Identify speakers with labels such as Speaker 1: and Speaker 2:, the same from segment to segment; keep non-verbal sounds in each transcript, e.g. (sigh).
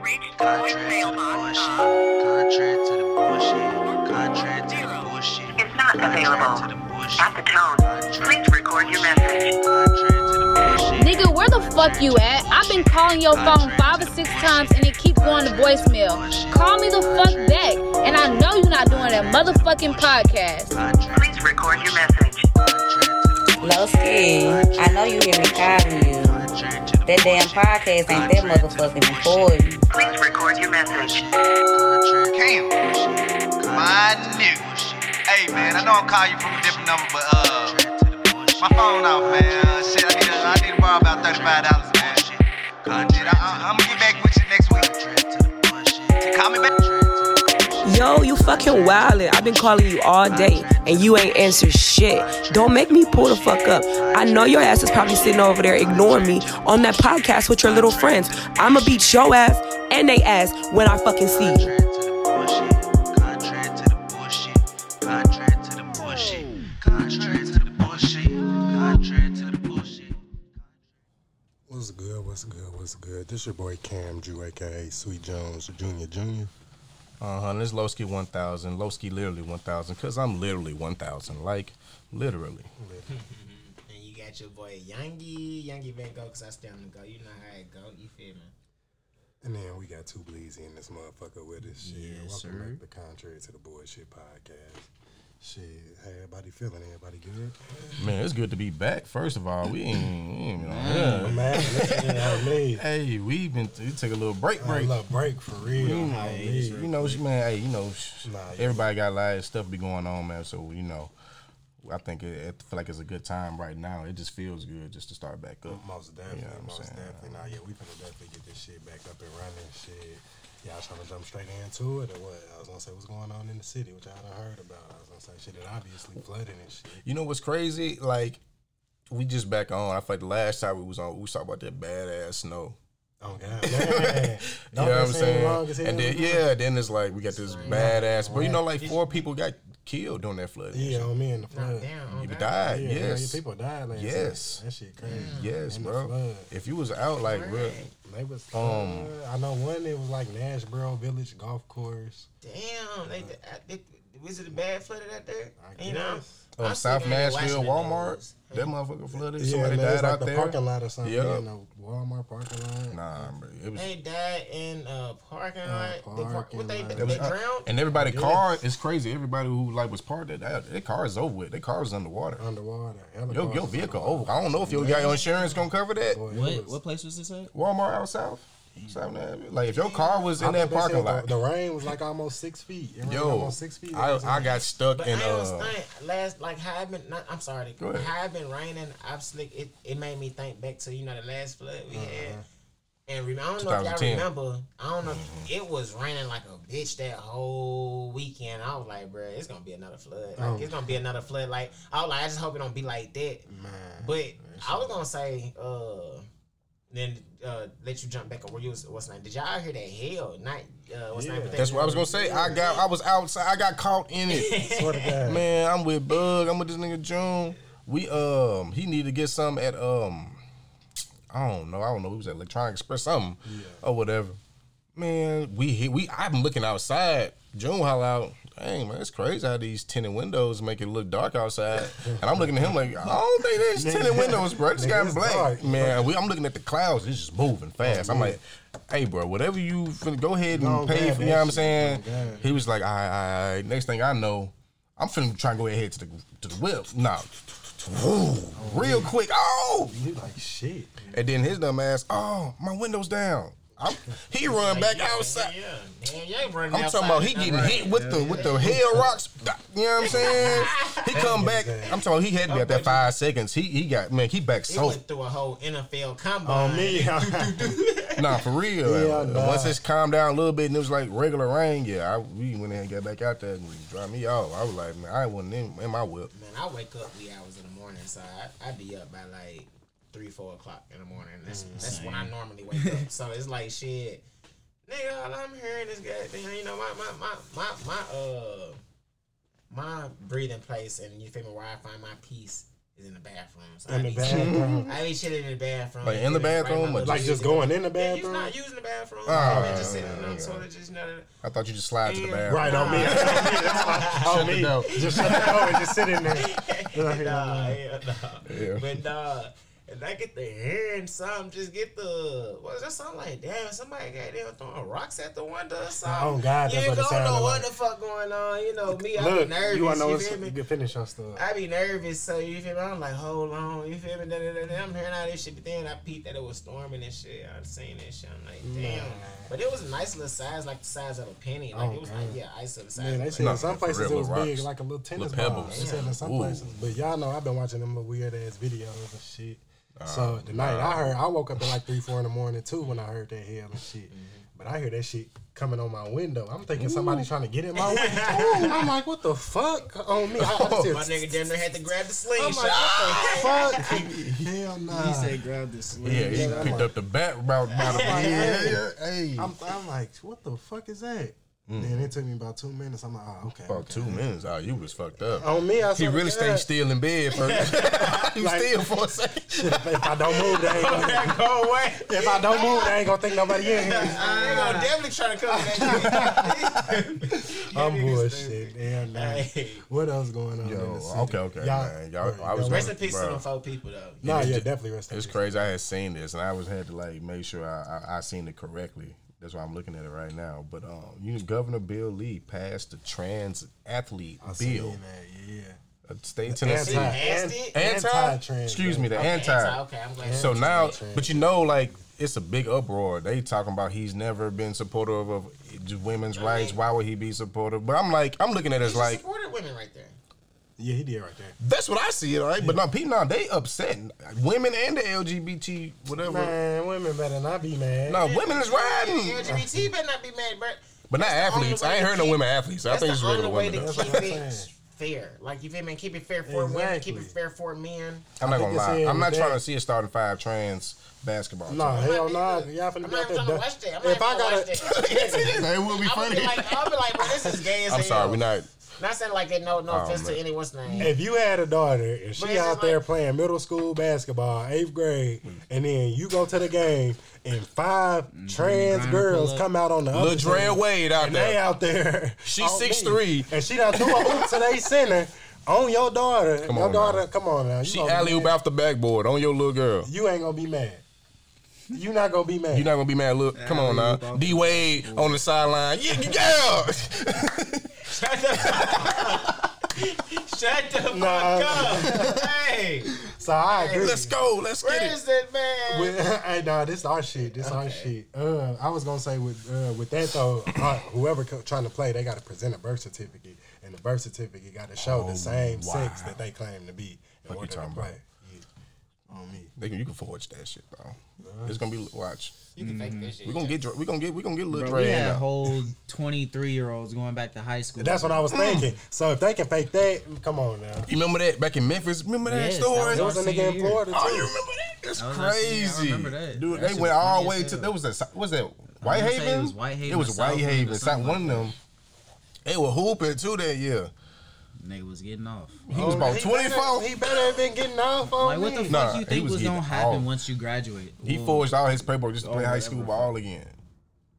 Speaker 1: Contrary to the bullshit. Contrary to the bullshit. Contrary to the bullshit.
Speaker 2: is not
Speaker 1: Contrary
Speaker 2: available.
Speaker 1: to the bullshit.
Speaker 2: At the tone, please record your message.
Speaker 1: Contrary to the bullshit.
Speaker 3: Nigga, where the fuck you at? I've been calling your phone five or six times and it keep going to voicemail. Call me the fuck back, and I know you're not doing that motherfucking podcast.
Speaker 1: Contrary
Speaker 2: Please record your message.
Speaker 4: Lowski, I know you hear me calling you.
Speaker 1: to the
Speaker 4: That damn podcast ain't that motherfucking important.
Speaker 2: Please record your message.
Speaker 1: Cam,
Speaker 5: My nigga. Hey man, I know I'm calling you from a different number, but uh, my phone off, man. Uh, shit, I need, I need to borrow about thirty-five dollars, man. Shit, I, I, I'm gonna get back with you next week. Call me back.
Speaker 6: Yo, you fucking wildin'. I've been calling you all day and you ain't answer shit. Don't make me pull the fuck up. I know your ass is probably sitting over there ignoring me on that podcast with your little friends. I'ma beat your ass and they ass when I fucking see you.
Speaker 7: What's good? What's good? What's good? This your boy Cam Drew, aka Sweet Jones Junior Junior.
Speaker 8: Uh huh. This Lowski 1000. Lowski literally 1000. Because I'm literally 1000. Like, literally.
Speaker 9: And you got your boy Yangi, Yangi Van Gogh, because I stay on the go. You know how it go. You feel me?
Speaker 7: And then we got two Bleezy in this motherfucker with us. Shit. Welcome back to Contrary to the Bullshit Podcast. Shit. How everybody feeling? Everybody good?
Speaker 8: Man, it's good to be back. First of all, we ain't. We ain't been on here.
Speaker 7: Man, (laughs) listen, I mean,
Speaker 8: Hey, we been we took a little break
Speaker 7: a
Speaker 8: break.
Speaker 7: little break for real.
Speaker 8: You know,
Speaker 7: I
Speaker 8: hey, you
Speaker 7: mean,
Speaker 8: know, sh- man. Hey, you know, sh-
Speaker 7: Nah, yeah.
Speaker 8: everybody got a lot of stuff be going on, man. So you know, I think it, it feel like it's a good time right now. It just feels good just to start back up.
Speaker 7: Most definitely,
Speaker 8: You know what I'm
Speaker 7: most
Speaker 8: saying?
Speaker 7: definitely. Nah, yeah, we finna definitely get this shit back up and running. Shit, y'all trying to jump straight into it or what? I was gonna say what's going on in the city, which y'all done heard about. I was gonna say shit that obviously flooded and shit.
Speaker 8: You know what's crazy? Like, we just back on. I feel like the last time we was on, we was talking about that badass snow.
Speaker 7: Oh God, (laughs) man.
Speaker 8: (laughs) You know
Speaker 7: Don't
Speaker 8: what I'm
Speaker 7: that seem wrong as hell?
Speaker 8: saying? And then yeah, then it's like we got this badass, but you know, like four people got killed during that flood.
Speaker 7: Yeah, on me in the flood.
Speaker 9: Damn.
Speaker 8: you
Speaker 9: Okay.
Speaker 8: died.
Speaker 7: Yeah,
Speaker 8: yes,
Speaker 7: yeah, people died last
Speaker 8: Yes.
Speaker 7: night. That shit crazy.
Speaker 8: yes,
Speaker 7: In the
Speaker 8: bro.
Speaker 7: flood.
Speaker 8: If you was out, like, real,
Speaker 7: They was
Speaker 8: Um,
Speaker 7: uh, I know one it was like Nashboro Village Golf Course.
Speaker 9: Damn. They, I- they, was it a bad flood out there?
Speaker 7: I
Speaker 9: you know?
Speaker 7: guess.
Speaker 8: um,
Speaker 9: I
Speaker 8: South
Speaker 9: seen that in
Speaker 8: Nashville
Speaker 9: Washington
Speaker 8: Walmart,
Speaker 9: News.
Speaker 8: that motherfucker flooded.
Speaker 7: Yeah,
Speaker 8: Somebody
Speaker 7: it was
Speaker 8: died
Speaker 7: like
Speaker 8: out
Speaker 7: the
Speaker 8: there.
Speaker 7: parking lot or something.
Speaker 8: Yep.
Speaker 7: In the Walmart parking lot.
Speaker 8: Nah, bro, it was.
Speaker 9: They died in uh, a parking lot. They par-
Speaker 7: parking
Speaker 9: what they,
Speaker 7: lot.
Speaker 9: they,
Speaker 8: That was-
Speaker 9: drowned?
Speaker 8: and everybody car is crazy. Everybody who like was part of that, their car is over with. Their car is underwater.
Speaker 7: Underwater.
Speaker 8: Yo, your vehicle over. I don't know if your, your insurance gonna cover that.
Speaker 10: What what place was this at?
Speaker 8: Walmart out south.
Speaker 9: Mm.
Speaker 8: South Nashville. Like if your car was in that parking lot,
Speaker 7: The, rain was like almost six feet. It rained
Speaker 8: yo,
Speaker 7: almost six feet.
Speaker 8: I, I got stuck
Speaker 9: But
Speaker 8: in
Speaker 9: I ain't
Speaker 8: uh.
Speaker 9: gonna stunt. Last like how I've been, not, I'm sorry,
Speaker 8: Go ahead.
Speaker 9: how I've been raining. I've slick. It, it made me think back to you know the last flood we had. And remember, I don't know if y'all
Speaker 8: 2010.
Speaker 9: remember. I don't know. if- It was raining like a bitch that whole weekend. I was like, bruh, it's gonna be another flood. Like
Speaker 8: Oh.
Speaker 9: it's gonna be another flood. Like I was like, I just hope it don't be like that. But I was gonna say, uh, then uh, let you jump back on where you was. What's name? Did y'all hear that hell? Not uh, what's name?
Speaker 8: That's what I was gonna say. I got. I was outside. I got caught in
Speaker 9: (laughs)
Speaker 8: it.
Speaker 7: swear to God. (laughs)
Speaker 8: Man, I'm with Bug. I'm with this nigga June. We um. He needed to get some at um. I don't know. I don't know. It was at Electronic Express something or whatever. Man, we hit, we. I'm looking outside. June holla out. Dang man, it's crazy how these tinted windows make it look
Speaker 7: (laughs)
Speaker 8: dark outside. And I'm looking at him like, I don't think there's tinted windows, bro. It just
Speaker 7: Nigga,
Speaker 8: got
Speaker 7: it's
Speaker 8: black.
Speaker 7: dark.
Speaker 8: Man, we, I'm looking at the clouds. It's just moving fast. I'm like, hey, bro, whatever you finna go ahead and
Speaker 7: Long
Speaker 8: pay
Speaker 7: bad,
Speaker 8: for,
Speaker 7: that
Speaker 8: you know what I'm
Speaker 7: shit.
Speaker 8: saying?
Speaker 7: Long bad.
Speaker 8: He was like, all right, all right, all right. Next thing I know, I'm finna try and go ahead to the to the whip. Nah. Woo, real quick. Oh!
Speaker 7: You like shit.
Speaker 8: And then his dumb ass, oh, my window's down. I'm, he run back outside.
Speaker 9: Yeah, man, you ain't running
Speaker 8: I'm
Speaker 9: outside
Speaker 8: talking about he
Speaker 9: with no
Speaker 8: getting
Speaker 9: rain.
Speaker 8: hit with the with the hell rocks. You know what I'm saying? He come back. I'm talking. He had to be at that five seconds. He he got man. He back
Speaker 9: He
Speaker 8: so
Speaker 9: went through a whole NFL combine.
Speaker 7: On
Speaker 9: (laughs)
Speaker 7: me. (laughs)
Speaker 8: (laughs) Nah, for real.
Speaker 7: Yeah, nah.
Speaker 8: Once it's calmed down a little bit and it was like regular rain, yeah, I, we went in and got back out there and dropped me off. I was like, man, I wasn't in, in my whip.
Speaker 9: Man, I wake up wee hours in the morning, so I, I be up by like three, four o'clock in the morning. That's that's when I normally wake up. So it's like shit, nigga. All I'm hearing is goddamn. You know my my my my my uh my breathing place, and you feel me where I find my peace is in the bathroom. So
Speaker 7: In
Speaker 9: I
Speaker 7: the
Speaker 9: be-
Speaker 7: bathroom.
Speaker 9: I be chilling in the bathroom.
Speaker 8: Like, in the
Speaker 9: Right
Speaker 8: bathroom
Speaker 9: by
Speaker 8: or
Speaker 9: the-
Speaker 7: like just going in the
Speaker 9: Yeah, you
Speaker 7: bathroom.
Speaker 9: not using the bathroom.
Speaker 8: Ah,
Speaker 9: You just sitting
Speaker 8: yeah,
Speaker 9: on
Speaker 8: yeah.
Speaker 9: the toilet, just not.
Speaker 8: I thought you just slide to the
Speaker 9: Yeah.
Speaker 8: bathroom.
Speaker 7: Right on me. (laughs) That's what I mean.
Speaker 9: (laughs)
Speaker 7: That's why- on
Speaker 8: Shut the
Speaker 7: me.
Speaker 8: door.
Speaker 7: Just shut the door and just sit in there.
Speaker 9: (laughs) nah, yeah, nah.
Speaker 8: Yeah.
Speaker 9: But nah, if I get the hair and something, just get the what is that something like damn, somebody got them throwing rocks at the window or something.
Speaker 7: Oh, God,
Speaker 9: you
Speaker 7: that's what it
Speaker 9: don't know what
Speaker 7: sounded like.
Speaker 9: the fuck going on. You know me, I be
Speaker 7: Look,
Speaker 9: nervous.
Speaker 7: you
Speaker 9: You,
Speaker 7: wanna know what's
Speaker 9: feel me?
Speaker 7: you finish your stuff.
Speaker 9: I be nervous, so you feel me? I'm like, hold on, you feel me? Da, da, da, da. I'm hearing all this shit, but then I peeped that it was storming and shit. I seen that shit. I'm like, damn. But it was a nice little size, like the size of a penny. Like
Speaker 7: Oh,
Speaker 9: it was
Speaker 7: God.
Speaker 9: like, yeah, ice of the size.
Speaker 7: Man, they
Speaker 9: of a-
Speaker 7: said
Speaker 8: Nah,
Speaker 7: in some
Speaker 8: for
Speaker 7: places
Speaker 8: real,
Speaker 7: it was
Speaker 8: little
Speaker 7: big,
Speaker 8: rocks.
Speaker 7: like a little tennis
Speaker 8: Little
Speaker 7: ball. They
Speaker 8: pebbles.
Speaker 7: said in some
Speaker 8: Ooh.
Speaker 7: places, but y'all know I've been watching them little weird ass videos and shit.
Speaker 8: Ah,
Speaker 7: so the night I heard, I woke up at like three, four in the morning too when I heard that hell and shit.
Speaker 9: Mm-hmm.
Speaker 7: But I hear that shit coming on my window. I'm thinking somebody trying to get in
Speaker 8: (laughs)
Speaker 7: my window. I'm like, what the fuck on me? I, I
Speaker 8: Oh,
Speaker 7: just-
Speaker 9: My nigga damn near had to grab the
Speaker 7: I'm
Speaker 9: slingshot.
Speaker 7: like, what the fuck? hell nah.
Speaker 10: grab this.
Speaker 8: Yeah, he
Speaker 7: I'm
Speaker 8: picked
Speaker 7: like-
Speaker 8: up the bat route by the
Speaker 7: Yeah.
Speaker 8: Hey.
Speaker 7: I'm, I'm like, what the fuck is that? Then it took me about two minutes. I'm like, oh, okay.
Speaker 8: About
Speaker 7: okay.
Speaker 8: two minutes. Oh, you was fucked up.
Speaker 7: On me, I
Speaker 8: he
Speaker 7: swear to
Speaker 8: really
Speaker 7: God.
Speaker 8: stayed still in
Speaker 7: (laughs)
Speaker 8: bed (laughs) first. he was
Speaker 7: Like-
Speaker 8: still for a second.
Speaker 7: (laughs) if I don't move, they ain't (laughs) gonna,
Speaker 9: Go away.
Speaker 7: if I don't move, they ain't gonna think nobody in here. (laughs)
Speaker 9: They gonna definitely try to come back.
Speaker 7: I'm bullshit. Damn, nah.
Speaker 9: Hey.
Speaker 7: What else going on? in
Speaker 8: Yo,
Speaker 7: the city?
Speaker 8: okay, okay, man. Y'all, I was
Speaker 9: Rest in peace
Speaker 8: Bruh.
Speaker 9: to them four people though.
Speaker 7: Nah, yeah, definitely rest in
Speaker 8: (laughs) It's
Speaker 7: peace.
Speaker 8: crazy. I had seen this, and I was had to like make sure I, I, I seen it correctly. That's why I'm looking at it right now. But um, you know, Governor Bill Lee passed the trans athlete
Speaker 7: I seen
Speaker 8: bill.
Speaker 7: that, Yeah.
Speaker 8: A state of Tennessee.
Speaker 7: Anti-
Speaker 9: Nasty.
Speaker 8: Anti.
Speaker 7: Anti-trans,
Speaker 8: Excuse me, the
Speaker 9: Okay,
Speaker 8: anti.
Speaker 9: anti, Okay, I'm glad.
Speaker 8: So now,
Speaker 7: trans.
Speaker 8: but you know, like it's a big uproar. They talking about he's never been supportive of women's rights. Why would he be supportive? But I'm like, I'm looking at it
Speaker 9: He
Speaker 8: as
Speaker 9: just
Speaker 8: like
Speaker 9: supported women right there.
Speaker 7: Yeah, he did right there.
Speaker 8: that's what I see it, all right? But now people now they upset women and the LGBT whatever.
Speaker 7: Man, women better not be mad.
Speaker 8: No, women is riding,
Speaker 9: LGBT better not be mad, bro.
Speaker 8: but not
Speaker 9: That's the only
Speaker 8: athletes. I
Speaker 9: way
Speaker 8: ain't
Speaker 9: to
Speaker 8: heard no
Speaker 9: keep-
Speaker 8: women athletes. I
Speaker 9: That's
Speaker 8: think it's
Speaker 9: the only
Speaker 8: regular
Speaker 9: way to
Speaker 8: women. though.
Speaker 7: though.
Speaker 9: keep
Speaker 8: (laughs)
Speaker 7: That's what I'm
Speaker 9: it
Speaker 7: saying.
Speaker 9: fair. Like you feel me? Keep it fair for women. Keep it
Speaker 7: Exactly.
Speaker 9: fair for men.
Speaker 8: I'm not
Speaker 7: I think
Speaker 8: gonna
Speaker 7: it's
Speaker 8: lie.
Speaker 7: saying
Speaker 8: I'm not
Speaker 7: that-
Speaker 8: trying to see a starting five trans basketball.
Speaker 7: No,
Speaker 8: team.
Speaker 7: hell nah.
Speaker 9: even-
Speaker 7: Y'all finna
Speaker 9: I'm
Speaker 7: be
Speaker 9: not
Speaker 7: out
Speaker 9: even
Speaker 7: there.
Speaker 9: trying to watch that. I'm not
Speaker 7: If I
Speaker 9: even gonna
Speaker 7: gotta,
Speaker 9: watch
Speaker 8: (laughs)
Speaker 9: that.
Speaker 8: that would
Speaker 9: (laughs)
Speaker 8: be
Speaker 9: I'll be
Speaker 8: funny.
Speaker 9: like, I'll be like, bro, this is gay as
Speaker 8: I'm
Speaker 9: hell.
Speaker 8: sorry, we're not.
Speaker 9: Not saying like that. No, no
Speaker 8: Oh,
Speaker 9: offense
Speaker 8: man.
Speaker 9: to anyone's name.
Speaker 7: if you had a daughter and
Speaker 9: But
Speaker 7: she
Speaker 9: it's
Speaker 7: out
Speaker 9: just
Speaker 7: there
Speaker 9: like-
Speaker 7: playing middle school basketball, eighth grade, and then you go to the game and 5
Speaker 8: Mm-hmm.
Speaker 7: trans
Speaker 10: grinder
Speaker 7: girls
Speaker 10: pull up.
Speaker 7: come out on the other team.
Speaker 8: Ladre Wade out
Speaker 7: And they
Speaker 8: there.
Speaker 7: out there.
Speaker 8: She
Speaker 7: on me.
Speaker 8: 6'3".
Speaker 7: And she done threw a hoop to they center on your daughter.
Speaker 8: Come
Speaker 7: your
Speaker 8: on
Speaker 7: daughter,
Speaker 8: now.
Speaker 7: come on now. You
Speaker 8: She
Speaker 7: gonna be
Speaker 8: alley oop
Speaker 7: mad.
Speaker 8: off the backboard on your little girl.
Speaker 7: You ain't gonna be mad. You not gonna be mad.
Speaker 8: You're not gonna be mad. Look, come on now.
Speaker 10: Alley-oop off
Speaker 8: D Wade on the sideline. Yeah, yeah.
Speaker 9: Shut the Shut the
Speaker 8: Oh
Speaker 7: Nah.
Speaker 9: fuck up. hey,
Speaker 7: so I agree.
Speaker 8: (laughs) Let's go. Let's get
Speaker 9: where is
Speaker 8: it.
Speaker 9: that man?
Speaker 7: With, (laughs) hey, nah, this our shit. This our shit. Uh, I was gonna say with uh, with that though, uh, whoever co- trying to play, they got to present a birth certificate, and the birth certificate got to show
Speaker 8: Oh,
Speaker 7: the same
Speaker 8: wow.
Speaker 7: sex that they claim to be in
Speaker 8: Fuck you
Speaker 7: order to
Speaker 8: talking
Speaker 7: play.
Speaker 8: about?
Speaker 7: Yeah. On me.
Speaker 8: They can, you can forge that shit, bro. It's gonna be watch.
Speaker 9: you can fake this shit.
Speaker 8: We gonna get Dre- we gonna get we gonna get little
Speaker 10: Bro, we
Speaker 8: Dre in
Speaker 10: had
Speaker 8: there.
Speaker 10: whole 23 year olds going back to high school.
Speaker 7: That's what I was thinking.
Speaker 8: Mm.
Speaker 7: So if they can fake that, come on now.
Speaker 8: You remember that back in Memphis? Remember that
Speaker 10: Yes, that
Speaker 8: story?
Speaker 10: was
Speaker 7: There was a
Speaker 10: Our
Speaker 7: nigga
Speaker 10: senior
Speaker 7: in
Speaker 10: year.
Speaker 7: Florida too.
Speaker 8: Oh, you remember that? That's
Speaker 10: That was our senior year. I
Speaker 8: crazy.
Speaker 10: remember that.
Speaker 8: Dude,
Speaker 10: That
Speaker 8: they
Speaker 10: shit
Speaker 8: went
Speaker 10: was
Speaker 8: all
Speaker 10: funny
Speaker 8: the way
Speaker 10: as
Speaker 8: to
Speaker 10: hell.
Speaker 8: there was that was that
Speaker 10: wanna say
Speaker 8: Whitehaven?
Speaker 10: it was Whitehaven
Speaker 8: It
Speaker 10: or
Speaker 8: was
Speaker 10: Southland or
Speaker 8: Whitehaven. It's not
Speaker 10: something
Speaker 8: one of
Speaker 10: like
Speaker 8: them. They were hooping too that year.
Speaker 10: Nigga was getting off.
Speaker 8: Oh, He was about twenty four.
Speaker 7: He better have been getting off
Speaker 9: Oh,
Speaker 7: on
Speaker 10: Like, what the
Speaker 7: me.
Speaker 10: fuck
Speaker 8: Nah,
Speaker 10: you
Speaker 8: he
Speaker 10: think
Speaker 8: was
Speaker 10: was, gonna
Speaker 8: getting
Speaker 10: happen
Speaker 8: off.
Speaker 10: once you graduate?
Speaker 8: He
Speaker 10: Well,
Speaker 8: forged all his paperwork just to play
Speaker 10: Oh,
Speaker 8: high
Speaker 10: whatever.
Speaker 8: school ball again.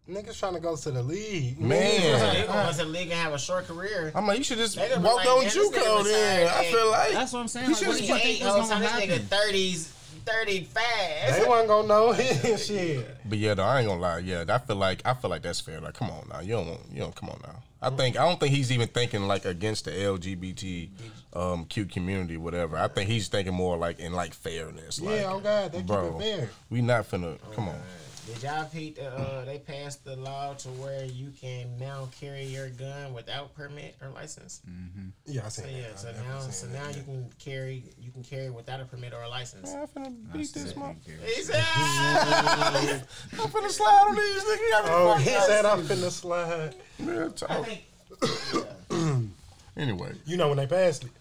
Speaker 7: Niggas trying to go to the league.
Speaker 9: So
Speaker 8: Man.
Speaker 9: you gonna go to the league and have a short career.
Speaker 8: I'm like, you should just
Speaker 9: They gonna be
Speaker 8: walk
Speaker 9: like,
Speaker 8: on
Speaker 9: "Man, this nigga
Speaker 8: JUCO
Speaker 9: was
Speaker 8: then. I
Speaker 9: alright.
Speaker 8: feel like
Speaker 10: That's what I'm saying.
Speaker 8: He
Speaker 10: Like, what
Speaker 8: should've
Speaker 10: do you
Speaker 9: He
Speaker 8: just-
Speaker 10: think
Speaker 9: ain't
Speaker 10: was
Speaker 9: old, so
Speaker 10: gonna
Speaker 9: this nigga
Speaker 10: happen?
Speaker 9: thirties, thirty five.
Speaker 7: They wasn't gonna know (laughs) shit.
Speaker 8: But yeah, though, I ain't gonna lie. Yeah, I feel like I feel like that's fair. Like, come on now, you don't want, you don't come on now. I think I don't think he's even thinking like against the LGBT um, Q community, whatever. I think he's thinking more like in like fairness. Like,
Speaker 7: Yeah, oh God, they keep
Speaker 8: bro,
Speaker 7: it fair.
Speaker 8: we not finna come on.
Speaker 9: Did y'all peep the, uh, they passed the law to where you can now carry your gun without permit or license?
Speaker 7: Yeah, I seen
Speaker 9: So
Speaker 7: that.
Speaker 9: yeah,
Speaker 7: I
Speaker 9: so
Speaker 7: definitely
Speaker 9: now
Speaker 7: seen
Speaker 9: so
Speaker 7: that.
Speaker 9: now you can carry you can carry without a permit or a
Speaker 7: (laughs)
Speaker 9: license.
Speaker 8: I'm finna beat this
Speaker 10: Sick,
Speaker 8: mo-
Speaker 10: nigga.
Speaker 9: He said, "Ah."
Speaker 8: I'm finna slide on these niggas.
Speaker 7: Oh, he said "Oh." I'm finna slide.
Speaker 9: I
Speaker 8: Real talk.
Speaker 9: think
Speaker 8: Anyway,
Speaker 7: You know when they passed it.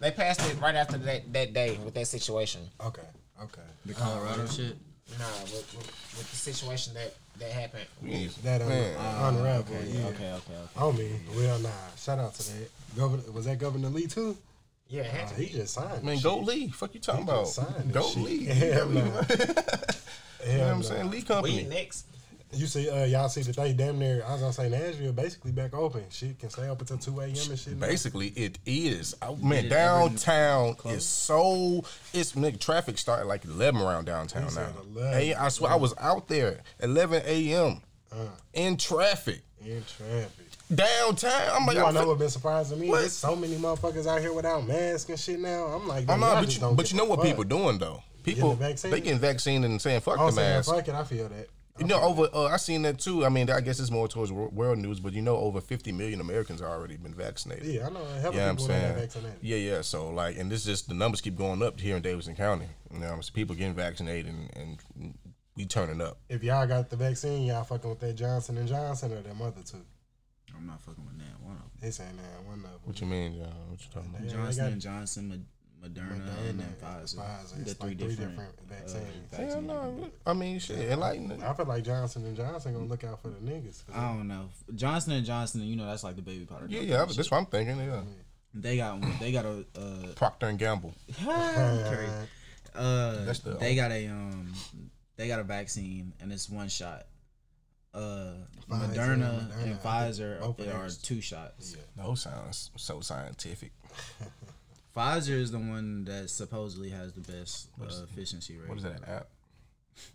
Speaker 9: they passed it right after that, that day with that situation.
Speaker 7: Okay, okay.
Speaker 10: The Colorado shit.
Speaker 9: Nah, with, with, with the situation that, that happened.
Speaker 7: That uh, un-
Speaker 8: Man.
Speaker 7: unraveled. yeah.
Speaker 10: Okay, okay, okay.
Speaker 7: I mean, well, nah. Shout out to that. Governor was that Governor Lee too?
Speaker 9: Yeah, it had to
Speaker 7: He
Speaker 9: be.
Speaker 7: just signed.
Speaker 8: Man,
Speaker 7: this
Speaker 8: go
Speaker 7: shit.
Speaker 8: Lee. Fuck you talking
Speaker 7: He just
Speaker 8: about?
Speaker 7: signed
Speaker 8: Go
Speaker 7: this shit.
Speaker 8: Lee.
Speaker 7: Hell
Speaker 8: (laughs) You know
Speaker 7: no.
Speaker 8: what I'm
Speaker 7: no.
Speaker 8: saying? Lee
Speaker 9: We
Speaker 8: Company.
Speaker 9: next.
Speaker 7: You see, uh, y'all see that they damn near. I was gonna say Nashville basically back open. Shit can stay open till two a.m. and shit. now.
Speaker 8: Basically, it is. I, man,
Speaker 10: it
Speaker 8: downtown is so. It's nigga, traffic started like eleven around downtown now.
Speaker 7: said 11.
Speaker 8: Hey, I swear I was out there eleven a.m. in traffic
Speaker 7: In traffic.
Speaker 8: downtown. I'm like,
Speaker 7: You all
Speaker 8: I'm
Speaker 7: know
Speaker 8: fi-
Speaker 7: what been surprising me?
Speaker 8: What?
Speaker 7: There's so many motherfuckers out here without masks and shit now. I'm like,
Speaker 8: I'm
Speaker 7: damn,
Speaker 8: not,
Speaker 7: y'all
Speaker 8: but
Speaker 7: just
Speaker 8: you,
Speaker 7: don't
Speaker 8: but
Speaker 7: give
Speaker 8: you know
Speaker 7: a
Speaker 8: what
Speaker 7: fuck.
Speaker 8: people doing though. People
Speaker 7: the vaccine?
Speaker 8: they getting vaccine and saying fuck
Speaker 7: I'm
Speaker 8: the
Speaker 7: saying,
Speaker 8: mask.
Speaker 7: fuck it, I feel that.
Speaker 8: You know, over uh, I seen that too. I mean, I guess it's more towards wor- world news, but you know, over 50 million Americans have already been vaccinated.
Speaker 7: Yeah, I know. a hell of
Speaker 8: Yeah, I'm
Speaker 7: people that got
Speaker 8: saying.
Speaker 7: vaccinated.
Speaker 8: Yeah, yeah. So like, and this just the numbers keep going up here in Davidson County. You know, it's people getting vaccinated and, and we turning up.
Speaker 7: If y'all got the vaccine, y'all fucking with that Johnson and Johnson or that mother too.
Speaker 10: I'm not fucking with that one of them.
Speaker 7: They saying that one of them.
Speaker 8: What you mean, John? What you talking about?
Speaker 7: Yeah, they
Speaker 10: Johnson
Speaker 7: got
Speaker 10: and Johnson, Mo- Moderna, and then Pfizer.
Speaker 7: Pfizer.
Speaker 10: The
Speaker 7: It's
Speaker 10: three
Speaker 7: like
Speaker 10: different, uh,
Speaker 7: vaccines.
Speaker 8: Hell no. I mean, shit, enlighten.
Speaker 7: I feel like Johnson and Johnson gonna look out for the niggas.
Speaker 10: I don't know. Johnson and Johnson, you know, that's like the baby powder.
Speaker 8: Yeah,
Speaker 10: company
Speaker 8: yeah.
Speaker 10: and shit.
Speaker 8: That's what I'm thinking. Yeah.
Speaker 10: They got one- they got a
Speaker 9: (laughs)
Speaker 10: uh, (laughs)
Speaker 8: Procter and Gamble.
Speaker 10: crazy. Uh,
Speaker 8: That's the-
Speaker 10: they got a um, they got a vaccine and it's one shot. Uh,
Speaker 7: Pfizer and
Speaker 10: Moderna,
Speaker 7: Moderna,
Speaker 10: and
Speaker 7: I think
Speaker 10: Pfizer
Speaker 7: both of
Speaker 10: are, are
Speaker 7: theirs.
Speaker 10: two shots.
Speaker 8: No sounds so scientific.
Speaker 10: Pfizer is the one that supposedly has the best uh, efficiency rate.
Speaker 8: What is
Speaker 7: (laughs)
Speaker 8: that app?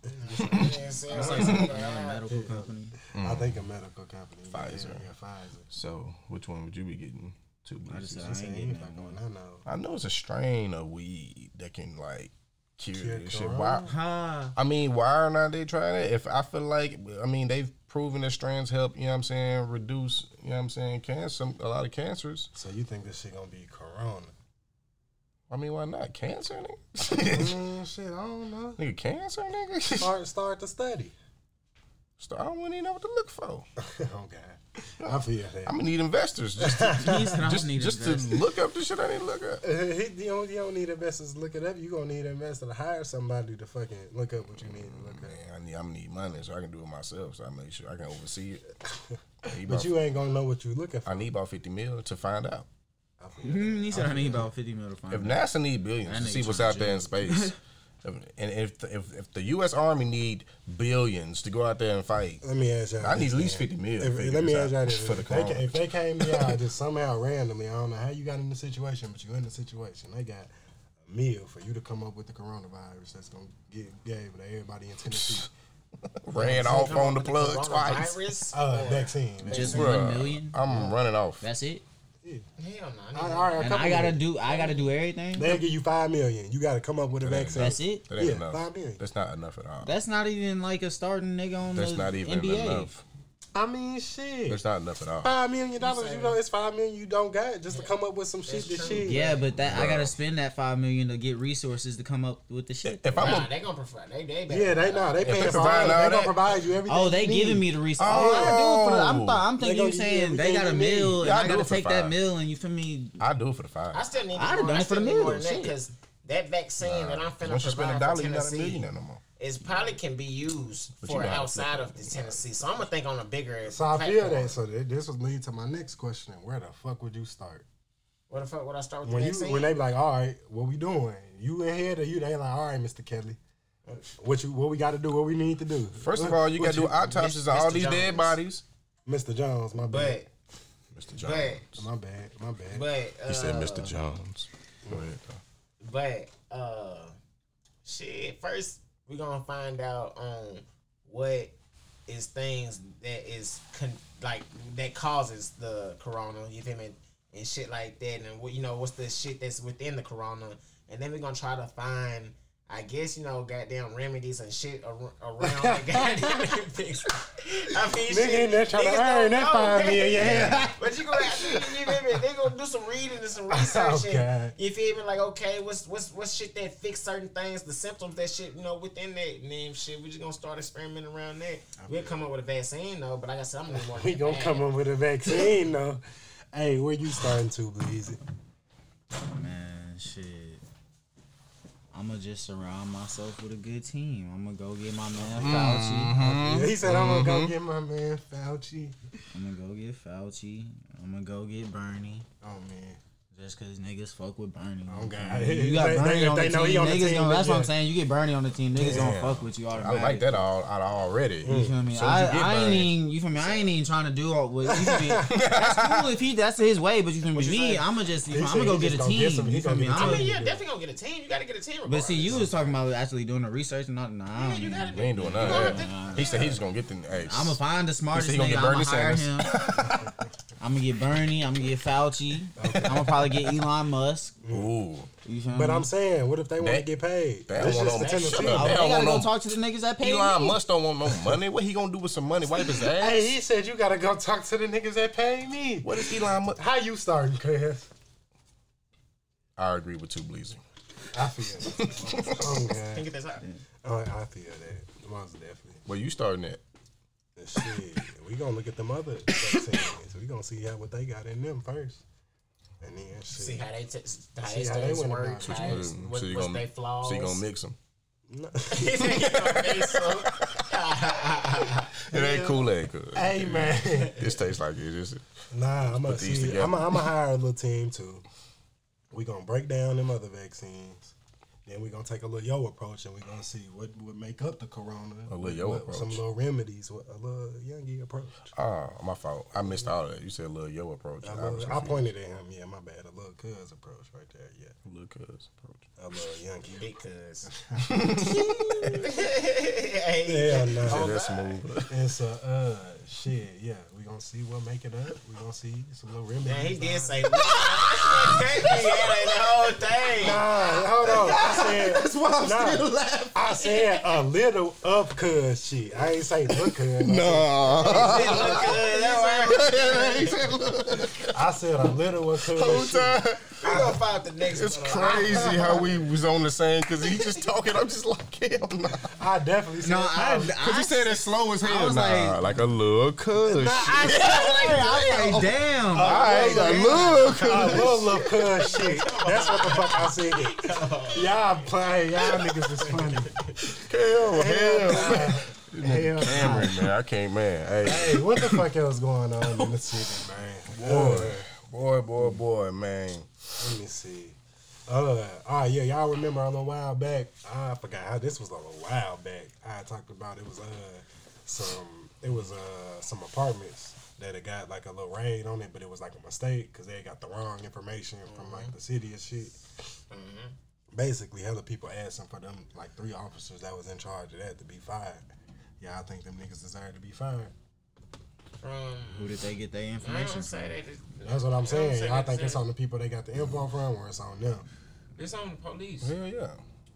Speaker 10: It's like
Speaker 9: (laughs)
Speaker 10: some damn medical company.
Speaker 7: I think a medical company.
Speaker 8: Oh. Pfizer.
Speaker 7: Yeah, Pfizer.
Speaker 8: So, which one would you be getting? Two.
Speaker 10: I just
Speaker 8: doses?
Speaker 10: said I ain't getting that
Speaker 8: Mm.
Speaker 10: one.
Speaker 7: I know.
Speaker 8: I know it's a strain of weed that can like cure
Speaker 7: Cure
Speaker 8: this shit.
Speaker 7: corona?
Speaker 8: Why?
Speaker 10: Ha!
Speaker 8: I mean, why are not they trying it? If I feel like, I mean, they've proven that strains help. You know what I'm saying? Reduce. You know what I'm saying? Cancer. A lot of cancers.
Speaker 7: So you think this shit gonna be
Speaker 8: (laughs)
Speaker 7: Corona?
Speaker 8: I mean, why not cancer?
Speaker 10: (laughs)
Speaker 8: Nigga,
Speaker 7: Mm, shit, I don't know.
Speaker 8: nigga cancer, nigga.
Speaker 7: Start start the study.
Speaker 8: (laughs)
Speaker 7: (laughs)
Speaker 8: So I don't even know what to look for.
Speaker 7: oh God, I feel that.
Speaker 8: I'm gonna need investors just
Speaker 10: (laughs)
Speaker 8: to,
Speaker 10: Please, I don't
Speaker 8: just,
Speaker 10: need
Speaker 8: just to
Speaker 10: investors.
Speaker 8: look up the shit I need to look up.
Speaker 7: (laughs) He- you, don't, you don't need investors to look it up. You gonna need investors to hire somebody to fucking look up what you need to look up.
Speaker 8: Man, I need, I'm gonna need money so I can do it myself. So I make sure I can oversee it.
Speaker 7: (laughs)
Speaker 8: I need
Speaker 7: But
Speaker 8: about,
Speaker 7: you ain't gonna know what you looking for.
Speaker 8: I need about 50 mil to find out.
Speaker 7: I feel that.
Speaker 10: Hmm, He said I need about fifty mil to find.
Speaker 8: If
Speaker 10: out.
Speaker 8: NASA need billions
Speaker 10: That
Speaker 8: to
Speaker 10: nigga
Speaker 8: see what's
Speaker 10: tryna
Speaker 8: out there
Speaker 10: (laughs)
Speaker 8: in space, if- and if, if if the U.S. Army need billions to go out there and fight,
Speaker 7: Let me ask y'all.
Speaker 8: I need
Speaker 7: this,
Speaker 8: at least
Speaker 7: man.
Speaker 8: fifty mil.
Speaker 7: If-
Speaker 8: figures
Speaker 7: let me
Speaker 8: out
Speaker 7: ask y'all this.
Speaker 8: for the
Speaker 7: if, they,
Speaker 8: corona.
Speaker 7: ca- if they came to y'all just somehow randomly, I don't know how you got in the situation, but you in the situation. They got a meal for you to come up with the coronavirus that's gonna get gave to everybody in
Speaker 8: (laughs)
Speaker 7: Tennessee.
Speaker 8: ran off on the plug twice,
Speaker 9: Coronavirus?
Speaker 7: Uh, vaccine.
Speaker 10: just
Speaker 8: Bruh,
Speaker 10: one million,
Speaker 8: I'm running off.
Speaker 10: that's it.
Speaker 9: Hell no. I need
Speaker 7: All right, all right, a
Speaker 10: And
Speaker 7: couple
Speaker 10: I gotta
Speaker 7: of-
Speaker 10: do, I gotta do everything.
Speaker 7: They'll give you five million. You gotta come up with a
Speaker 8: That ain't
Speaker 7: vaccine.
Speaker 10: That's it.
Speaker 8: That ain't
Speaker 7: Yeah,
Speaker 8: enough.
Speaker 7: five million.
Speaker 8: That's not enough at all.
Speaker 10: That's not even like a starting nigga on
Speaker 8: That's
Speaker 10: the
Speaker 8: not even
Speaker 10: NBA.
Speaker 8: enough.
Speaker 7: I mean, shit.
Speaker 8: That's not enough at all.
Speaker 7: five million dollars. You know, it's five million you don't got just to come up with some shit. That shit.
Speaker 10: Yeah, but that I
Speaker 8: Bruh.
Speaker 10: gotta spend that five million to get resources to come up with the shit.
Speaker 8: If
Speaker 9: Nah,
Speaker 8: I'm a,
Speaker 9: they gonna prefer. They they better.
Speaker 7: Yeah, they know. They
Speaker 8: they
Speaker 7: paying for all that.
Speaker 8: provide
Speaker 7: They
Speaker 8: all
Speaker 7: gonna
Speaker 8: that-
Speaker 7: provide you everything.
Speaker 10: Oh, they
Speaker 7: you need.
Speaker 10: giving me the resources.
Speaker 8: Oh.
Speaker 10: Oh, I do it for the, I'm, fi- I'm
Speaker 7: They
Speaker 10: thinking
Speaker 7: gonna
Speaker 10: you
Speaker 7: give
Speaker 10: saying
Speaker 7: you
Speaker 10: they got a
Speaker 7: everything you
Speaker 10: meal and
Speaker 8: Y'all
Speaker 10: I
Speaker 8: do
Speaker 10: gotta
Speaker 8: it for
Speaker 10: take that
Speaker 8: five.
Speaker 10: meal and you feel me?
Speaker 8: I do it for the five.
Speaker 9: I still need.
Speaker 10: I'd have
Speaker 9: more-
Speaker 10: done it
Speaker 9: I
Speaker 10: for
Speaker 9: still
Speaker 10: the
Speaker 9: need more
Speaker 10: meal,
Speaker 9: than that
Speaker 10: shit.
Speaker 9: because that vaccine that I'm finna
Speaker 8: Once you spend a
Speaker 9: provide
Speaker 8: dollar,
Speaker 9: for
Speaker 8: you not a
Speaker 9: Tennessee
Speaker 8: millionaire no more.
Speaker 9: is probably can be used
Speaker 8: you
Speaker 9: for
Speaker 8: gotta-
Speaker 9: outside of the Tennessee. So I'm gonna think on a bigger.
Speaker 7: So I feel
Speaker 9: platform.
Speaker 7: that. So th- this would lead to my next question: Where the fuck would you start
Speaker 9: What the fuck would I start with
Speaker 7: when
Speaker 9: the
Speaker 7: you
Speaker 9: vaccine?
Speaker 7: when they be like, "All right, what we doing? You in here? Or you?" They like, "All right, Mister Kelly, what you what we got to do? What we need to do?"
Speaker 8: First of all, you gotta do autopsies on all
Speaker 9: Mr.
Speaker 8: these dead
Speaker 9: Jones.
Speaker 8: bodies.
Speaker 7: Mister Jones, my
Speaker 9: but
Speaker 7: bad,
Speaker 8: Mr.
Speaker 9: but
Speaker 7: my bad, my bad.
Speaker 9: but uh,
Speaker 8: He said, Mr. Jones. Go ahead. though.
Speaker 9: But uh shit, first we're gonna find out on what is things that is con- like that causes the corona, you feel me? And shit like that and what you know, what's the shit that's within the corona and then we're gonna try to find I guess you know, goddamn remedies and shit ar- around
Speaker 7: (laughs)
Speaker 9: the goddamn things. I mean,
Speaker 7: Nigga
Speaker 9: shit,
Speaker 7: in there trying to
Speaker 9: niggas don't
Speaker 7: earn that
Speaker 9: know,
Speaker 7: five
Speaker 9: man.
Speaker 7: million, yeah.
Speaker 9: (laughs) But you gonna, you feel me? They gonna do some reading and some research.
Speaker 7: (laughs) Oh, God.
Speaker 9: and you feel me? Like, okay, what's what's what's shit that fix certain things, the symptoms that shit, you know, within that and then shit. We just gonna start experimenting around that. We'll come up with a vaccine though, but like I said, I'm
Speaker 10: (laughs)
Speaker 9: gonna need more.
Speaker 7: We gonna come up with a vaccine though. Hey, where you starting to, Bleezy?
Speaker 10: Man, shit. I'ma just surround myself with a good team. I'ma go get my man
Speaker 8: Mm-hmm.
Speaker 10: Fauci.
Speaker 7: He said, "I'm gonna
Speaker 10: Mm-hmm.
Speaker 7: go get my man Fauci."
Speaker 10: I'ma go get Fauci. I'ma go get Bernie.
Speaker 7: Oh man,
Speaker 10: Just cause niggas fuck with Bernie.
Speaker 7: Oh, God.
Speaker 10: You got
Speaker 7: They-
Speaker 10: Bernie
Speaker 7: they-
Speaker 10: on the
Speaker 7: they
Speaker 10: team.
Speaker 7: know he on the
Speaker 10: niggas
Speaker 7: team,
Speaker 10: gonna, that's what I'm
Speaker 7: yeah.
Speaker 10: saying. You get Bernie on the team, niggas
Speaker 8: Yeah.
Speaker 10: gonna fuck with you
Speaker 8: I
Speaker 10: automatically.
Speaker 8: like that all out already. (laughs)
Speaker 10: You feel me?
Speaker 8: Soon as
Speaker 10: I,
Speaker 8: you get
Speaker 10: I ain't
Speaker 8: Bernie.
Speaker 10: even you feel me. I ain't even trying to do all what you
Speaker 8: (laughs)
Speaker 10: feel me? That's cool if he that's his way, but you feel me? Me, I'ma just you
Speaker 7: He
Speaker 10: know,
Speaker 7: said
Speaker 10: I'ma go
Speaker 7: he
Speaker 10: get
Speaker 7: just
Speaker 10: a
Speaker 7: gonna get
Speaker 10: team.
Speaker 7: some- he
Speaker 10: you feel
Speaker 7: gonna
Speaker 10: me?
Speaker 7: get a
Speaker 10: I'ma-
Speaker 7: team.
Speaker 9: I mean, yeah, definitely gonna get a team. You gotta get a team.
Speaker 10: But see, you
Speaker 9: regardless.
Speaker 10: was talking about actually doing the research and not. Nah, I
Speaker 9: you
Speaker 10: don't
Speaker 9: gotta
Speaker 8: We ain't doing none of
Speaker 9: Yeah.
Speaker 8: that. He said he just gonna get the. Hey,
Speaker 10: I'm gonna find the smartest
Speaker 8: gonna
Speaker 10: nigga.
Speaker 8: get
Speaker 10: I'm gonna
Speaker 8: Bernie
Speaker 10: hire him.
Speaker 8: Sanders.
Speaker 10: I'm gonna get Bernie. I'm gonna get Fauci. I'm gonna probably get Elon Musk.
Speaker 8: Ooh,
Speaker 10: You feel
Speaker 7: But
Speaker 10: me?
Speaker 7: I'm saying, what if they want to
Speaker 8: That-
Speaker 7: get paid?
Speaker 8: that
Speaker 7: That's
Speaker 8: one
Speaker 7: just
Speaker 8: on-
Speaker 7: the
Speaker 8: shut
Speaker 7: Tennessee.
Speaker 8: up.
Speaker 10: Oh,
Speaker 8: (laughs) They
Speaker 10: they
Speaker 8: don't
Speaker 10: gotta go
Speaker 8: know-
Speaker 10: talk to the niggas that pay
Speaker 8: Elon
Speaker 10: me.
Speaker 8: Musk don't want no money. What he gonna do with some money? Wipe
Speaker 10: (laughs)
Speaker 8: his ass.
Speaker 7: Hey, he said you gotta go talk to the niggas that pay me.
Speaker 8: What is Elon Musk?
Speaker 7: How you starting, Chris?
Speaker 8: I agree with two Bleezy.
Speaker 7: I feel it.
Speaker 8: (laughs)
Speaker 7: oh
Speaker 9: Think
Speaker 7: God,
Speaker 9: of this out.
Speaker 7: oh, I feel that. Most definitely.
Speaker 8: Well, you starting that?
Speaker 7: And shit, we gonna look at them (coughs) other vaccines. We gonna see how what they got in them first, and then shit.
Speaker 9: See how they t- how
Speaker 7: See
Speaker 9: they
Speaker 7: how
Speaker 9: how
Speaker 7: they
Speaker 9: work.
Speaker 7: went about
Speaker 9: work.
Speaker 7: it.
Speaker 9: How it's-
Speaker 8: Mm,
Speaker 9: what,
Speaker 8: so you
Speaker 9: what's
Speaker 8: gonna
Speaker 9: they flaws?
Speaker 8: so you gonna mix them?
Speaker 7: No.
Speaker 8: It ain't Kool Aid.
Speaker 7: hey man,
Speaker 8: This tastes like (laughs) it. It's,
Speaker 7: nah, I'm gonna
Speaker 8: these
Speaker 7: see.
Speaker 8: together.
Speaker 7: I'm gonna hire a little team too. We gonna break down them other vaccines. Then we gonna take a little yo approach, and we gonna see what would make up the corona.
Speaker 8: A little yo
Speaker 7: What-
Speaker 8: approach.
Speaker 7: Some little remedies. What, a little youngie approach.
Speaker 8: ah, my fault. I missed all that. You said Lil Yo approach.
Speaker 7: I,
Speaker 8: I
Speaker 7: love,
Speaker 8: was
Speaker 7: I
Speaker 8: confused.
Speaker 7: pointed at him. Yeah, my bad. A little cuz approach right there. Yeah,
Speaker 8: Lil Cuz approach.
Speaker 7: a little (laughs) youngie.
Speaker 9: (laughs) Because. hey,
Speaker 7: Hell no.
Speaker 8: That's smooth. (laughs)
Speaker 7: And so, uh, shit, yeah, we gonna see what make it up. We gonna see some little remedies.
Speaker 9: now he did say. yeah, the (laughs) whole thing.
Speaker 7: Nah, hold on. I (laughs) said that's why I'm still laughing. I said a little of cuz shit. I ain't say look cuz.
Speaker 8: No.
Speaker 9: It look
Speaker 8: (laughs)
Speaker 9: good. That's right.
Speaker 7: I said a little of cuz. shit.
Speaker 9: We gonna find the next
Speaker 8: It's
Speaker 9: one.
Speaker 8: crazy how we was on the same because he just talking. I'm just like, (laughs) hell nah.
Speaker 7: I definitely said.
Speaker 10: No, I,
Speaker 8: Because
Speaker 10: I,
Speaker 8: he said it
Speaker 9: (laughs)
Speaker 8: slow as hell.
Speaker 10: was
Speaker 8: Nah, like, a little cuz.
Speaker 10: I,
Speaker 8: (laughs)
Speaker 10: I was like, damn.
Speaker 9: oh.
Speaker 8: All right, a little
Speaker 7: a
Speaker 8: cuz.
Speaker 7: little of cuz shit. That's what the fuck I said. Y'all play. Y'all niggas is funny. Hell,
Speaker 8: Hell, hell.
Speaker 7: nah.
Speaker 8: Cameron, man, I can't, man. Hey,
Speaker 7: Hey, what the fuck else going on (laughs) in the city, man?
Speaker 8: boy, boy, boy, boy, man.
Speaker 7: Let me see. Uh, oh yeah, y'all remember a little while back? Ah, I forgot how this was a little while back. I talked about it was uh some it was uh some apartments that it got like a little raid on it, but it was like a mistake because they got the wrong information from like the city and shit. Basically, hella people asking for them like three officers that was in charge of that to be fired. Yeah, I think them niggas deserve to be fired.
Speaker 9: From
Speaker 10: Who did they get their
Speaker 9: I ain't
Speaker 10: information
Speaker 9: gonna
Speaker 10: from?
Speaker 9: say that. It's-
Speaker 7: That's what I'm saying. I think
Speaker 9: it's
Speaker 7: it's on the people they got the info from, or it's on them. (laughs)
Speaker 9: It's on the police,
Speaker 8: Hell yeah.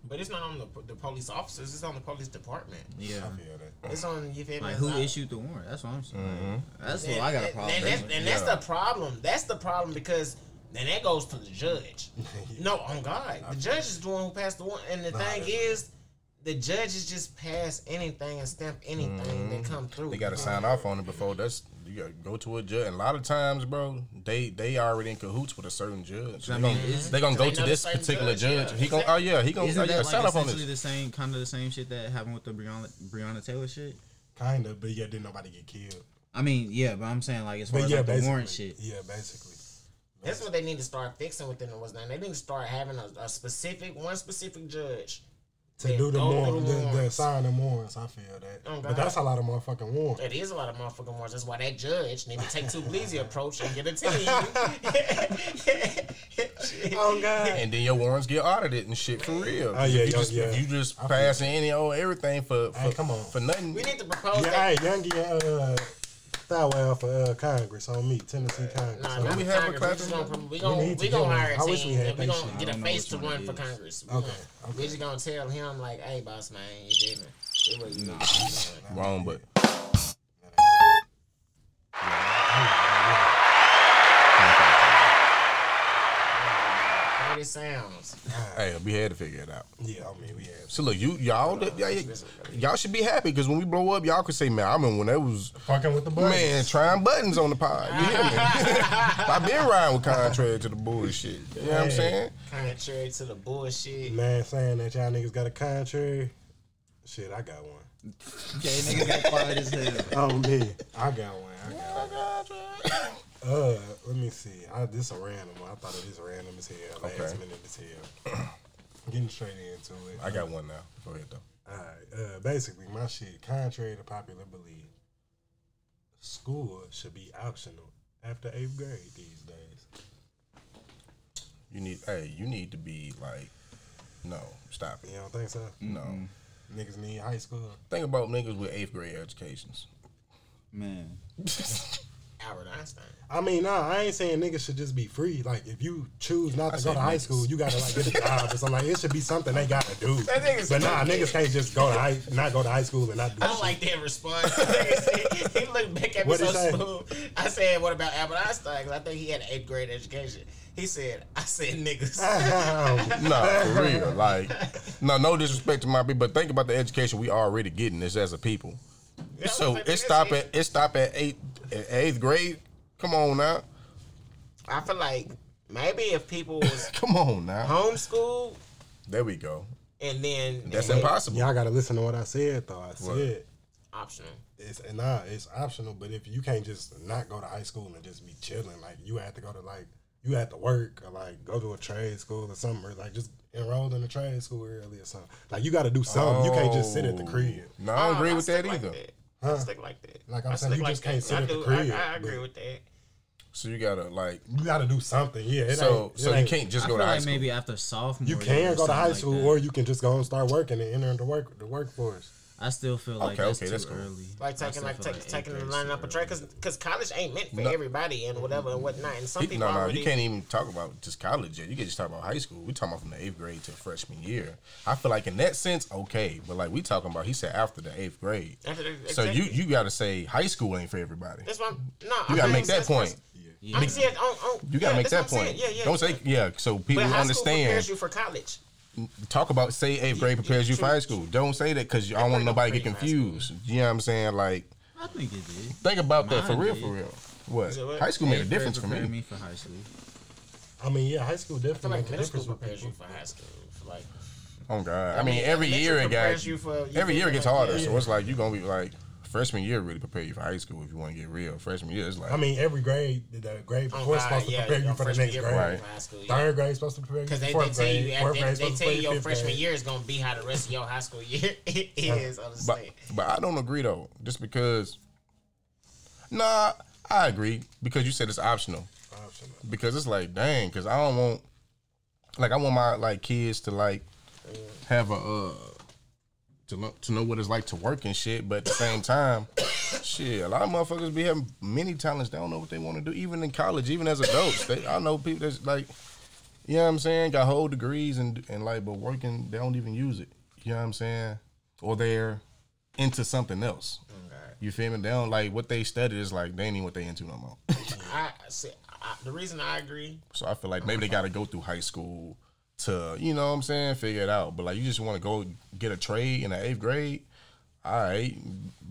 Speaker 9: but it's not on the, the police officers. It's on the police department.
Speaker 10: Yeah.
Speaker 7: Yeah, that.
Speaker 9: It's on you feel me?
Speaker 10: Like who
Speaker 9: It's not-
Speaker 10: issued the warrant? That's what I'm saying. That's what I got a problem.
Speaker 9: And, that's,
Speaker 10: with.
Speaker 9: and that's the problem. That's the problem because then that goes to the (laughs) judge. No, on God, the judge is the one who passed the one. And the thing is, the judges just pass anything and stamp anything that come through.
Speaker 8: Mm-hmm. They gotta sign off on it before that's you gotta go to a judge. And a lot of times, bro, they they already in cahoots with a certain judge. They
Speaker 10: I mean,
Speaker 8: gonna,
Speaker 10: it's-
Speaker 8: they gonna
Speaker 9: they
Speaker 8: go
Speaker 9: know
Speaker 8: to
Speaker 9: the
Speaker 8: this
Speaker 9: same
Speaker 8: particular
Speaker 9: judge, yeah.
Speaker 8: judge. He gonna oh yeah, he gonna oh,
Speaker 10: Isn't
Speaker 8: yeah,
Speaker 10: that
Speaker 8: sign
Speaker 10: like
Speaker 8: up on
Speaker 10: essentially
Speaker 8: this.
Speaker 10: the same kind of the same shit that happened with the Breonna, Breonna Taylor shit?
Speaker 7: Kind of, but yeah, didn't nobody get killed.
Speaker 10: I mean, yeah, but I'm saying like as far
Speaker 7: But
Speaker 10: as
Speaker 7: yeah,
Speaker 10: like, the
Speaker 7: basically.
Speaker 10: warrant shit.
Speaker 7: Yeah, basically.
Speaker 9: That's what they need to start fixing within the was nine. They need to start having a, a specific one specific judge.
Speaker 7: To
Speaker 9: Yeah,
Speaker 7: do the
Speaker 9: go
Speaker 7: more,
Speaker 9: through
Speaker 7: the,
Speaker 9: the
Speaker 7: the
Speaker 9: warrants.
Speaker 7: sign the warrants, I feel that.
Speaker 9: Oh,
Speaker 7: but
Speaker 9: God.
Speaker 7: that's a lot of motherfucking
Speaker 9: (laughs)
Speaker 7: warrants.
Speaker 9: It is a lot of motherfucking wars. That's why that judge need to take
Speaker 8: (laughs)
Speaker 9: two bleezy approach and get a team.
Speaker 7: Oh
Speaker 10: (laughs)
Speaker 7: God.
Speaker 8: And then your warrants get audited and shit for real. 'Cause
Speaker 7: Oh, yeah,
Speaker 8: if you
Speaker 7: yo,
Speaker 8: just,
Speaker 7: yeah.
Speaker 8: If you just passing any old everything for for,
Speaker 7: Hey, come on.
Speaker 8: for
Speaker 9: (laughs)
Speaker 8: nothing.
Speaker 9: we need to propose that.
Speaker 7: Yeah, hey, Youngie, uh, Thirlwell for uh, Congress on me, Tennessee Congress.
Speaker 9: Nah,
Speaker 7: So,
Speaker 9: not
Speaker 8: we
Speaker 9: we
Speaker 8: have a
Speaker 9: Congress.
Speaker 8: clap
Speaker 9: we just
Speaker 8: in
Speaker 9: gonna, we gonna, we
Speaker 7: need to get
Speaker 9: gonna
Speaker 7: one.
Speaker 9: hire a
Speaker 7: I
Speaker 9: team.
Speaker 7: wish we had
Speaker 9: and we
Speaker 7: that
Speaker 9: gonna
Speaker 7: shit.
Speaker 9: get
Speaker 10: I
Speaker 9: a
Speaker 10: don't
Speaker 9: face to
Speaker 10: know which one
Speaker 9: run
Speaker 10: it
Speaker 9: for
Speaker 10: is.
Speaker 9: Congress. We
Speaker 7: Okay,
Speaker 9: gonna- We just gonna tell him like, "Hey, boss man, you did me. It was you.
Speaker 8: Wrong, but
Speaker 9: How it sounds.
Speaker 8: hey, we had to figure it out.
Speaker 7: yeah, I mean, we have.
Speaker 8: So look, you y'all y'all, y'all should be happy because when we blow up, y'all could say, man, I mean when they was
Speaker 7: Fucking with the boys.
Speaker 8: Man, trying buttons on the pod. You hear me? (laughs) I've been riding with contrary to the bullshit. You know what I'm saying?
Speaker 9: Contrary to the bullshit.
Speaker 7: Man, saying that y'all niggas got a contrary. Shit, I
Speaker 10: (laughs)
Speaker 7: got one.
Speaker 10: Okay, nigga got quiet as hell.
Speaker 7: Oh, me. I got one. I got one. Uh, let me see. I, this a random. one. I thought it was random as hell. Last
Speaker 8: Okay.
Speaker 7: minute as hell. (clears throat) Getting straight into it.
Speaker 8: (laughs) I got one now. Go ahead though.
Speaker 7: All right. Uh, basically, my shit, contrary to popular belief, school should be optional after eighth grade these days.
Speaker 8: You need hey, you need to be like no, stop it.
Speaker 7: You don't think so?
Speaker 8: No.
Speaker 7: Niggas need high school.
Speaker 8: Think about niggas with eighth grade educations.
Speaker 10: Man.
Speaker 9: Albert Einstein.
Speaker 7: I mean, nah, I ain't saying niggas should just be free. Like, if you choose not to go
Speaker 8: said
Speaker 7: to high
Speaker 8: niggas.
Speaker 7: school, you gotta like
Speaker 8: (laughs)
Speaker 7: get a job or something. Like, it should be something they gotta do.
Speaker 9: That nigga's
Speaker 7: But nah,
Speaker 9: stupid.
Speaker 7: niggas can't just go to high, not go to high school and not do.
Speaker 9: I don't
Speaker 7: shit.
Speaker 9: like that
Speaker 7: (laughs)
Speaker 9: response. he looked back at me
Speaker 7: What'd
Speaker 9: so
Speaker 7: he say?
Speaker 9: smooth. I said, "What about Albert Einstein?" 'Cause I think he had an eighth grade education. He said, "I said niggas."
Speaker 7: (laughs)
Speaker 8: No, for (laughs) real. Like, no, no disrespect to my people, but think about the education we already getting this as a people. So it stop at it stop at eight at eighth grade. Come on now. (laughs)
Speaker 9: I feel like maybe if people was
Speaker 8: Come on now.
Speaker 9: homeschooled
Speaker 8: There we go.
Speaker 9: and then
Speaker 8: That's
Speaker 9: and
Speaker 8: impossible.
Speaker 7: Y'all gotta listen to what I said though. I said
Speaker 9: optional.
Speaker 7: it's and nah, it's optional, but if you can't just not go to high school and just be chilling, like you have to go to like you have to work or like go to a trade school or something, or like just enroll in a trade school early or something. Like you gotta do something. You can't just sit
Speaker 8: Oh.
Speaker 7: at the crib.
Speaker 8: No, I don't agree with that
Speaker 9: Oh, stick like
Speaker 8: either.
Speaker 9: I stick like that.
Speaker 7: Like I'm
Speaker 9: I
Speaker 7: saying,
Speaker 9: stick
Speaker 7: you just
Speaker 9: that.
Speaker 7: can't sit
Speaker 9: I
Speaker 7: at the
Speaker 9: do-
Speaker 7: crib,
Speaker 9: I, I
Speaker 7: but-
Speaker 9: agree with that.
Speaker 8: So you gotta like
Speaker 7: You gotta do something. Yeah. It
Speaker 8: so
Speaker 7: ain't,
Speaker 8: so
Speaker 7: it
Speaker 8: you
Speaker 7: ain't-
Speaker 8: can't just
Speaker 10: I
Speaker 8: go
Speaker 10: feel
Speaker 8: to high
Speaker 10: like
Speaker 8: school.
Speaker 10: maybe after sophomore.
Speaker 7: You
Speaker 10: year
Speaker 7: can
Speaker 10: or
Speaker 7: go to
Speaker 10: something
Speaker 7: high
Speaker 10: like
Speaker 7: school,
Speaker 10: that.
Speaker 7: or you can just go and start working and enter the work the workforce.
Speaker 10: I still feel like
Speaker 8: Okay,
Speaker 10: that's
Speaker 8: okay,
Speaker 10: too
Speaker 8: that's cool.
Speaker 10: early.
Speaker 9: Like
Speaker 10: I
Speaker 9: taking
Speaker 10: still
Speaker 9: like
Speaker 10: feel
Speaker 9: take,
Speaker 10: eighth
Speaker 9: taking the
Speaker 10: grade's
Speaker 9: line
Speaker 10: too
Speaker 9: up a
Speaker 10: early.
Speaker 9: track because college ain't meant for
Speaker 8: No.
Speaker 9: everybody and whatever and whatnot. And some
Speaker 8: He-
Speaker 9: people
Speaker 8: no, no,
Speaker 9: already
Speaker 8: you can't even talk about just college yet. You can just talk about high school. We're talking about from the eighth grade to freshman year. I feel like in that sense, okay, but like we talking about, he said after the eighth grade.
Speaker 9: After the-
Speaker 8: So you
Speaker 9: exactly.
Speaker 8: you got to say high school ain't for everybody.
Speaker 9: That's why. I'm- No,
Speaker 8: You
Speaker 9: I'm
Speaker 8: got to
Speaker 9: not
Speaker 8: make
Speaker 9: saying
Speaker 8: that point.
Speaker 9: it's- I'm saying on, on,
Speaker 8: You got to
Speaker 9: yeah,
Speaker 8: make that
Speaker 9: that's what I'm
Speaker 8: point.
Speaker 9: saying. Yeah, yeah.
Speaker 8: Don't say yeah. So people
Speaker 9: But high school
Speaker 8: understand.
Speaker 9: prepares you for college.
Speaker 8: talk about say eighth grade
Speaker 9: you-
Speaker 8: prepares you for
Speaker 9: true.
Speaker 8: high school. Don't say that because I don't want
Speaker 9: grade
Speaker 8: nobody to
Speaker 9: don't
Speaker 8: get
Speaker 9: prepare you for
Speaker 8: confused. You know what I'm saying? Like
Speaker 10: I think it did.
Speaker 8: think about that for
Speaker 10: Mine
Speaker 8: real,
Speaker 10: did.
Speaker 8: for real. What?
Speaker 9: it what?
Speaker 8: High school made a
Speaker 10: Eighth grade
Speaker 8: difference for
Speaker 10: prepared
Speaker 8: me.
Speaker 10: for high school.
Speaker 7: I mean, yeah, high school
Speaker 9: I feel
Speaker 7: definitely
Speaker 9: like
Speaker 7: make a
Speaker 9: middle school
Speaker 7: difference with
Speaker 9: prepares you
Speaker 7: people.
Speaker 9: for high school. For like
Speaker 8: Oh God! I mean,
Speaker 9: mean,
Speaker 8: every
Speaker 9: elementary
Speaker 8: year it
Speaker 9: prepares
Speaker 8: got
Speaker 9: you for- you
Speaker 8: every
Speaker 9: feel
Speaker 8: year it gets
Speaker 9: like-
Speaker 8: harder.
Speaker 9: yeah.
Speaker 8: So it's like you're gonna be like freshman year really prepare you for high school if you want to get real. Freshman year is like
Speaker 7: I mean, every grade, the- the grade
Speaker 9: Oh,
Speaker 7: before is
Speaker 9: God,
Speaker 7: supposed to
Speaker 9: yeah,
Speaker 7: prepare
Speaker 9: your
Speaker 7: you for the
Speaker 9: freshman
Speaker 7: next
Speaker 9: year
Speaker 7: grade.
Speaker 9: prepared you
Speaker 8: Right.
Speaker 9: for high school.
Speaker 7: Third grade supposed to prepare you.
Speaker 9: Because they, they
Speaker 7: fourth
Speaker 9: tell you
Speaker 7: grade, fourth
Speaker 9: they,
Speaker 7: grade
Speaker 9: they
Speaker 7: supposed to
Speaker 9: tell you
Speaker 7: prepare
Speaker 9: your
Speaker 7: fifth
Speaker 9: freshman
Speaker 7: grade.
Speaker 9: year is gonna be how the rest of your high school (laughs)
Speaker 7: (laughs)
Speaker 9: year is. I'm just
Speaker 8: But
Speaker 9: saying.
Speaker 8: but I don't agree though, just because. Nah, I agree because you said it's optional.
Speaker 7: Optional.
Speaker 8: Because it's like, dang, because I don't want, like, I want my like kids to like have a uh to lo- to know what it's like to work and shit. But at the same time, (coughs) shit, a lot of motherfuckers be having many talents. They don't know what they want to do, even in college, even as adults. They, I know people that's like, you know what I'm saying, got whole degrees and and like, but working, they don't even use it. You know what I'm saying, or they're into something else. You feel me? They don't like what they studied is like they ain't even what they into no more. (laughs)
Speaker 9: I, I see. I, the reason I agree
Speaker 8: So I feel like maybe they got to go through high school to, you know what I'm saying, figure it out. But like, you just want to go get a trade in the eighth grade. All right,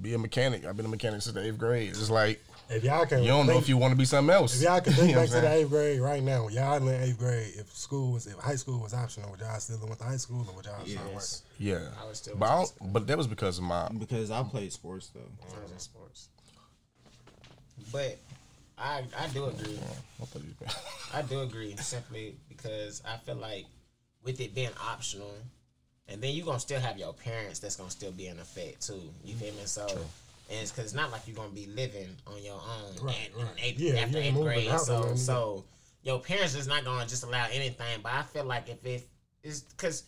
Speaker 8: be a mechanic. I've been a mechanic since the eighth grade. It's like
Speaker 7: If y'all can,
Speaker 8: you don't know
Speaker 7: think-
Speaker 8: if you want to be something else.
Speaker 7: If
Speaker 8: (laughs)
Speaker 7: y'all can think
Speaker 8: You know
Speaker 7: back
Speaker 8: what
Speaker 7: to
Speaker 8: I'm
Speaker 7: the
Speaker 8: saying?
Speaker 7: eighth grade right now, when y'all in the eighth grade, if school was, if high school was optional, would y'all still went to high school or would y'all start
Speaker 9: Yes.
Speaker 7: working?
Speaker 8: Yeah,
Speaker 9: I was still
Speaker 8: but I don't, but that was because of my
Speaker 10: Because I played sports though.
Speaker 9: I was in sports, but I I do agree.
Speaker 8: what the-
Speaker 9: I do agree simply because I feel like with it being optional, and then you're gonna still have your parents that's gonna still be in effect too. You feel me? So, and it's because it's not like you're gonna be living on your own
Speaker 7: Right,
Speaker 9: at-
Speaker 7: right.
Speaker 9: at-
Speaker 7: Yeah, you
Speaker 9: after
Speaker 7: ain't
Speaker 9: eighth
Speaker 7: moving
Speaker 9: grade.
Speaker 7: out of
Speaker 9: So,
Speaker 7: them.
Speaker 9: so your parents is not gonna just allow anything. But I feel like if it is because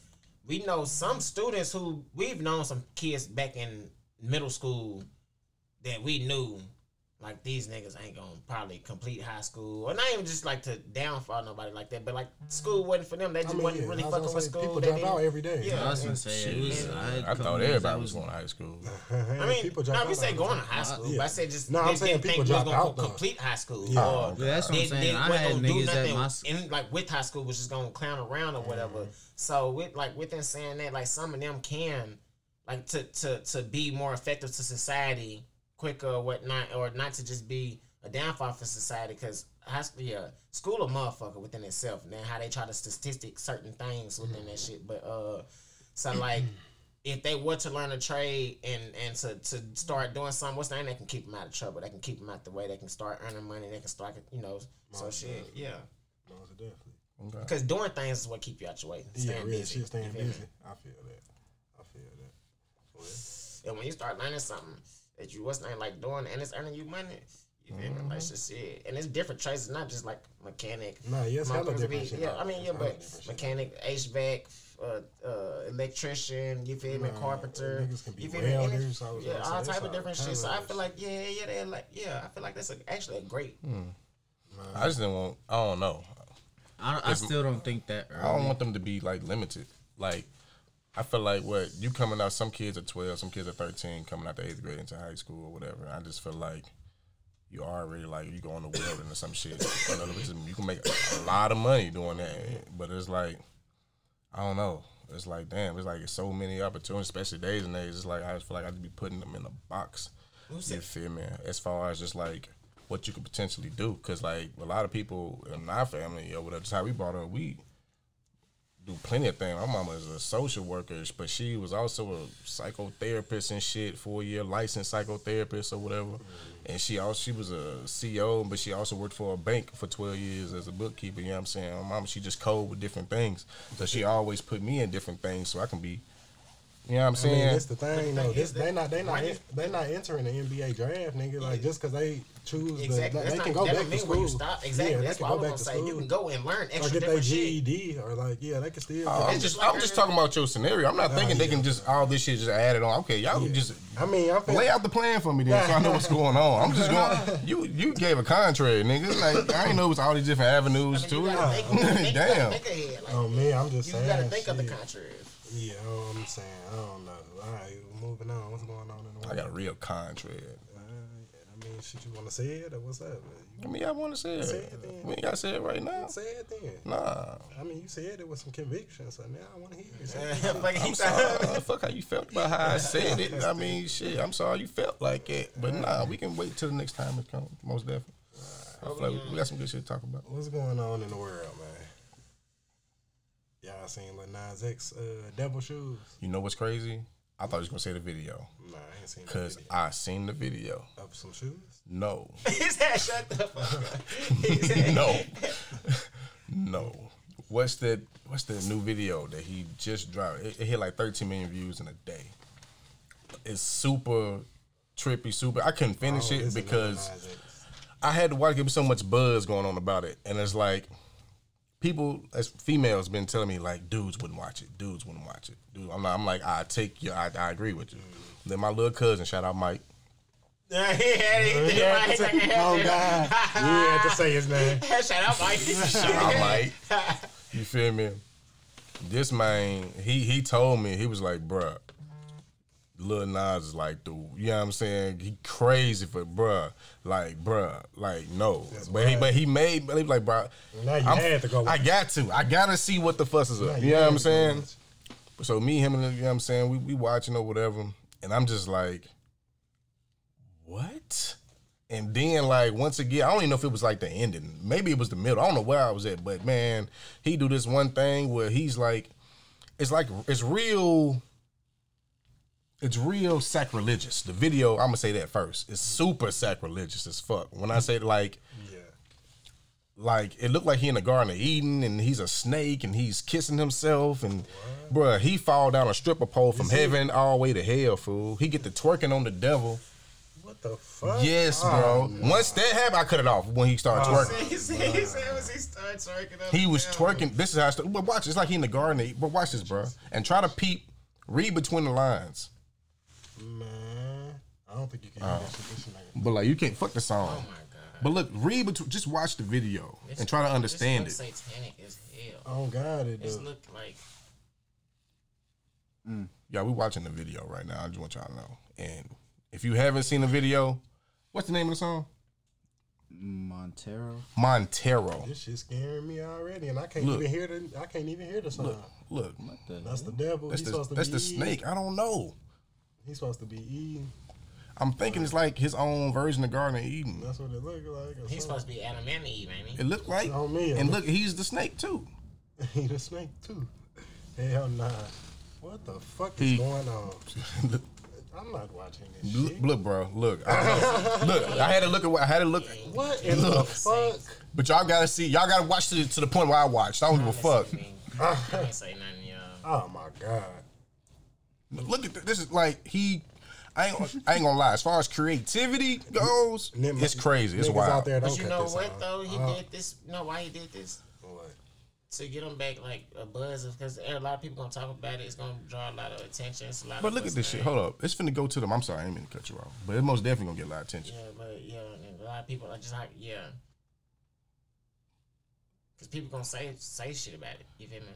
Speaker 9: we know some students who we've known some kids back in middle school that we knew like these niggas ain't gonna probably complete high school, or not even just like to downfall nobody like that, but like school wasn't for them. They just
Speaker 7: I mean,
Speaker 9: wasn't
Speaker 7: yeah,
Speaker 9: really
Speaker 7: I was gonna
Speaker 9: fucking with
Speaker 7: say,
Speaker 9: school.
Speaker 7: people
Speaker 9: They
Speaker 7: drop
Speaker 9: didn't-
Speaker 7: out every day.
Speaker 9: Yeah.
Speaker 10: I was gonna say it was.
Speaker 8: Shit,
Speaker 10: I, had
Speaker 8: (laughs) I thought
Speaker 10: companies that
Speaker 8: everybody was going to high school.
Speaker 9: I mean,
Speaker 7: people
Speaker 9: people
Speaker 7: drop
Speaker 9: no,
Speaker 7: out
Speaker 9: we say
Speaker 7: all the
Speaker 9: going
Speaker 7: time.
Speaker 9: to high school,
Speaker 7: yeah.
Speaker 9: but I said just
Speaker 7: No, I'm
Speaker 9: they
Speaker 7: saying
Speaker 9: didn't
Speaker 7: people
Speaker 9: think we was
Speaker 7: drop out,
Speaker 9: gonna
Speaker 7: though.
Speaker 9: complete high school.
Speaker 7: Yeah.
Speaker 9: or
Speaker 10: Yeah, that's what I'm
Speaker 9: they-
Speaker 10: saying.
Speaker 9: they
Speaker 10: I
Speaker 9: wasn't
Speaker 10: had
Speaker 9: gonna do
Speaker 10: niggas at
Speaker 9: nothing
Speaker 10: my s-
Speaker 9: in, like with high school was just gonna clown around or whatever. So with like within saying that, like some of them can like to to to be more effective to society quicker or whatnot, or not to just be a downfall for society because high school, yeah, school a motherfucker within itself. And then how they try to statistic certain things within that shit, but uh, so like if they were to learn a trade and and to, to start doing something, what's the name? They can keep them out of trouble. They can keep them out the way. They can start earning money. They can start, you know, so shit. Yeah,
Speaker 7: Most definitely.
Speaker 8: Okay.
Speaker 9: because doing things is what keep you out your way.
Speaker 7: Yeah,
Speaker 9: Staying
Speaker 7: real
Speaker 9: busy.
Speaker 7: shit, staying
Speaker 9: You feel me?
Speaker 7: busy. I feel that. I feel that.
Speaker 9: And when you start learning something that you wasn't like doing and it's earning you money, you feel me? Like shit, shit. And it's different trades, it's not just like mechanic.
Speaker 7: Mm-hmm. Nah, yeah, it's hella
Speaker 9: motherfuckers
Speaker 7: different
Speaker 9: be-
Speaker 7: shit
Speaker 9: Yeah,
Speaker 7: out
Speaker 9: I mean,
Speaker 7: there.
Speaker 9: yeah,
Speaker 7: It's hella
Speaker 9: but
Speaker 7: different shit.
Speaker 9: mechanic, HVAC, uh, uh, electrician, you feel me,
Speaker 7: Nah,
Speaker 9: carpenter,
Speaker 7: niggas can be
Speaker 9: you feel me, Any-
Speaker 7: welders, I was
Speaker 9: yeah,
Speaker 7: gonna
Speaker 9: all
Speaker 7: say,
Speaker 9: type
Speaker 7: it's
Speaker 9: of different
Speaker 7: all
Speaker 9: shit. So I
Speaker 7: kinda-
Speaker 9: feel like, yeah, yeah, they're like, yeah, I feel like that's a, actually a great.
Speaker 7: Mm.
Speaker 8: I just didn't want. I don't know.
Speaker 10: I, don't- I still don't think that. Early.
Speaker 8: I don't want them to be like limited. Like I feel like what you coming out. Some kids are twelve. Some kids are thirteen. Coming out the eighth grade into high school or whatever. I just feel like you already like you going to welding or some shit. (laughs) You know, because you can make a lot of money doing that. But it's like I don't know. It's like damn. It's like so many opportunities, especially days and days. It's like I just feel like I'd be putting them in a box. You feel me? As far as just like what you could potentially do, because like a lot of people in my family or whatever, just how we brought up, we do plenty of things. My mama is a social worker, but she was also a psychotherapist and shit, four year licensed psychotherapist or whatever.
Speaker 7: Mm-hmm.
Speaker 8: And she also she was a CEO, but she also worked for a bank for twelve years as a bookkeeper. You know what I'm saying? My mama, she just code with different things, so she always put me in different things so I can be. You know what I'm
Speaker 7: I mean,
Speaker 8: saying?
Speaker 7: that's the thing, though. This, they not they not they not entering the NBA draft, nigga. Like just because they choose,
Speaker 9: Exactly.
Speaker 7: the, they
Speaker 9: that's
Speaker 7: can
Speaker 9: not,
Speaker 7: go
Speaker 9: that
Speaker 7: back
Speaker 9: don't mean
Speaker 7: to
Speaker 9: where
Speaker 7: school.
Speaker 9: you stop. Exactly.
Speaker 7: Yeah,
Speaker 9: that's
Speaker 7: they
Speaker 9: what I was
Speaker 7: can go
Speaker 9: gonna
Speaker 7: back to
Speaker 9: say. You
Speaker 7: school
Speaker 9: can go and learn
Speaker 7: or
Speaker 9: extra
Speaker 7: get their
Speaker 9: different shit.
Speaker 7: GED or like yeah, they can still.
Speaker 8: I'm
Speaker 9: It's
Speaker 8: just,
Speaker 9: just like
Speaker 8: I'm just talking about your scenario. I'm
Speaker 7: Uh,
Speaker 8: not thinking they can just all this shit just add it on. Okay, y'all can just
Speaker 7: I mean, I'm fin-
Speaker 8: lay out the plan for me then, so I know what's going on. I'm just going. You you gave a contract, nigga. Like I didn't know it was all these different avenues
Speaker 9: You
Speaker 8: to it. (laughs)
Speaker 9: gotta think- you gotta think- you gotta
Speaker 8: Damn.
Speaker 9: think ahead, like,
Speaker 7: Oh man, I'm just
Speaker 9: You
Speaker 7: saying.
Speaker 9: gotta think of the
Speaker 7: shit.
Speaker 9: contrary.
Speaker 7: Yeah, oh, I'm saying. I don't know. All right, moving on. What's going on in the
Speaker 8: I
Speaker 7: world?
Speaker 8: got a real contract.
Speaker 7: I mean, shit, you want to say it or what's up? You
Speaker 8: I mean, I want to say
Speaker 7: Say
Speaker 8: it.
Speaker 7: it then.
Speaker 8: We ain't got to say it right now.
Speaker 7: say it then.
Speaker 8: Nah,
Speaker 7: I mean, you said it with some conviction, so now I want to hear it. Say
Speaker 9: (laughs)
Speaker 7: it.
Speaker 9: Like, he-
Speaker 8: I'm sorry. Fuck how you felt about how I said it. I mean, shit. I'm sorry you felt like it, but nah, we can wait till the next time it comes. Most definitely. I feel like we- we got some good shit to talk about.
Speaker 7: What's going on in the world, man? Y'all seen Lil Nas X uh, Devil Shoes?
Speaker 8: You know what's crazy? I thought you was gonna say the video
Speaker 7: Nah, I ain't seen that
Speaker 8: because
Speaker 7: video.
Speaker 8: I seen the video.
Speaker 7: Of some shoes?
Speaker 8: No,
Speaker 9: (laughs) he said, "Shut the fuck
Speaker 8: (laughs)
Speaker 9: up." He said, (laughs)
Speaker 7: (laughs)
Speaker 8: no, no. What's that? What's that new video that he just dropped? It, it hit like 13 million views in a day. It's super trippy, super. I couldn't
Speaker 7: Oh,
Speaker 8: finish
Speaker 7: this
Speaker 8: it
Speaker 7: is Lil
Speaker 8: because
Speaker 7: Nas X.
Speaker 8: I had to watch. There was so much buzz going on about it, and it's like people as females been telling me like dudes wouldn't watch it, dudes wouldn't watch it. Dude, I'm, not, I'm like I take you, I, I agree with you.
Speaker 7: Mm.
Speaker 8: Then my little cousin, shout out Mike.
Speaker 9: "Yeah, he had it." He
Speaker 7: Yeah,
Speaker 9: had
Speaker 7: I had
Speaker 9: it.
Speaker 7: to
Speaker 9: He
Speaker 7: say- oh, God. You had to say
Speaker 9: (laughs)
Speaker 7: his name.
Speaker 9: had it. Shout out, Mike.
Speaker 8: I might. You feel me? This man, he he told me he was like, bruh, Lil Nas is like the, you know what I'm saying? He crazy for bruh, like bruh, like no, but he
Speaker 7: right.
Speaker 8: but he made but he like bruh.
Speaker 7: Now you
Speaker 8: I'm-
Speaker 7: had to go.
Speaker 8: I got to, I gotta see what the fuss is
Speaker 7: Now
Speaker 8: up.
Speaker 7: you
Speaker 8: You know what
Speaker 7: had to
Speaker 8: I'm
Speaker 7: go
Speaker 8: saying?
Speaker 7: watch.
Speaker 8: So me, him, and you know what I'm saying, we we watching or whatever, and I'm just like, what? And then like once again, I don't even know if it was like the ending. Maybe it was the middle. I don't know where I was at, but man, he do this one thing where he's like, it's like it's real. It's real sacrilegious. The video, I'm gonna say that first. It's super sacrilegious as fuck. When I say like,
Speaker 7: Yeah.
Speaker 8: like it looked like he in the Garden of Eden and he's a snake and he's kissing himself and bruh, he fall down a stripper pole from heaven all the way to hell, fool. He get to twerking on the devil.
Speaker 7: What the fuck?
Speaker 8: Yes,
Speaker 7: Oh,
Speaker 8: bro. Once that happened, I cut it off when he started twerking.
Speaker 9: He said, "He said, was he started twerking up?"
Speaker 8: He was
Speaker 9: and down.
Speaker 8: twerking. This is how I started. But watch, it's like he in the garden. of Eden. But watch this, bro. And try to peep, read between the lines.
Speaker 7: Man, I don't think you
Speaker 8: Oh.
Speaker 7: can hear that shit. This shit like
Speaker 8: But like you can't fuck the
Speaker 7: Oh
Speaker 8: song. But look, read between. Just watch the video and try to understand
Speaker 9: This
Speaker 8: it.
Speaker 9: looks Satanic as hell.
Speaker 7: Oh God, it
Speaker 9: This
Speaker 7: does.
Speaker 9: look like
Speaker 8: Yeah, we watching the video right now. I just want y'all to know. And if you haven't seen the video, what's the name of the song?
Speaker 10: Montero.
Speaker 8: Montero.
Speaker 7: This shit scaring me already, and I can't
Speaker 8: Look.
Speaker 7: even hear the. I can't even hear the sound.
Speaker 8: Look,
Speaker 10: What the?
Speaker 7: That's the devil.
Speaker 8: that's
Speaker 7: He's
Speaker 8: the,
Speaker 7: supposed to
Speaker 8: that's
Speaker 7: be
Speaker 8: the
Speaker 7: Eve.
Speaker 8: snake. I don't know.
Speaker 7: He's supposed to be Eve.
Speaker 8: I'm thinking it's like his own version of Garden of Eden.
Speaker 7: That's what it look like. or
Speaker 9: he's
Speaker 7: something.
Speaker 9: supposed to be Adam and Eve, ain't he?
Speaker 8: It looked like.
Speaker 7: Oh, man. (laughs)
Speaker 8: (laughs) And look, he's the snake too.
Speaker 7: he the snake too. Hell nah. What the fuck
Speaker 8: He-
Speaker 7: is going on? I'm not watching this
Speaker 8: Look,
Speaker 7: shit.
Speaker 8: look, bro. Look, I, look. I had to look at. what- I had to look.
Speaker 7: What in the
Speaker 8: Look.
Speaker 7: fuck?
Speaker 8: But y'all gotta see. Y'all gotta watch to, to the point where I watched. I don't give a fuck.
Speaker 9: I can't say nothing, y'all.
Speaker 7: Oh my god.
Speaker 8: Look at this. This is like he. I ain't, I ain't gonna lie. As far as creativity goes,
Speaker 7: Niggas-
Speaker 8: it's crazy. It's
Speaker 7: niggas
Speaker 8: wild.
Speaker 7: Out there, don't
Speaker 9: But you
Speaker 7: cut
Speaker 9: know
Speaker 7: this
Speaker 9: what
Speaker 7: out.
Speaker 9: though? He
Speaker 7: Oh,
Speaker 9: did this. You know why he did this?
Speaker 7: what?
Speaker 9: To get him back like a buzz, because a lot of people gonna talk about it. It's gonna draw a lot of attention. It's a lot.
Speaker 8: But
Speaker 9: of
Speaker 8: look at
Speaker 9: what's
Speaker 8: this shit.
Speaker 9: name.
Speaker 8: Hold up. It's finna go to them. I'm sorry. I ain't mean to cut you off. But it's most definitely gonna get a lot of attention.
Speaker 9: Yeah, but yeah, and a lot of people are just like yeah, because people gonna say say shit about it. You feel me?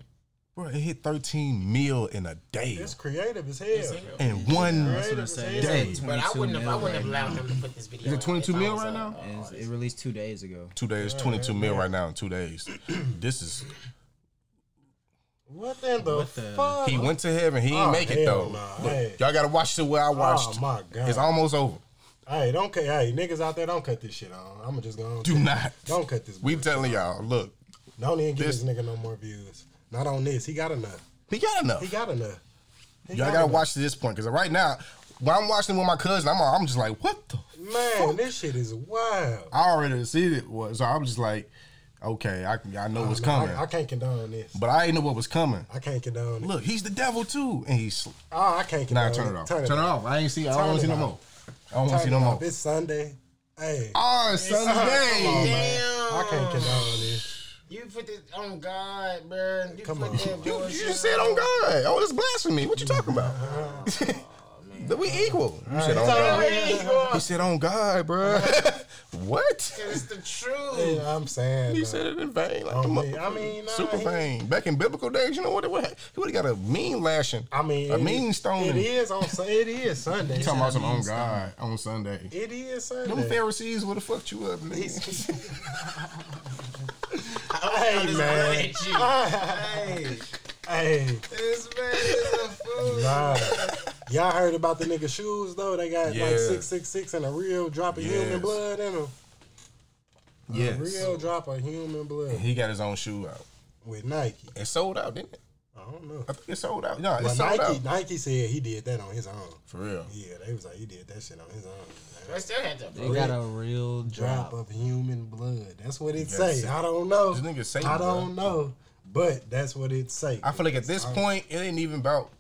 Speaker 8: Bro, it hit 13 mil in a day.
Speaker 7: It's creative as hell.
Speaker 9: It's-
Speaker 8: In one
Speaker 10: That's what I'm saying. It's
Speaker 8: day.
Speaker 10: at
Speaker 9: But I
Speaker 10: 22
Speaker 9: wouldn't have. I
Speaker 10: mil
Speaker 9: wouldn't have
Speaker 10: right
Speaker 9: allowed
Speaker 10: now.
Speaker 9: him to put this video.
Speaker 8: Is it
Speaker 9: out if
Speaker 8: 22
Speaker 9: I
Speaker 8: mil
Speaker 9: was uh,
Speaker 8: right
Speaker 9: a-
Speaker 8: now?
Speaker 9: a
Speaker 10: It's- It
Speaker 9: artist.
Speaker 10: released two days ago.
Speaker 8: Two days, 22 mil right now in
Speaker 7: (clears throat)
Speaker 8: two days. this is.
Speaker 7: What in the
Speaker 10: the-
Speaker 7: fuck?
Speaker 8: He went to heaven. He ain't
Speaker 7: Oh,
Speaker 8: make it
Speaker 7: hell
Speaker 8: though.
Speaker 7: nah.
Speaker 8: Look,
Speaker 7: Hey. Oh,
Speaker 8: y'all gotta watch the way I watched.
Speaker 7: my God.
Speaker 8: It's almost over.
Speaker 7: Hey, don't cut. Hey, niggas out there, don't cut this shit on. I'm just gonna
Speaker 8: Do not.
Speaker 7: Don't cut this.
Speaker 8: We
Speaker 7: bullshit.
Speaker 8: telling y'all. Look,
Speaker 7: Don't even give
Speaker 8: This-
Speaker 7: this nigga no more views. Not on this. He got enough.
Speaker 8: he got enough.
Speaker 7: He got enough. He
Speaker 8: y'all
Speaker 7: got
Speaker 8: gotta
Speaker 7: enough.
Speaker 8: watch to this point because right now, when I'm watching with my cousin, I'm I'm just like, what the.
Speaker 7: Man, this shit is wild.
Speaker 8: I already see it was, so I'm just like, okay, I I know what's
Speaker 7: No, I-
Speaker 8: coming,
Speaker 7: I, can't condone this.
Speaker 8: but I ain't know what was coming.
Speaker 7: I can't condone it.
Speaker 8: Look, he's the devil too, and he's
Speaker 7: Oh, I can't
Speaker 8: now
Speaker 7: condone
Speaker 8: turn it off. Turn
Speaker 7: Turn
Speaker 8: it off. I ain't see. I
Speaker 7: Turn
Speaker 8: don't want to
Speaker 7: it
Speaker 8: see no
Speaker 7: off.
Speaker 8: more. I don't
Speaker 7: Turn
Speaker 8: want to see
Speaker 7: it
Speaker 8: no
Speaker 7: off.
Speaker 8: more.
Speaker 7: It's Sunday. Hey,
Speaker 8: Oh,
Speaker 7: come on,
Speaker 8: Sunday.
Speaker 7: man. I
Speaker 8: Oh.
Speaker 7: can't condone this.
Speaker 9: You put this on God, bro. You
Speaker 7: Come
Speaker 9: put
Speaker 7: on.
Speaker 9: that
Speaker 8: You,
Speaker 9: bullshit
Speaker 8: you said on God. Oh, it's blasphemy. What you
Speaker 7: (laughs)
Speaker 8: talking about? That we equal. You said on God. He said on God, bro. (laughs) what?
Speaker 9: It's the truth.
Speaker 7: Yeah, I'm saying.
Speaker 8: He
Speaker 7: though.
Speaker 8: said it in vain. Like,
Speaker 7: Oh,
Speaker 8: come
Speaker 7: man. I mean, nah,
Speaker 8: super
Speaker 7: he-
Speaker 8: vain. Back in biblical days, you know what? It would, he would have got a mean lashing.
Speaker 7: I mean,
Speaker 8: a
Speaker 7: it-
Speaker 8: mean stone.
Speaker 7: It is on. Sun- It is Sunday.
Speaker 8: You talking about some on God on Sunday?
Speaker 7: It is
Speaker 8: Them
Speaker 7: Sunday.
Speaker 8: Pharisees would have fucked you up, nigga.
Speaker 7: Hey man.
Speaker 9: At
Speaker 8: (laughs)
Speaker 9: you.
Speaker 7: Hey. Hey.
Speaker 9: This man is a fool.
Speaker 7: Nah. Y'all heard about the nigga shoes though? They got
Speaker 8: Yeah.
Speaker 7: like six six six and a real drop of
Speaker 8: Yes.
Speaker 7: human blood in them.
Speaker 8: yes.
Speaker 7: Real drop of human blood
Speaker 8: He got his own shoe out.
Speaker 7: with Nike.
Speaker 8: It sold out, didn't it?
Speaker 7: I don't know.
Speaker 8: I think it sold out. No, it
Speaker 7: But
Speaker 8: sold
Speaker 7: Nike,
Speaker 8: out.
Speaker 7: Nike said he did that on his own.
Speaker 8: For real.
Speaker 7: Yeah, they was like he did that shit on his own.
Speaker 9: I still had to.
Speaker 10: They got a real
Speaker 7: drop
Speaker 10: drop.
Speaker 7: of human blood. That's what it
Speaker 8: Yes.
Speaker 7: say. I don't know.
Speaker 8: This nigga Satan,
Speaker 7: I don't know, but that's what it say.
Speaker 8: I feel like at this point, it ain't even about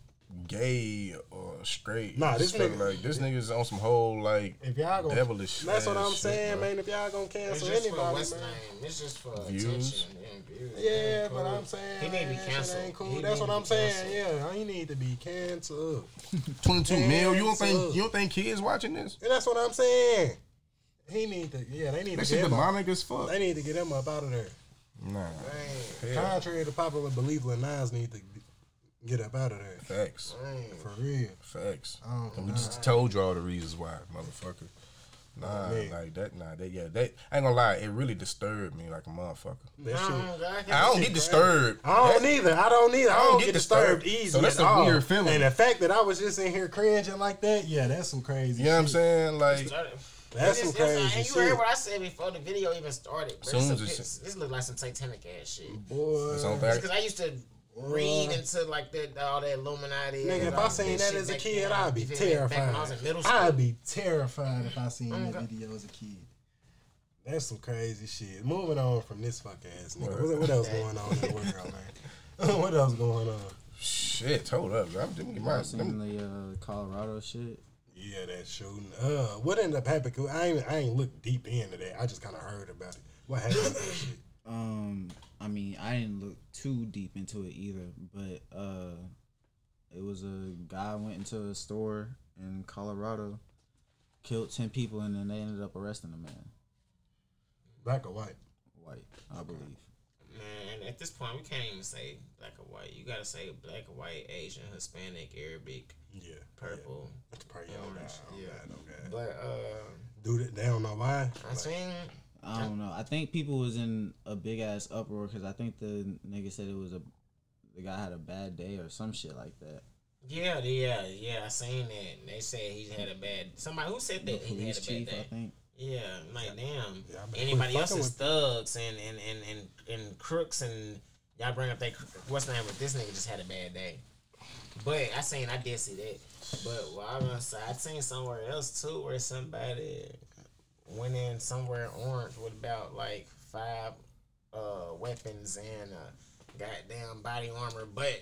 Speaker 8: gay or straight.
Speaker 7: Nah,
Speaker 8: I just
Speaker 7: this
Speaker 8: feel
Speaker 7: nigga-
Speaker 8: like this nigga's on some whole like
Speaker 7: if y'all gonna,
Speaker 8: devilish.
Speaker 7: that's what
Speaker 8: ass
Speaker 7: I'm
Speaker 8: shit,
Speaker 7: saying,
Speaker 8: bro.
Speaker 7: man. If y'all gonna
Speaker 9: It's
Speaker 7: cancel
Speaker 9: just for
Speaker 7: anybody,
Speaker 9: what's
Speaker 7: man.
Speaker 9: name. It's just for
Speaker 8: Views.
Speaker 9: attention and views. That
Speaker 7: Yeah,
Speaker 9: ain't
Speaker 7: but
Speaker 9: cool.
Speaker 7: I'm saying
Speaker 9: he need to be
Speaker 7: that shit
Speaker 9: canceled.
Speaker 7: ain't cool.
Speaker 9: He
Speaker 7: That's
Speaker 9: need
Speaker 7: what
Speaker 9: to
Speaker 7: I'm
Speaker 9: be
Speaker 7: saying.
Speaker 9: canceled.
Speaker 7: Yeah, he need to be canceled.
Speaker 8: 22 mil. You don't think
Speaker 7: Absolutely.
Speaker 8: you don't think kids watching this?
Speaker 7: And that's what I'm saying. He need to. Yeah, they need
Speaker 8: That
Speaker 7: to
Speaker 8: shit
Speaker 7: get him. Up.
Speaker 8: demonic as fuck.
Speaker 7: They need to get him up out of there.
Speaker 8: Nah, Yeah.
Speaker 7: Contrary to popular belief, Lil Nas need to get up out of there
Speaker 8: facts,
Speaker 7: for real.
Speaker 8: facts. And we just told you all the reasons why, motherfucker. Nah,
Speaker 7: Man.
Speaker 8: like that. Nah, that. Yeah, that. I ain't gonna lie. It really disturbed me like a motherfucker.
Speaker 7: That shit.
Speaker 8: I don't get disturbed.
Speaker 7: I don't either. I don't either. I don't, get, disturbed, easy.
Speaker 8: So that's
Speaker 7: at
Speaker 8: a
Speaker 7: all.
Speaker 8: weird feeling.
Speaker 7: And the fact that I was just in here cringing like that, yeah, that's some crazy.
Speaker 8: You know what I'm
Speaker 7: shit.
Speaker 8: saying? Like,
Speaker 7: That's some crazy
Speaker 9: And you
Speaker 7: shit.
Speaker 9: heard what I said before the video even started. Bro.
Speaker 8: Soon
Speaker 9: Soon
Speaker 8: as it-
Speaker 9: this, this look like some Titanic ass shit.
Speaker 7: Boy,
Speaker 8: it's on fact.
Speaker 9: Because I used to read into like that all that Illuminati. and
Speaker 7: nigga, if
Speaker 9: all
Speaker 7: I seen
Speaker 9: this
Speaker 7: that
Speaker 9: shit
Speaker 7: as a
Speaker 9: back
Speaker 7: kid,
Speaker 9: then,
Speaker 7: I'd be
Speaker 9: you feel me? Back
Speaker 7: terrified.
Speaker 9: when I was in middle school. Oh
Speaker 7: I'd be terrified if I seen that video as a kid. That's some crazy shit. Moving on from this fuck ass nigga. What, what else going on in the world, man? (laughs) what else going on?
Speaker 8: Shit, hold up. bro. I'm doing get my.
Speaker 10: I've seen the uh, Colorado shit.
Speaker 7: Yeah, that shooting. Uh, what ended up happening? I ain't, I ain't looked deep into that. I just kind of heard about it. What happened with that
Speaker 9: (laughs)
Speaker 7: shit?
Speaker 10: Um, I mean, I didn't look too deep into it either, but uh, it was a guy went into a store in Colorado, killed ten people, and then they ended up arresting the man,
Speaker 7: Black or white?
Speaker 10: white, I believe.
Speaker 9: Man, at this point, we can't even say black or white. You gotta say black or white, Asian, Hispanic, Arabic,
Speaker 7: Yeah,
Speaker 9: purple.
Speaker 7: That's probably your guy.
Speaker 9: Yeah.
Speaker 7: Okay.
Speaker 9: But uh,
Speaker 7: Dude, it- they don't know why.
Speaker 9: I think
Speaker 10: I don't know. I think people was in a big ass uproar because I think the nigga said it was a the guy had a bad day or some shit like that.
Speaker 9: yeah, yeah, yeah. I seen that. They said he had a bad. Somebody who said
Speaker 10: The
Speaker 9: that he had
Speaker 10: police
Speaker 9: a bad
Speaker 10: chief,
Speaker 9: day.
Speaker 10: I think.
Speaker 9: Yeah, like damn.
Speaker 7: Yeah, I bet
Speaker 9: Anybody
Speaker 7: quit
Speaker 9: else is
Speaker 7: fucking
Speaker 9: thugs and and and and, and crooks and y'all bring up that cr- what's the name? But this nigga just had a bad day. But I seen I did see that. But what I gonna say, I seen somewhere else too where somebody went in somewhere orange with about like five uh, weapons and a goddamn body armor, but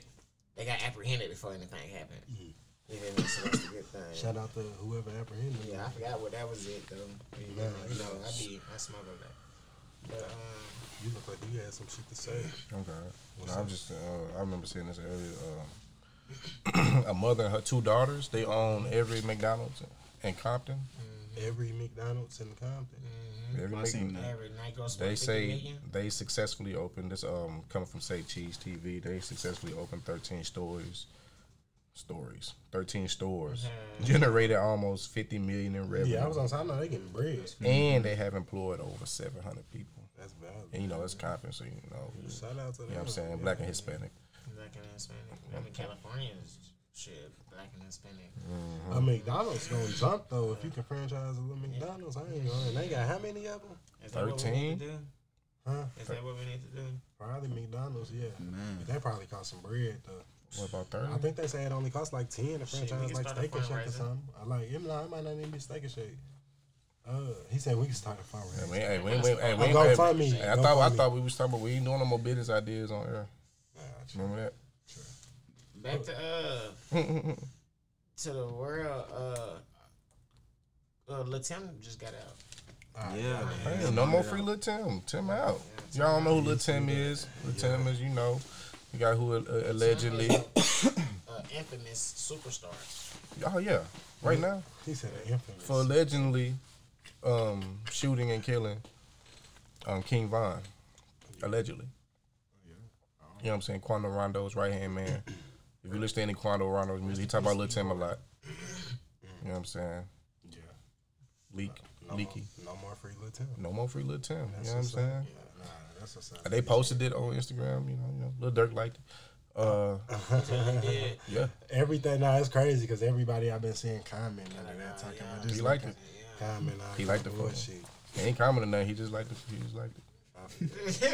Speaker 9: they got apprehended before anything happened. You feel me? So that's a good thing.
Speaker 7: Mm-hmm. Shout out to whoever apprehended. him.
Speaker 9: Yeah, I forgot what that was it though. You know, you know I be I smuggled that. But um,
Speaker 7: You look like you had some shit to say.
Speaker 8: Okay. No, I'm just. Uh, I remember seeing this earlier. Uh, (clears throat) a mother and her two daughters. They own every McDonald's in Compton.
Speaker 9: Mm-hmm.
Speaker 7: Every McDonald's in Compton.
Speaker 8: Every
Speaker 10: Mm-hmm. I seen
Speaker 8: Mc-
Speaker 10: that.
Speaker 9: every night goes
Speaker 8: They say they successfully opened this. Um, coming from Say Cheese TV, they successfully opened 13 stories. Stories, 13 stores,
Speaker 7: Mm-hmm.
Speaker 8: generated almost 50 million in revenue,
Speaker 7: Yeah, I was on. I know they getting bread.
Speaker 8: and they have employed over 700 people.
Speaker 7: That's valid.
Speaker 8: And you know, it's Compton, so you know, you
Speaker 7: Shout out to them.
Speaker 8: know what I'm saying, black and Hispanic.
Speaker 9: black and Hispanic. I mean, California's shit, black and Hispanic.
Speaker 7: A McDonald's gonna jump though if you can franchise a little McDonald's. I ain't gonna. And they got how many of them?
Speaker 9: Is that what we need to do?
Speaker 7: Huh?
Speaker 9: Is that what we need to do?
Speaker 7: Probably McDonald's. Yeah. But that probably cost some bread though.
Speaker 8: What about
Speaker 7: I
Speaker 8: 30?
Speaker 7: think they say it only costs like ten to
Speaker 9: we
Speaker 7: franchise
Speaker 9: can
Speaker 7: like
Speaker 9: start a
Speaker 7: Steak and Shake or
Speaker 9: fundraiser.
Speaker 7: something. I like it, might- it might not even be Steak and Shake. Uh, he said we can start a
Speaker 8: Hey,
Speaker 7: fundraiser.
Speaker 8: we ain't- hey, we ain't- we ain't- hey, we ain't-
Speaker 7: GoFundMe,
Speaker 8: hey, I thought I
Speaker 7: GoFundMe.
Speaker 8: thought we was talking about we ain't doing no more business ideas on air.
Speaker 7: Nah,
Speaker 8: Remember that?
Speaker 9: Back to uh (laughs) to the world. Uh, uh Lil Tim just got out.
Speaker 10: Yeah, man.
Speaker 8: Hey, no more free Lil Tim. Tim out. Y'all don't know who Lil Tim is. Lil Tim is, you know, you got who uh, allegedly.
Speaker 9: Uh, infamous superstar. (laughs)
Speaker 8: Oh yeah, right now
Speaker 7: he said an infamous.
Speaker 8: for allegedly um, shooting and killing um, King Von, allegedly. You know what I'm saying? Quando Rondo's right hand man. If you listen to any Quando Rondo's music, he talk about Lil Tim a lot. You know what I'm saying?
Speaker 7: yeah,
Speaker 8: Leak, leaky.
Speaker 7: no more free Lil Tim.
Speaker 8: No more free Lil Tim. You
Speaker 7: That's
Speaker 8: know what I'm
Speaker 7: what's up.
Speaker 8: saying?
Speaker 7: Yeah, nah, that's what's
Speaker 8: (laughs)
Speaker 7: up.
Speaker 8: They posted it on Instagram. You know, you know, Lil Dirk liked it. Uh, yeah,
Speaker 7: Everything now it's crazy because everybody I've been seeing comment under that talking about just
Speaker 8: he liked
Speaker 7: like
Speaker 8: it.
Speaker 7: a comment. on
Speaker 8: He liked the
Speaker 7: bullshit.
Speaker 8: He ain't commenting nothing. He just liked it. He just liked it.
Speaker 9: That's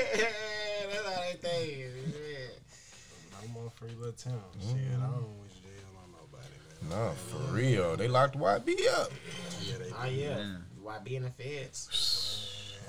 Speaker 9: all they think. is, yeah.
Speaker 7: No more free Lil Tim. Shit,
Speaker 8: Mm-hmm.
Speaker 7: I don't wish jail on nobody, man.
Speaker 8: No, for real. They locked YB up.
Speaker 7: Yeah, they
Speaker 9: Oh yeah. Why be in the feds?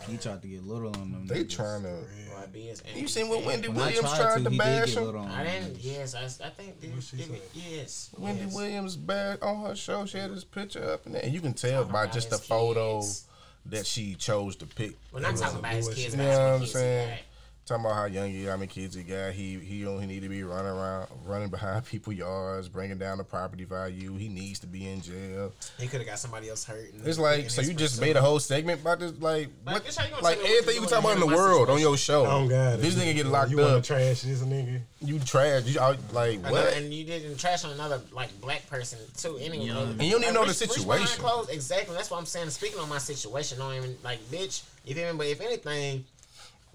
Speaker 10: He tried to get little on them.
Speaker 8: They
Speaker 10: niggas.
Speaker 8: trying to.
Speaker 9: Why be as
Speaker 8: You seen what Wendy
Speaker 10: When I
Speaker 8: Williams
Speaker 10: tried
Speaker 8: tried to
Speaker 10: he did
Speaker 8: bash
Speaker 10: get
Speaker 8: him?
Speaker 10: little on
Speaker 9: I
Speaker 10: them.
Speaker 9: didn't. Yes, I, I think. Did,
Speaker 7: she
Speaker 9: did we,
Speaker 7: say?
Speaker 9: yes.
Speaker 8: Wendy
Speaker 9: yes.
Speaker 8: Williams bash on her show. She had this picture up and, that, and you can tell by
Speaker 9: about
Speaker 8: just the
Speaker 9: his
Speaker 8: photo
Speaker 9: kids.
Speaker 8: that she chose to pick.
Speaker 9: Well, not
Speaker 8: It was
Speaker 9: talking
Speaker 8: a-
Speaker 9: about his kids.
Speaker 8: You
Speaker 9: but
Speaker 8: know what I'm
Speaker 9: his kids,
Speaker 8: saying?
Speaker 9: right.
Speaker 8: Talking about how young he, how many kids he got. He he only need to be running around, running behind (laughs) people yards, bringing down the property value. He needs to be in jail.
Speaker 9: He could have got somebody else hurt. and-
Speaker 8: It's like
Speaker 9: and
Speaker 8: so
Speaker 9: his
Speaker 8: you just
Speaker 9: pursuit.
Speaker 8: made a whole segment about this, like
Speaker 9: Like,
Speaker 8: what,
Speaker 9: this how you gonna
Speaker 8: like
Speaker 9: tell me what
Speaker 8: everything
Speaker 9: you
Speaker 8: you
Speaker 9: doing
Speaker 8: talk about in the
Speaker 9: in my
Speaker 8: world on
Speaker 9: situation?
Speaker 8: your show.
Speaker 7: Oh God!
Speaker 8: this nigga get locked
Speaker 7: you
Speaker 8: up.
Speaker 7: want to trash this nigga?
Speaker 8: you trash. You out- like
Speaker 9: Another-
Speaker 8: what?
Speaker 9: and you didn't trash on another like black person too. Anyway, and
Speaker 8: you don't even know the situation.
Speaker 9: Closed, exactly. That's what I'm saying. Speaking on my situation, I don't even like bitch. You feel me? But if anything,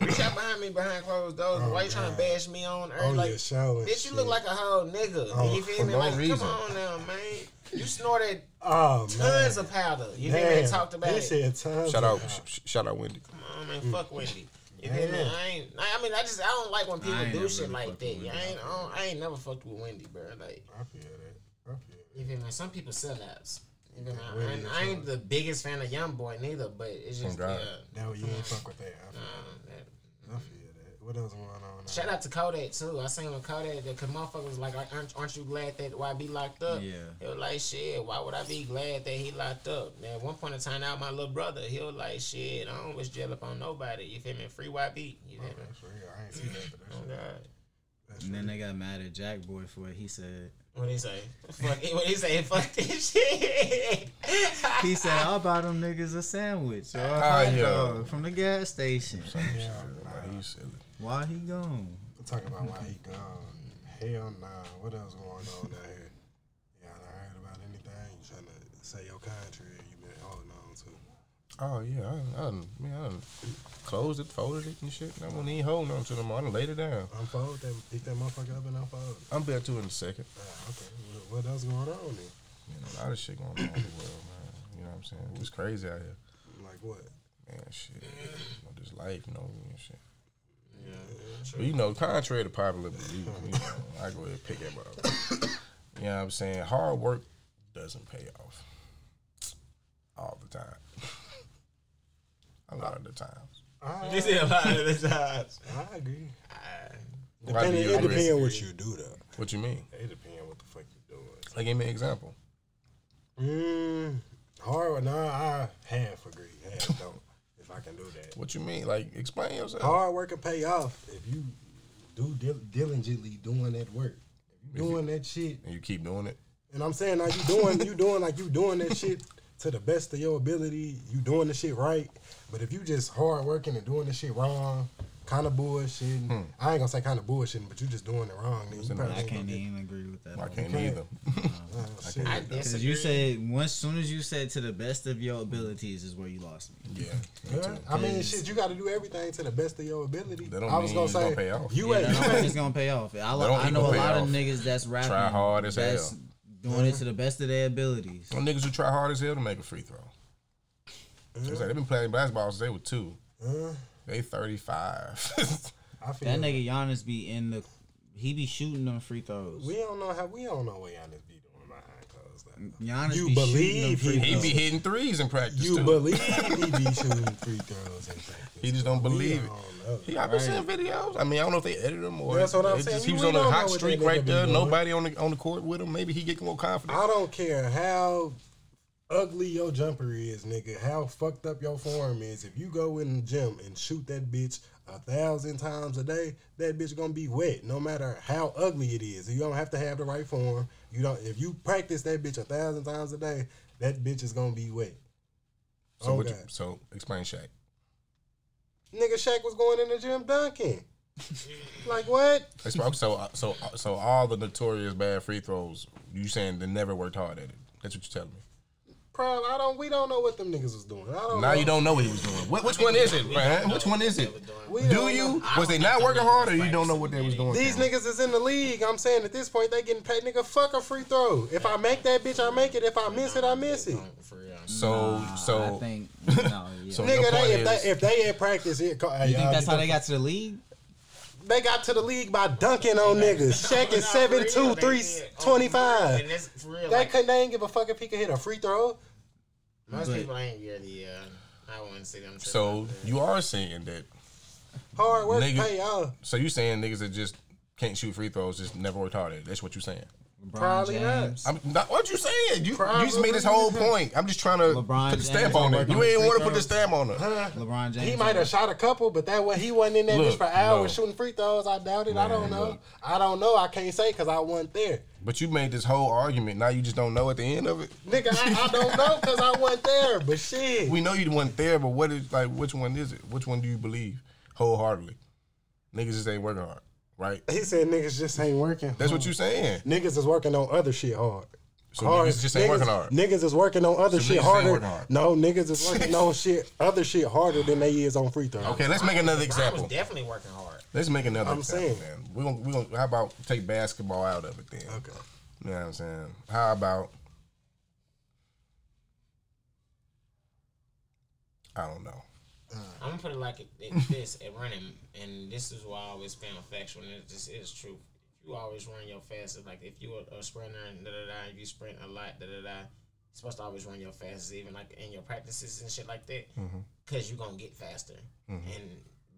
Speaker 9: reach out behind me behind closed doors.
Speaker 8: Oh,
Speaker 9: Why you trying to bash me on earth?
Speaker 7: Oh
Speaker 9: like,
Speaker 7: yeah, show and
Speaker 9: bitch, you look
Speaker 7: shit.
Speaker 9: like a whole nigga. you
Speaker 8: Oh, for
Speaker 9: feel me?
Speaker 8: no
Speaker 9: Like,
Speaker 8: reason.
Speaker 9: come on now, man. You snorted
Speaker 7: oh man.
Speaker 9: tons of powder. You feel me?
Speaker 7: Damn.
Speaker 9: And Talked about
Speaker 7: he
Speaker 9: it.
Speaker 7: said tons
Speaker 8: Shout
Speaker 7: of
Speaker 8: out, sh- sh- shout out, Wendy.
Speaker 9: I mean,
Speaker 10: Mm.
Speaker 9: fuck Wendy. You feel me? I ain't. I mean, I just I don't like when people
Speaker 10: ain't
Speaker 9: do
Speaker 10: never
Speaker 9: shit
Speaker 10: really
Speaker 9: like
Speaker 10: fucked
Speaker 9: that.
Speaker 10: with
Speaker 9: Yeah, I ain't. I, don't, I ain't never fucked with Wendy, bro. Like,
Speaker 7: I feel that. I feel
Speaker 9: you feel me? Some people sellouts. You feel me? I, ain't- I ain't the biggest fan of Young Boy neither, but it's just yeah.
Speaker 8: God.
Speaker 7: that. That way you ain't fuck with that. I feel,
Speaker 9: I don't know.
Speaker 7: I feel that. What else going on? Now?
Speaker 9: Shout out to Kodak too. I seen with Kodak that cause motherfuckers was like, aren't, aren't you glad that YB locked up?
Speaker 10: Yeah.
Speaker 9: He was like, shit, why would I be glad that he locked up? Man, at one point in time, out my little brother, he was like, shit, I don't wish jail upon nobody. You feel me? Free YB. You feel me?
Speaker 7: That's real. I ain't seen that, but that's
Speaker 9: Oh, God.
Speaker 10: And then they got mad at Jack Boy for what he said.
Speaker 9: What he say? Fuck it. What he say? Fuck this shit.
Speaker 10: He said, "I'll buy them niggas a sandwich or a
Speaker 8: (laughs) Ah,
Speaker 10: hot
Speaker 8: yeah.
Speaker 7: uh,
Speaker 10: dog from the gas station."
Speaker 8: Like, he's silly.
Speaker 10: Why he gone?
Speaker 7: I'm talking about why he gone. Hell nah. What else going on out here? Y'all not heard about anything? You trying to say your contrary? You been holding on to?
Speaker 8: Oh yeah, I, I, done- man, I done closed it, folded it, and shit. I wasn't even holding on to them. I done laid it down.
Speaker 7: Unfold that. Pick that motherfucker up and unfold. it.
Speaker 8: I'm back to it in a second.
Speaker 7: Ah, okay. What, what else going on then?
Speaker 8: Man, a lot of shit going on in the world, man. You know what I'm saying? It was crazy out here.
Speaker 7: Like what?
Speaker 8: Man, shit. You know, this life, you know, and shit. But, you know, contrary to popular belief, you know, I go ahead and pick that up. You know what I'm saying? Hard work doesn't pay off all the time. (laughs) A lot of the times.
Speaker 9: They say a lot of the times.
Speaker 7: I agree.
Speaker 8: Why do
Speaker 7: Depending,
Speaker 8: you
Speaker 7: it
Speaker 8: agree?
Speaker 7: depends what you do though.
Speaker 8: What you mean?
Speaker 7: It depends what the fuck you doing.
Speaker 8: Like, give me an example.
Speaker 7: Mm, hard. Nah, I half agree, (laughs) half don't. if I can do that,
Speaker 8: What you mean? Like, explain yourself.
Speaker 7: hard work can pay off if you do dil- diligently doing that work. If you doing that shit,
Speaker 8: And you keep doing it.
Speaker 7: and I'm saying like you doing, you doing like you doing that shit to the best of your ability. You doing the shit right, but if you just hard working and doing the shit wrong. Kind of bullshitting.
Speaker 8: Hmm.
Speaker 7: I ain't gonna say kind of bullshitting, but you just doing it wrong. Then you probably
Speaker 10: I
Speaker 7: ain't gonna
Speaker 10: can't
Speaker 7: get-
Speaker 10: even agree with that.
Speaker 8: I
Speaker 10: at all.
Speaker 7: (laughs)
Speaker 8: can't
Speaker 7: can't.
Speaker 8: either.
Speaker 7: Oh, shit.
Speaker 9: I
Speaker 10: Because
Speaker 9: disagree.
Speaker 10: you said once soon as you said to the best of your abilities is where you lost me.
Speaker 8: yeah. me
Speaker 7: Yeah,
Speaker 8: too.
Speaker 7: I mean, shit, you got to do everything to the best of your ability.
Speaker 8: That don't
Speaker 7: I was
Speaker 8: mean
Speaker 7: gonna
Speaker 8: it's gonna
Speaker 7: say
Speaker 8: pay off.
Speaker 7: you
Speaker 10: Yeah,
Speaker 7: ain't.
Speaker 10: that
Speaker 7: you
Speaker 10: don't mean it's
Speaker 7: ain't-
Speaker 10: gonna pay off. I,
Speaker 8: don't
Speaker 10: I
Speaker 8: even
Speaker 10: know a
Speaker 8: pay
Speaker 10: lot
Speaker 8: off.
Speaker 10: of niggas that's rapping.
Speaker 8: hard as
Speaker 10: that's
Speaker 8: hell.
Speaker 10: Doing it to the best of their abilities.
Speaker 8: Some niggas who try hard as hell to make a free throw. It's
Speaker 7: Mm-hmm.
Speaker 8: like they've been playing basketball since they were two. They 35.
Speaker 7: I feel
Speaker 10: That nigga Giannis be in the, he be shooting them free throws.
Speaker 7: we don't know how we don't know what Giannis be doing behind closed doors.
Speaker 10: Giannis
Speaker 7: You
Speaker 10: be shooting
Speaker 7: believe
Speaker 10: them free
Speaker 7: he-
Speaker 8: (laughs) he
Speaker 10: throws.
Speaker 8: be hitting threes in practice.
Speaker 7: You
Speaker 8: too. (laughs)
Speaker 7: believe he be shooting free throws and practice.
Speaker 8: He just don't
Speaker 7: We
Speaker 8: believe it.
Speaker 7: don't know.
Speaker 8: He, I've been seeing videos. I mean, I don't know if they edited him or
Speaker 7: That's what I'm
Speaker 8: it
Speaker 7: saying.
Speaker 8: Just, he
Speaker 7: We
Speaker 8: was on a
Speaker 7: don't
Speaker 8: hot
Speaker 7: know what
Speaker 8: streak
Speaker 7: that nigga
Speaker 8: right
Speaker 7: be
Speaker 8: there.
Speaker 7: doing.
Speaker 8: Nobody on the on the court with him. Maybe he get more confident.
Speaker 7: I don't care how ugly your jumper is, nigga. How fucked up your form is. If you go in the gym and shoot that bitch a thousand times a day, that bitch gonna be wet. No matter how ugly it is, you don't have to have the right form. You don't. If you practice that bitch a thousand times a day, that bitch is gonna be wet.
Speaker 8: so, what you,
Speaker 7: okay.
Speaker 8: so explain Shaq.
Speaker 7: Nigga, Shaq was going in the gym dunking.
Speaker 8: (laughs)
Speaker 7: like what?
Speaker 8: Explain- so uh, so so all the notorious bad free throws. You saying they never worked hard at it? That's what you're telling me.
Speaker 7: Probably. I don't. We don't know what them niggas was doing. I don't.
Speaker 8: Now
Speaker 7: know.
Speaker 8: you don't know what he was doing. Wh- which one is it, man? Which one is it?
Speaker 7: We
Speaker 8: Do
Speaker 7: don't
Speaker 8: you?
Speaker 7: know.
Speaker 8: Was they not working hard, or you don't know what they was doing?
Speaker 7: These niggas is in the league. I'm saying at this point they getting paid. Nigga, fuck a free throw. If I make that bitch, I make it. If I miss it, I miss it.
Speaker 9: For real.
Speaker 8: So
Speaker 10: I
Speaker 8: so (laughs)
Speaker 10: think no, yeah.
Speaker 8: So-
Speaker 7: Nigga,
Speaker 8: Your point
Speaker 7: they, if
Speaker 8: is-
Speaker 7: they if they at practice, it, co- hey,
Speaker 10: you think
Speaker 7: y'all,
Speaker 10: that's
Speaker 7: you
Speaker 10: how
Speaker 7: know,
Speaker 10: they got to the league?
Speaker 7: they got to the league by dunking on
Speaker 10: (laughs)
Speaker 7: niggas. Shaq is seven two three twenty
Speaker 9: And
Speaker 7: five.
Speaker 9: that's for real.
Speaker 7: They
Speaker 9: Like,
Speaker 7: couldn't. They ain't give a fuck if he could hit a free throw.
Speaker 9: most
Speaker 10: But-
Speaker 9: people ain't really. Uh, I wouldn't see them. tripping
Speaker 8: so
Speaker 9: out there.
Speaker 8: you are saying that.
Speaker 7: Hard work uh,
Speaker 8: Nigga.
Speaker 7: pay off.
Speaker 8: So you saying niggas that just can't shoot free throws just never worked hard at it? That's what you saying.
Speaker 10: LeBron
Speaker 7: Probably not.
Speaker 10: James.
Speaker 8: I'm not what you saying. You you just
Speaker 7: Probably
Speaker 8: made this whole point. I'm just trying to
Speaker 10: LeBron
Speaker 8: put the
Speaker 10: James
Speaker 8: stamp on it.
Speaker 10: working
Speaker 8: You
Speaker 10: on
Speaker 8: ain't
Speaker 10: free
Speaker 8: want to put the
Speaker 10: throws.
Speaker 8: stamp on it.
Speaker 10: LeBron James.
Speaker 7: He might have shot a couple, but that was he wasn't in that
Speaker 8: Look,
Speaker 7: bitch for hours
Speaker 8: no.
Speaker 7: shooting free throws. I doubt it. I don't
Speaker 8: Man,
Speaker 7: know.
Speaker 8: look.
Speaker 7: I don't know. I can't say because I wasn't there.
Speaker 8: But you made this whole argument. Now you just don't know at the end of it.
Speaker 7: Nigga, I, I don't know because I wasn't there. But shit,
Speaker 8: (laughs) We know you weren't there, but what is like? Which one is it? Which one do you believe wholeheartedly? Niggas just ain't working hard, right?
Speaker 7: he said niggas just ain't working.
Speaker 8: That's what you saying.
Speaker 7: Niggas is working on other shit hard.
Speaker 8: So niggas just ain't working hard.
Speaker 7: Niggas is working on other
Speaker 8: So niggas
Speaker 7: shit
Speaker 8: ain't
Speaker 7: harder.
Speaker 8: working hard.
Speaker 7: No, niggas is working on shit, other shit harder than they is on free throw.
Speaker 8: Okay, let's make another
Speaker 9: LeBron was
Speaker 8: example.
Speaker 9: definitely working hard.
Speaker 8: Let's make another
Speaker 7: I'm
Speaker 8: example,
Speaker 7: saying.
Speaker 8: man. We gonna we gonna how about take basketball out of it then?
Speaker 7: Okay.
Speaker 8: You know what I'm saying? How about I don't know.
Speaker 9: I'm gonna put it like it, it- this at running, and this is why I always found factual, and it just is true. If you always run your fastest, like if you a, a sprinter and da da da, and you sprint a lot, da da da, you're supposed to always run your fastest, even like in your practices and shit like that, because you're gonna get faster, and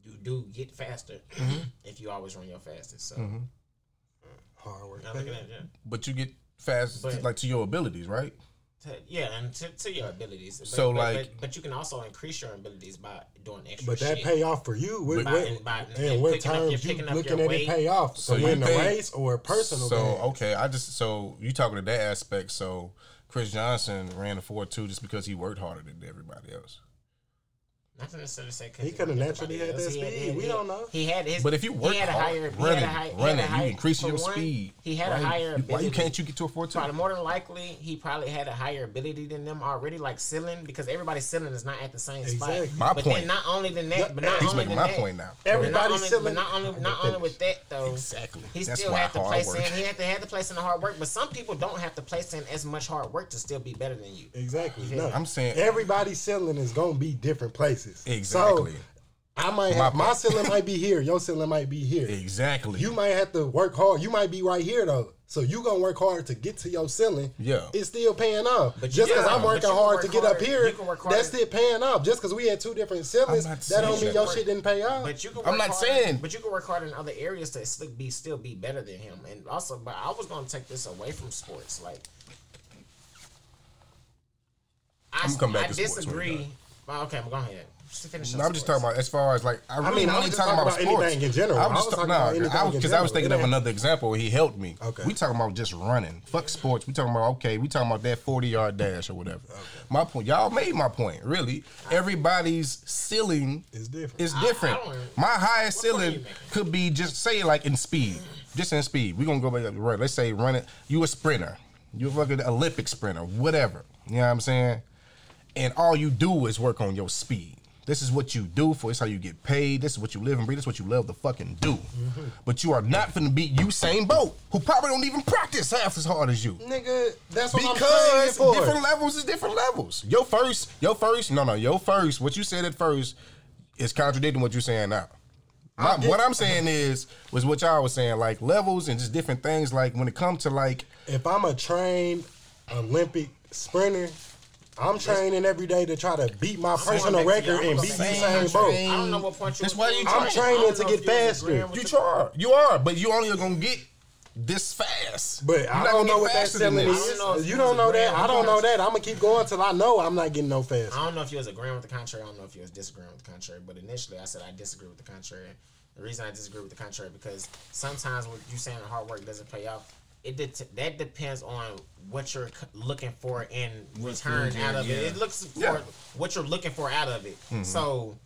Speaker 9: you do get faster (clears throat) if you always run your fastest. So
Speaker 7: Hard work.
Speaker 9: now look at that, yeah.
Speaker 8: But you get fast
Speaker 9: But-
Speaker 8: like to your abilities, right?
Speaker 9: To- yeah, and to, to your abilities. But,
Speaker 8: So,
Speaker 9: but-
Speaker 8: like-
Speaker 9: but, but you can also increase your abilities by doing extra.
Speaker 7: But that
Speaker 9: shit.
Speaker 7: pay off for you. What,
Speaker 9: By-
Speaker 7: what,
Speaker 9: and by-
Speaker 7: and
Speaker 9: and
Speaker 7: what
Speaker 9: picking up your-
Speaker 7: terms you
Speaker 9: picking up
Speaker 7: looking
Speaker 9: your
Speaker 7: at
Speaker 9: weight.
Speaker 7: it pay off?
Speaker 8: So
Speaker 7: to
Speaker 8: you
Speaker 7: win the
Speaker 8: think-
Speaker 7: race or personal?
Speaker 8: so
Speaker 7: gain?
Speaker 8: okay, I just so you talking to that aspect. So Chris Johnson ran a four two just because he worked harder than everybody else.
Speaker 9: Not to necessarily say 'cause
Speaker 7: He coulda
Speaker 9: wasn't
Speaker 7: naturally
Speaker 9: everybody
Speaker 7: had
Speaker 9: else.
Speaker 7: that
Speaker 9: He
Speaker 7: speed.
Speaker 9: he
Speaker 7: We don't know.
Speaker 9: He had his.
Speaker 8: But if you work
Speaker 9: he had
Speaker 8: hard,
Speaker 9: a higher, he had a
Speaker 8: running,
Speaker 9: high- he had a
Speaker 8: running,
Speaker 9: high-
Speaker 8: you increasing
Speaker 9: for
Speaker 8: your
Speaker 9: one,
Speaker 8: speed.
Speaker 9: He had
Speaker 8: Why
Speaker 9: a
Speaker 8: you-
Speaker 9: higher. ability.
Speaker 8: Why you can't you get to a four two?
Speaker 9: Probably more than likely, he probably had a higher ability than them already, like ceiling, because everybody's ceiling is not at the same
Speaker 7: Exactly.
Speaker 9: spot.
Speaker 8: My
Speaker 9: but
Speaker 8: point.
Speaker 9: Then not only than that, but not
Speaker 8: He's
Speaker 9: only
Speaker 8: making
Speaker 9: than
Speaker 8: my
Speaker 9: that,
Speaker 8: point now.
Speaker 9: But not
Speaker 7: Everybody's
Speaker 9: only,
Speaker 7: still
Speaker 9: but not only, not only with that though.
Speaker 8: Exactly.
Speaker 9: He
Speaker 8: That's
Speaker 9: still
Speaker 8: why
Speaker 9: had to
Speaker 8: hard
Speaker 9: place
Speaker 8: work.
Speaker 9: in. He had to had to place in the hard work. But some people don't have to place in as much hard work to still be better than you.
Speaker 7: Exactly. No.
Speaker 8: I'm saying-
Speaker 7: everybody's ceiling is gonna be different places.
Speaker 8: Exactly.
Speaker 7: So I might have
Speaker 8: My-
Speaker 7: my ceiling might be here, your ceiling might be here.
Speaker 8: exactly.
Speaker 7: You might have to work hard. You might be right here though. So you gonna work hard to get to your ceiling.
Speaker 8: Yeah.
Speaker 7: it's still paying off.
Speaker 9: But you
Speaker 7: just because
Speaker 9: can-
Speaker 7: I'm
Speaker 9: but
Speaker 7: working
Speaker 9: you can
Speaker 7: hard
Speaker 9: work
Speaker 7: to get up
Speaker 9: harder-
Speaker 7: here,
Speaker 9: you can work harder.
Speaker 7: that's still paying off. Just because we had two different ceilings,
Speaker 8: I'm not
Speaker 7: that don't
Speaker 8: saying
Speaker 7: mean
Speaker 8: that.
Speaker 7: your shit didn't pay off.
Speaker 9: But you can work
Speaker 8: I'm not
Speaker 9: harder-
Speaker 8: saying-
Speaker 9: But you can work hard in other areas to still be still be better than him. And also, but I was gonna take this away from sports. Like, I,
Speaker 8: I'ma come back
Speaker 9: I
Speaker 8: to sports when we're
Speaker 9: disagree.
Speaker 8: done.
Speaker 9: Well, okay, I'm going ahead. Just finish.
Speaker 8: No, I'm just talking about as far as like I really
Speaker 7: mean, I
Speaker 8: I
Speaker 7: was
Speaker 8: ain't
Speaker 7: just
Speaker 8: talking
Speaker 7: talking
Speaker 8: about,
Speaker 7: about
Speaker 8: sports.
Speaker 7: anything in general.
Speaker 8: I
Speaker 7: I was
Speaker 8: was just
Speaker 7: talking
Speaker 8: talking nah,
Speaker 7: about anything in
Speaker 8: because I, was
Speaker 7: general.
Speaker 8: thinking
Speaker 7: It
Speaker 8: of
Speaker 7: ain't-
Speaker 8: another example where he helped me.
Speaker 7: Okay.
Speaker 8: We talking about just running. Fuck sports. We talking about okay. We talking about that 40 yard dash or whatever. My point. Y'all made my point. Really, everybody's ceiling
Speaker 7: It's different.
Speaker 8: It's different.
Speaker 9: I don't-
Speaker 8: my highest
Speaker 9: What point you
Speaker 8: ceiling
Speaker 9: making?
Speaker 8: could be just say like in speed, just in speed. We gonna go back up to run. Let's say running. You a sprinter. You a fucking Olympic sprinter. Whatever. You know what I'm saying? and all you do is work on your speed. This is what you do for. It's how you get paid. This is what you live and breathe. This is what you love to fucking do.
Speaker 7: Mm-hmm.
Speaker 8: But you are not finna beat Usain Bolt, who probably don't even practice half as hard as you.
Speaker 7: nigga, that's what I'm
Speaker 8: Because
Speaker 7: saying.
Speaker 8: different levels is different levels. Your first, your first, no, no, your first. What you said at first is contradicting what you're saying now. My- what I'm saying is was what y'all was saying, like levels and just different things. Like when it comes to like
Speaker 7: if I'm a trained Olympic sprinter, I'm training every day to try to beat my personal
Speaker 9: back to y'all.
Speaker 7: record and
Speaker 9: I'm
Speaker 7: beat
Speaker 9: saying
Speaker 7: Usain
Speaker 9: I
Speaker 7: Bolt.
Speaker 9: don't know what point you.
Speaker 8: That's
Speaker 9: was
Speaker 8: why
Speaker 9: going
Speaker 8: you
Speaker 9: with.
Speaker 8: trying.
Speaker 9: I
Speaker 8: I'm
Speaker 9: don't
Speaker 7: training
Speaker 9: know
Speaker 7: to
Speaker 9: if
Speaker 7: get
Speaker 9: you was
Speaker 7: faster.
Speaker 9: agreeing with
Speaker 8: You
Speaker 9: the-
Speaker 8: try. You are, but you only gonna get this fast.
Speaker 7: But
Speaker 8: You're
Speaker 7: I
Speaker 8: not
Speaker 7: don't
Speaker 8: gonna
Speaker 7: know
Speaker 8: get
Speaker 7: what that
Speaker 8: faster than
Speaker 7: selling
Speaker 8: this.
Speaker 9: I don't know
Speaker 7: is.
Speaker 9: if
Speaker 7: You
Speaker 9: it
Speaker 7: don't
Speaker 9: was
Speaker 7: know
Speaker 9: a
Speaker 7: that.
Speaker 9: grand.
Speaker 7: I don't know
Speaker 9: Because-
Speaker 7: that. I'm gonna keep going till I know I'm not getting no faster.
Speaker 9: I don't know if you was agreeing with the contrary. I don't know if you was disagreeing with the contrary. But initially, I said I disagree with the contrary. The reason I disagree with the contrary because sometimes what you saying hard work doesn't pay off. It det- that depends on what you're c- looking for in
Speaker 10: What's
Speaker 9: return
Speaker 10: good,
Speaker 9: out of it.
Speaker 10: yeah.
Speaker 9: It looks for
Speaker 8: Yeah.
Speaker 9: what you're looking for out of it. So,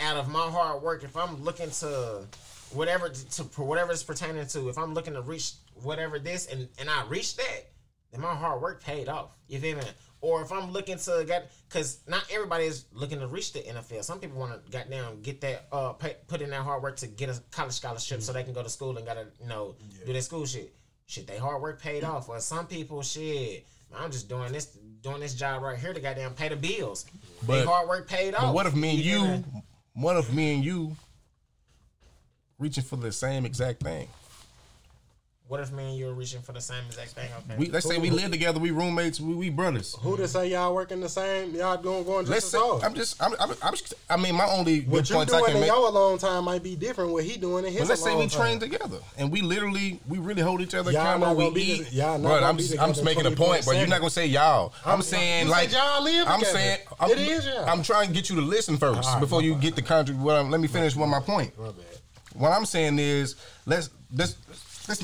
Speaker 9: out of my hard work, if I'm looking to whatever to for whatever it's pertaining to, if I'm looking to reach whatever this and and I reach that, then my hard work paid off. You feel me? Or if I'm looking to get, because not everybody is looking to reach the NFL. Some people want to goddamn get that, uh, pay, put in that hard work to get a college scholarship so they can go to school and gotta, you know, do their school shit. Shit, they hard work paid off. Or some people, shit, I'm just doing this, doing this job right here to goddamn pay the bills. They
Speaker 8: But-
Speaker 9: hard work paid off.
Speaker 8: But what if me and
Speaker 9: feel me?
Speaker 8: you? What if me and you reaching for the same exact thing?
Speaker 9: What if me and you are reaching for the same exact thing? Okay.
Speaker 8: We let's say we live together, we roommates, we, we brothers.
Speaker 7: Who to say y'all working the same? Y'all doing going
Speaker 8: Let's
Speaker 7: just
Speaker 8: say
Speaker 7: as hard.
Speaker 8: I'm just I'm, I'm, I'm just, I mean my only good
Speaker 7: What you
Speaker 8: points I
Speaker 7: doing
Speaker 8: can
Speaker 7: in
Speaker 8: make.
Speaker 7: your alone time might be different. What he doing in his
Speaker 8: But let's say
Speaker 7: alone
Speaker 8: we train
Speaker 7: time.
Speaker 8: together and we literally we really hold each other
Speaker 7: Y'all
Speaker 8: accountable.
Speaker 7: not gonna
Speaker 8: We
Speaker 7: be-
Speaker 8: eat.
Speaker 7: y'all not
Speaker 8: Bruh,
Speaker 7: gonna
Speaker 8: I'm
Speaker 7: be
Speaker 8: just,
Speaker 7: together
Speaker 8: I'm just making a point, but you're
Speaker 7: 24/7.
Speaker 8: not gonna say y'all. I'm,
Speaker 7: I'm-
Speaker 8: saying
Speaker 7: you
Speaker 8: like
Speaker 7: said y'all live
Speaker 8: I'm
Speaker 7: together.
Speaker 8: saying
Speaker 7: It
Speaker 8: I'm,
Speaker 7: is y'all.
Speaker 8: I'm trying to get you to listen first before you get the contract. Well, um, let me finish with my point.
Speaker 7: My bad.
Speaker 8: What I'm saying is, let's let's. let's-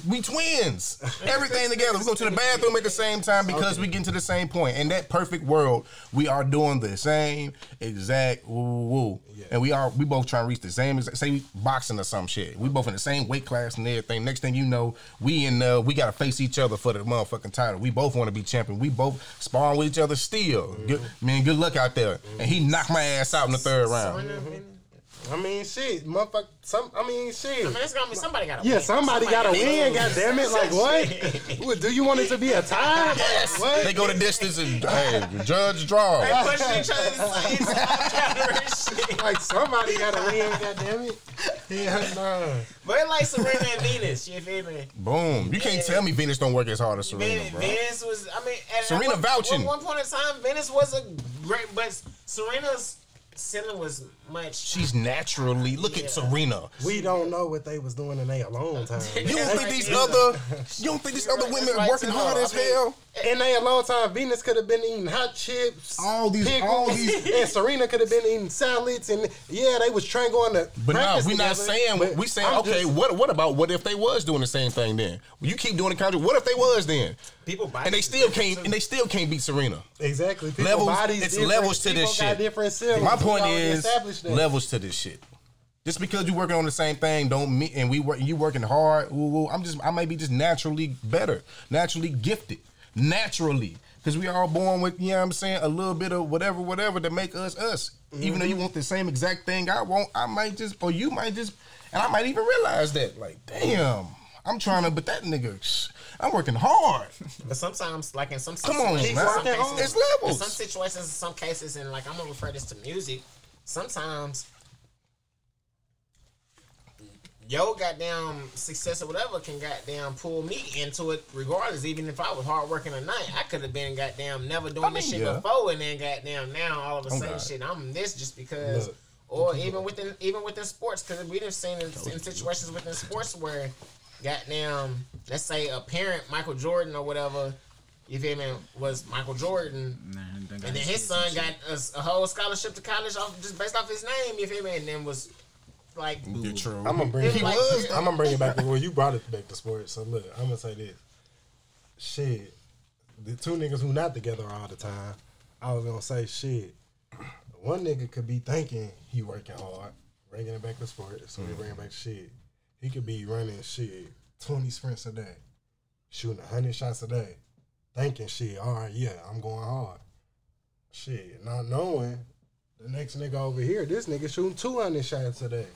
Speaker 8: We twins. Everything together. We go to the bathroom at the same time because we get to the same point. In that perfect world, we are doing the same exact woo woo, woo. And we are we both trying to reach the same exact say we boxing or some shit. We both in the same weight class and everything. Next thing you know, we in uh we gotta face each other for the motherfucking title. We both wanna be champion. We both sparring with each other still. Good, man, good luck out there. And he knocked my ass out in the third round.
Speaker 7: I mean, shit, motherfucker. Some, I mean, shit.
Speaker 9: I mean, it's gonna be somebody got to.
Speaker 7: yeah, somebody gotta win. God damn it!
Speaker 9: (laughs)
Speaker 7: Like what? what? Do you want it to be a tie? Like, what?
Speaker 8: They go the distance and hey, judge draw.
Speaker 9: Pushing each other. It's, it's all shit.
Speaker 7: Like somebody gotta win. God damn it! Yeah, nah.
Speaker 9: But like Serena and Venus, you feel me?
Speaker 8: Boom. You can't tell me Venus don't work as hard as Serena,
Speaker 9: Ven-
Speaker 8: bro.
Speaker 9: Venus was, I mean, at,
Speaker 8: Serena
Speaker 9: at one,
Speaker 8: vouching.
Speaker 9: At one point in time, Venus was a great, but Serena's ceiling was much.
Speaker 8: She's naturally. Look at Serena.
Speaker 7: We don't know what they was doing in their alone time.
Speaker 8: You don't
Speaker 9: That's
Speaker 8: think
Speaker 9: right,
Speaker 8: these
Speaker 9: yeah.
Speaker 8: other you don't think these
Speaker 9: You're
Speaker 8: other
Speaker 9: right,
Speaker 8: women
Speaker 9: that's right,
Speaker 8: working
Speaker 9: too,
Speaker 8: hard
Speaker 9: though.
Speaker 8: as
Speaker 9: I mean,
Speaker 8: hell?
Speaker 7: In their alone time, Venus could have been eating hot chips,
Speaker 8: All these- all
Speaker 7: (laughs) pickles, and Serena could have been eating salads. And yeah, they was trying going to.
Speaker 8: But now
Speaker 7: practice
Speaker 8: we're not
Speaker 7: together,
Speaker 8: saying
Speaker 7: but
Speaker 8: we saying
Speaker 7: I'm
Speaker 8: okay.
Speaker 7: just-
Speaker 8: what what about what if they was doing the same thing then? You keep doing the contract. What if they was then?
Speaker 9: People buy
Speaker 8: And they
Speaker 9: this
Speaker 8: still
Speaker 9: shit,
Speaker 8: can't.
Speaker 9: too.
Speaker 8: And they still can't beat Serena.
Speaker 7: Exactly. People
Speaker 8: levels-
Speaker 7: bodies
Speaker 8: it's
Speaker 7: different.
Speaker 8: levels to
Speaker 7: People
Speaker 8: this
Speaker 7: got
Speaker 8: shit.
Speaker 7: Different ceilings.
Speaker 8: My
Speaker 7: We
Speaker 8: point
Speaker 7: already
Speaker 8: is
Speaker 7: established that.
Speaker 8: levels to this shit. Just because you're working on the same thing, don't mean and we work you working hard. Ooh, ooh, I'm just I might be just naturally better, naturally gifted, naturally because we all born with you know what I'm saying a little bit of whatever, whatever to make us us. Even though you want the same exact thing I want, I might just or you might just and I might even realize that like damn. I'm trying to, but that nigga, shh, I'm working hard.
Speaker 9: But sometimes, like in some
Speaker 8: Come on,
Speaker 9: situations,
Speaker 8: man.
Speaker 9: some cases-
Speaker 8: It's levels.
Speaker 9: In some situations, in some cases, and like I'm gonna refer this to music. Sometimes your goddamn success or whatever can goddamn pull me into it, regardless. Even if I was hardworking or not, I could have been goddamn never doing this
Speaker 8: mean,
Speaker 9: shit
Speaker 8: yeah.
Speaker 9: before, and then goddamn now all of a
Speaker 8: Oh,
Speaker 9: sudden
Speaker 8: God.
Speaker 9: shit I'm this just because. Or even within even within sports, because we've seen in, in situations within sports where, goddamn, let's say a parent Michael Jordan or whatever, you feel me, was Michael Jordan. And then his son got a, s- a whole scholarship to college off just based off his name, you feel me? And then was
Speaker 8: (laughs)
Speaker 9: like,
Speaker 8: You're true.
Speaker 7: I'm gonna bring it
Speaker 9: He
Speaker 7: back.
Speaker 9: was,
Speaker 7: I'm gonna bring it back. Well, you brought it back to sports, so look, I'm gonna say this. Shit, the two niggas who not together all the time. I was gonna say shit. One nigga could be thinking he working hard, bringing it back to sports, so he bringing back shit. He could be running shit, twenty sprints a day, shooting hundred shots a day, thinking shit. All right, yeah, I'm going hard. Shit, not knowing the next nigga over here, this nigga shooting 200 shots a day,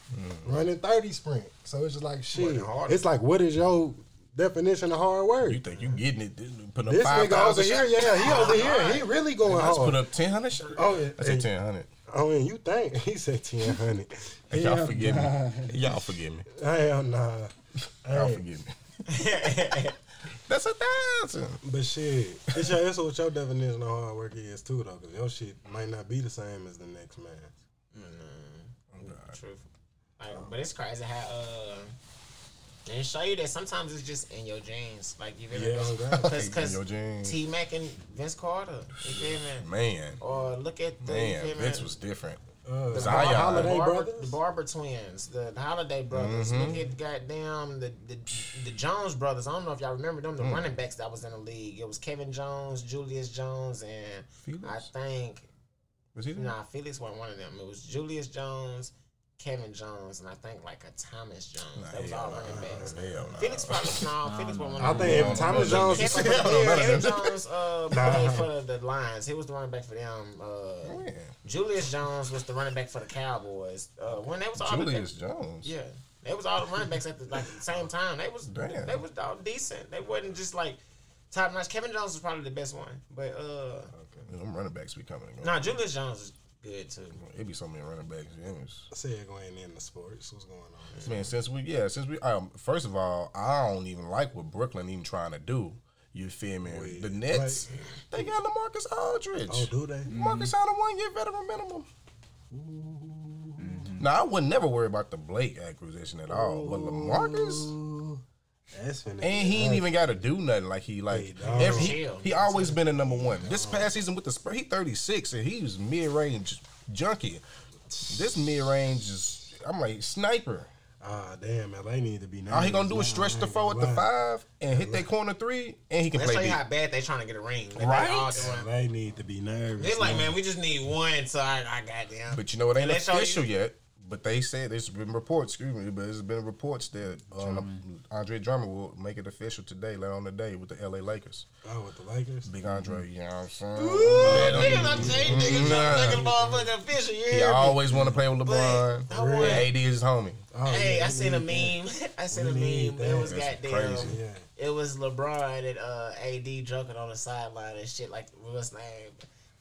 Speaker 7: running 30 sprint. So it's just like, shit. It's like, what is your definition of hard work?
Speaker 8: You think you getting it? This, nigga putting up
Speaker 7: this
Speaker 8: five
Speaker 7: nigga over
Speaker 8: thousand
Speaker 7: here,
Speaker 8: shots.
Speaker 7: yeah, he over here, he really going
Speaker 8: Let's put
Speaker 7: hard.
Speaker 8: up ten hundred shots.
Speaker 7: Oh, yeah.
Speaker 8: I said ten hundred.
Speaker 7: Oh, and you think (laughs) he said 1,000.
Speaker 8: Y'all
Speaker 7: (laughs)
Speaker 8: forgive me. Y'all forgive me.
Speaker 7: Hell nah.
Speaker 8: Y'all
Speaker 7: Hey,
Speaker 8: forgive me. That's a thousand.
Speaker 7: but shit, it's, your, it's what your definition of hard work is too, though, because your shit might not be the same as the next man.
Speaker 9: truth. Like, but it's crazy how, uh, and it show you that sometimes it's just in your jeans. Like, you feel me?
Speaker 7: Yeah, oh,
Speaker 9: (laughs)
Speaker 7: God.
Speaker 9: Because,
Speaker 8: In your jeans.
Speaker 9: T Mac and Vince Carter, you feel me?
Speaker 8: Man,
Speaker 9: Or look at the,
Speaker 8: man,
Speaker 9: you feel me?
Speaker 8: Vince was different.
Speaker 7: Uh,
Speaker 8: Zion.
Speaker 9: the
Speaker 7: Holiday
Speaker 9: Barber,
Speaker 7: Brothers?
Speaker 9: the Barber twins, the, the Holiday brothers.
Speaker 8: Mm-hmm.
Speaker 9: Look at goddamn the, the the Jones brothers. I don't know if y'all remember them. The
Speaker 8: Mm.
Speaker 9: running backs that was in the league. It was Kevin Jones, Julius Jones, and I
Speaker 8: Felix?
Speaker 9: think
Speaker 8: Was he there?
Speaker 9: nah, Felix wasn't one of them. It was Julius Jones, Kevin Jones, and I think like a Thomas Jones. that was all running backs.
Speaker 8: Hell no.
Speaker 9: Felix
Speaker 8: (laughs)
Speaker 9: probably no. Felix wasn't one
Speaker 7: I
Speaker 9: of them.
Speaker 7: think if Thomas Jones
Speaker 9: Kevin,
Speaker 7: is
Speaker 9: Kevin
Speaker 8: them.
Speaker 9: Jones uh, played for the, the Lions. He was the running back for them. Uh,
Speaker 8: Man,
Speaker 9: Julius Jones was the running back for the Cowboys. Uh, when they was all
Speaker 8: Julius
Speaker 9: the,
Speaker 8: Jones.
Speaker 9: yeah, they was all the running backs at the like the same time. They was
Speaker 8: Damn.
Speaker 9: they was all decent. They wasn't just like top notch. Kevin Jones was probably the best one, but uh,
Speaker 8: Them running backs be coming and going.
Speaker 9: nah, Julius Jones is good too.
Speaker 8: It be so many running backs. It was-
Speaker 7: I said going in the sports. What's going on?
Speaker 8: Man, since we yeah, since we um, first of all, I don't even like what Brooklyn even trying to do. You feel me? the Nets, they got LaMarcus Aldridge.
Speaker 7: Oh, do they?
Speaker 8: Marcus on a one year veteran minimum. Now I would never worry about the Blake acquisition at all, but Lamarcus,
Speaker 7: That's finna
Speaker 8: and he ain't even got to do nothing. Like he like
Speaker 7: dog.
Speaker 8: every, he,
Speaker 9: Chill.
Speaker 8: he always been a number one. This past season with the Spurs, he thirty six and he was mid range junkie. This mid range is I'm like sniper.
Speaker 7: Ah, damn, LA need to be nice.
Speaker 8: All he gonna do is stretch the four at the five and hit that corner three, and he can
Speaker 9: Let's show
Speaker 8: play
Speaker 9: you how
Speaker 8: deep.
Speaker 9: bad they trying to get a ring. They
Speaker 8: Right?
Speaker 9: all doing-
Speaker 7: LA need to be nervous.
Speaker 9: They like, man, we just need one. So I, I goddamn.
Speaker 8: But you know it ain't
Speaker 9: Let's show you-
Speaker 8: official yet. But they said there's been reports. Excuse me, but there's been reports that uh, Andre Drummond will make it official today, later on today, with the L.A. Lakers.
Speaker 7: Oh, with the Lakers.
Speaker 8: Big Andre, you know what I'm saying?
Speaker 9: Niggas, I'm telling you, niggas,
Speaker 8: Mm-hmm. Nah.
Speaker 9: niggas, motherfucking official. You
Speaker 8: He
Speaker 9: hear me?
Speaker 8: always want to play with LeBron.
Speaker 9: I want-
Speaker 8: AD is his homie.
Speaker 7: Oh,
Speaker 9: Hey,
Speaker 7: yeah,
Speaker 9: I
Speaker 7: we
Speaker 9: seen a
Speaker 7: need that.
Speaker 9: meme. (laughs) I seen a
Speaker 7: need
Speaker 9: meme. It
Speaker 7: that.
Speaker 9: was
Speaker 8: That's
Speaker 9: goddamn.
Speaker 8: crazy.
Speaker 7: Yeah.
Speaker 9: It was LeBron and uh, AD joking on the sideline and shit like what's name.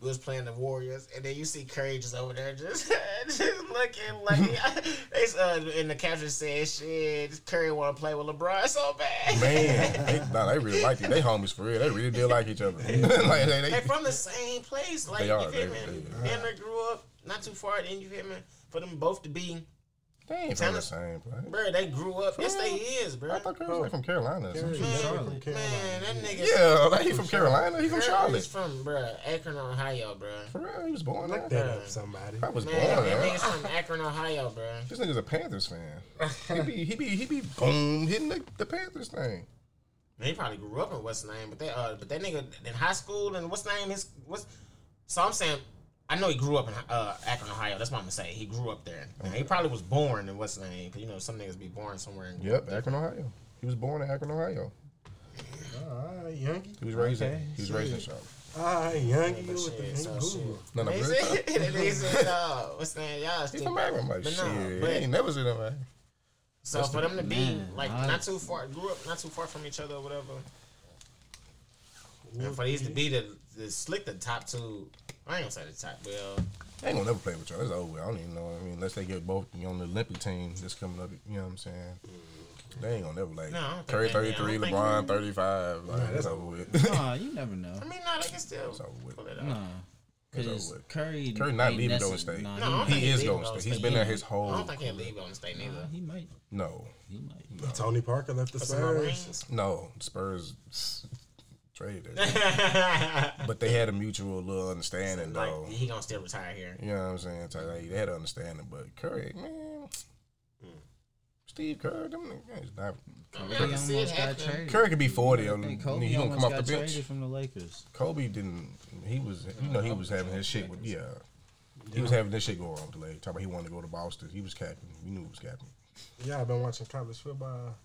Speaker 9: We was playing the Warriors, and then you see Curry just over there, just, (laughs) just looking
Speaker 8: (laughs)
Speaker 9: like they uh, in the caption said, "Shit, Curry want to play with LeBron so bad."
Speaker 8: Man, they, nah, they really like it. They homies for real. They really do like each other. (laughs) like,
Speaker 9: (laughs)
Speaker 8: they,
Speaker 9: they
Speaker 8: they,
Speaker 9: from the same place. Like
Speaker 8: They are,
Speaker 9: you feel
Speaker 8: they-
Speaker 9: me?
Speaker 8: they-
Speaker 9: Denver grew up not too far. Then you feel me? For them both to be,
Speaker 8: they ain't from the same place.
Speaker 9: bro, they grew up. Yes, they
Speaker 8: real?
Speaker 9: is, bro.
Speaker 8: I thought Curry was like, from Carolina. or some shit.
Speaker 7: Yeah,
Speaker 9: Man,
Speaker 7: from Carolina.
Speaker 9: man, that nigga.
Speaker 8: Yeah, like he from Carolina. He from
Speaker 9: He's
Speaker 8: Charlotte.
Speaker 9: from bruh, Akron, Ohio, bruh.
Speaker 8: For real, he was born
Speaker 7: Look
Speaker 8: there.
Speaker 7: that up, somebody.
Speaker 8: I was born
Speaker 9: Man, that
Speaker 8: there.
Speaker 9: nigga's from Akron, Ohio, bruh.
Speaker 8: (laughs) This nigga's a
Speaker 9: (laughs)
Speaker 8: Panthers fan. He be he be he be boom hitting the, the Panthers thing.
Speaker 9: Man, he probably grew up in what's name, but that uh, but that nigga in high school and what's name is what's. So I'm saying, I know he grew up in uh, Akron, Ohio. That's what I'm gonna say. He grew up there. Now, he probably was born in what's name, cause you know some niggas be born somewhere. And
Speaker 8: Yep, Akron, Ohio. He was born in Akron, Ohio.
Speaker 7: All right, Yankee.
Speaker 8: He was raised in he was raised in Charlotte.
Speaker 7: All right, Yankee. You
Speaker 9: But
Speaker 7: Ah, with the
Speaker 9: shit, so
Speaker 7: Yankee Google.
Speaker 9: shit.
Speaker 8: No, no,
Speaker 9: They
Speaker 8: but-
Speaker 9: said, (laughs) they said, uh, what's name, y'all
Speaker 8: He's
Speaker 9: stupid.
Speaker 8: from Akron. I'm like,
Speaker 9: But
Speaker 8: shit,
Speaker 9: no,
Speaker 8: he
Speaker 9: but-
Speaker 8: ain't never seen him. man.
Speaker 9: So for them to be
Speaker 10: Man,
Speaker 9: like
Speaker 10: I-
Speaker 9: not too far, grew up not too far from each other or whatever. And for these to be the, the slick the top two, I ain't gonna say the top. Well,
Speaker 8: They ain't gonna never play with y'all. That's over. with. I don't even know. I mean, unless they get both you know, on the Olympic team that's coming up. You know what I'm saying? They ain't gonna never like
Speaker 9: No, Mm. I don't think
Speaker 8: Curry
Speaker 9: they- I don't
Speaker 8: 33,
Speaker 9: think-
Speaker 8: LeBron 35. Like, that's over
Speaker 10: (laughs)
Speaker 8: with.
Speaker 10: Nah, you never know.
Speaker 9: I mean, no, they can still uh,
Speaker 8: It's over with.
Speaker 9: pull it off.
Speaker 10: Nah,
Speaker 8: It's over
Speaker 10: because
Speaker 8: with.
Speaker 10: Curry
Speaker 8: Curry not
Speaker 10: ain't
Speaker 8: leaving
Speaker 10: necess-
Speaker 8: Golden State.
Speaker 10: Nah,
Speaker 9: No, I don't
Speaker 8: He
Speaker 9: think
Speaker 8: is
Speaker 9: leaving
Speaker 8: Golden
Speaker 9: Golden
Speaker 8: State. He's
Speaker 9: State.
Speaker 8: been there his
Speaker 9: I
Speaker 8: whole.
Speaker 9: don't think he'll leave Golden State neither.
Speaker 10: he, he might.
Speaker 8: No,
Speaker 10: He might.
Speaker 7: Tony Parker left the
Speaker 9: Some more
Speaker 7: Spurs.
Speaker 9: rings.
Speaker 8: no. Spurs traded
Speaker 10: (laughs)
Speaker 9: (laughs)
Speaker 8: it, but they had a mutual little understanding though.
Speaker 9: Like he gonna still retire here.
Speaker 8: You know what I'm saying? So, like, they had an understanding, but Curry, man, Steve Curry, them niggas not.
Speaker 10: He
Speaker 9: Mm. I can see it
Speaker 10: almost got
Speaker 9: happen.
Speaker 10: traded.
Speaker 8: Curry could be 40.
Speaker 10: I
Speaker 8: and
Speaker 10: think Kobe
Speaker 8: he gonna
Speaker 10: almost
Speaker 8: come off
Speaker 10: got
Speaker 8: the bench.
Speaker 10: traded from the Lakers.
Speaker 8: Kobe didn't. He was, you know, he was having his shit with yeah. He was having this shit going on with the Lakers. Talking about he wanted to go to Boston. He was capping. We knew he was capping.
Speaker 7: Yeah, I've been watching college football.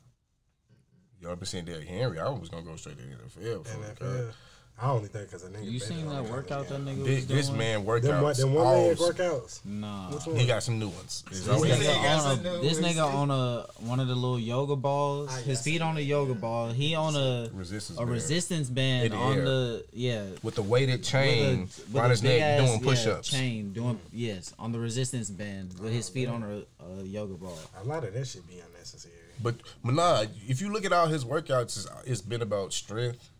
Speaker 8: Y'all been seeing Derrick Henry. I was gonna go straight to the NFL. For
Speaker 7: NFL. I only think because a nigga.
Speaker 10: You
Speaker 7: been
Speaker 10: seen
Speaker 7: on
Speaker 10: that
Speaker 7: college
Speaker 10: workout that
Speaker 7: game.
Speaker 10: nigga
Speaker 8: This,
Speaker 10: was doing?
Speaker 8: this man
Speaker 7: Them one,
Speaker 8: workouts.
Speaker 7: them one
Speaker 8: all-
Speaker 7: leg workouts.
Speaker 10: Nah.
Speaker 7: Which
Speaker 8: He
Speaker 7: one?
Speaker 8: got some new ones. It's
Speaker 10: This
Speaker 8: always-
Speaker 10: nigga,
Speaker 9: got
Speaker 10: on
Speaker 9: some
Speaker 10: a, this
Speaker 9: new
Speaker 10: nigga on a one of the little yoga balls. His feet on a yoga ball. He on a
Speaker 8: Resistance
Speaker 10: a
Speaker 8: band.
Speaker 10: resistance band
Speaker 8: In the
Speaker 10: on
Speaker 8: air.
Speaker 10: the yeah.
Speaker 8: with the weighted
Speaker 10: with a-
Speaker 8: chain
Speaker 10: with
Speaker 8: around
Speaker 10: a
Speaker 8: his neck,
Speaker 10: big-ass,
Speaker 8: doing
Speaker 10: yeah,
Speaker 8: push-ups.
Speaker 10: Chain doing yes on the resistance band with his feet
Speaker 9: Oh,
Speaker 10: on a, a yoga ball.
Speaker 7: A lot of that should be unnecessary.
Speaker 8: But Manaj, if you look at all his workouts, it's, it's been about strength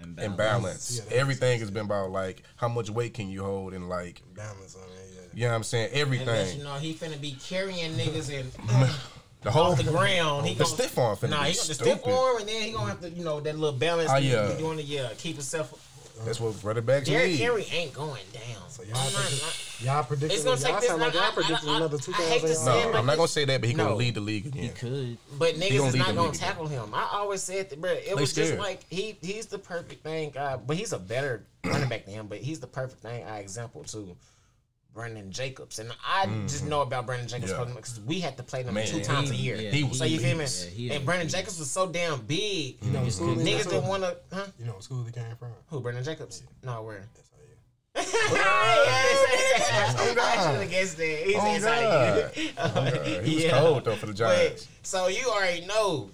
Speaker 10: And
Speaker 8: and
Speaker 7: Yeah,
Speaker 8: balance.
Speaker 7: that makes
Speaker 8: Everything has been about like how much weight can you hold and like
Speaker 7: Balance on it. Yeah.
Speaker 9: (laughs)
Speaker 8: you know what I'm saying.
Speaker 9: And let you
Speaker 8: Everything,
Speaker 9: know he finna be carrying niggas and (laughs)
Speaker 8: (laughs) the whole
Speaker 9: off the ground. He
Speaker 8: The
Speaker 9: gonna,
Speaker 8: stiff arm finna
Speaker 9: Nah,
Speaker 8: be
Speaker 9: he gonna the stiff
Speaker 8: stupid.
Speaker 9: arm, and then he gonna have to, you know, that little balance.
Speaker 8: Oh,
Speaker 9: he
Speaker 8: yeah.
Speaker 9: be doing it, yeah, keep himself.
Speaker 8: That's what running backs
Speaker 9: Derrick
Speaker 8: need.
Speaker 9: Henry ain't going down.
Speaker 7: So
Speaker 9: I'm
Speaker 7: y'all,
Speaker 9: not-
Speaker 7: predict, y'all predicting.
Speaker 9: It's gonna take
Speaker 7: Y'all
Speaker 9: this-
Speaker 7: sound like
Speaker 9: I- I-
Speaker 7: y'all
Speaker 9: I-
Speaker 7: predicting
Speaker 9: I-
Speaker 7: another
Speaker 9: I hate
Speaker 7: two
Speaker 9: to
Speaker 7: thousand.
Speaker 9: say
Speaker 8: No,
Speaker 9: Yeah, but
Speaker 8: Uh, I'm not gonna say that, but he
Speaker 9: No.
Speaker 8: gonna lead the league
Speaker 10: He
Speaker 8: again.
Speaker 10: could.
Speaker 9: But niggas
Speaker 8: gonna
Speaker 9: is
Speaker 8: lead
Speaker 9: not
Speaker 8: the
Speaker 9: gonna
Speaker 8: league.
Speaker 9: tackle him. I always said that, bro. It
Speaker 8: They
Speaker 9: was just
Speaker 8: scared.
Speaker 9: like he he's the perfect thing. Uh, but he's a better running back than him. But he's the perfect thing. I example to Brendan Jacobs, and I just know about Brendan Jacobs
Speaker 8: Mm-hmm. Yeah.
Speaker 9: because we had to play them
Speaker 8: Man,
Speaker 9: two times a
Speaker 8: he-
Speaker 9: year.
Speaker 10: yeah,
Speaker 8: he was- Mm-hmm.
Speaker 9: so you feel me?
Speaker 10: yeah, he
Speaker 9: and
Speaker 10: a
Speaker 9: Brendan
Speaker 10: beast.
Speaker 9: Jacobs was so damn big.
Speaker 7: You know what school he
Speaker 9: Niggas
Speaker 7: went
Speaker 9: didn't
Speaker 7: to?
Speaker 9: want to. Huh?
Speaker 7: You know what school he came from?
Speaker 9: Who? Brendan Jacobs? No, (laughs) where?
Speaker 7: That's how you-
Speaker 9: I should have guessed that. He's
Speaker 8: Oh,
Speaker 9: inside
Speaker 8: God. Uh,
Speaker 9: you. (laughs)
Speaker 8: He was cold though for the Giants.
Speaker 9: But, so you already know.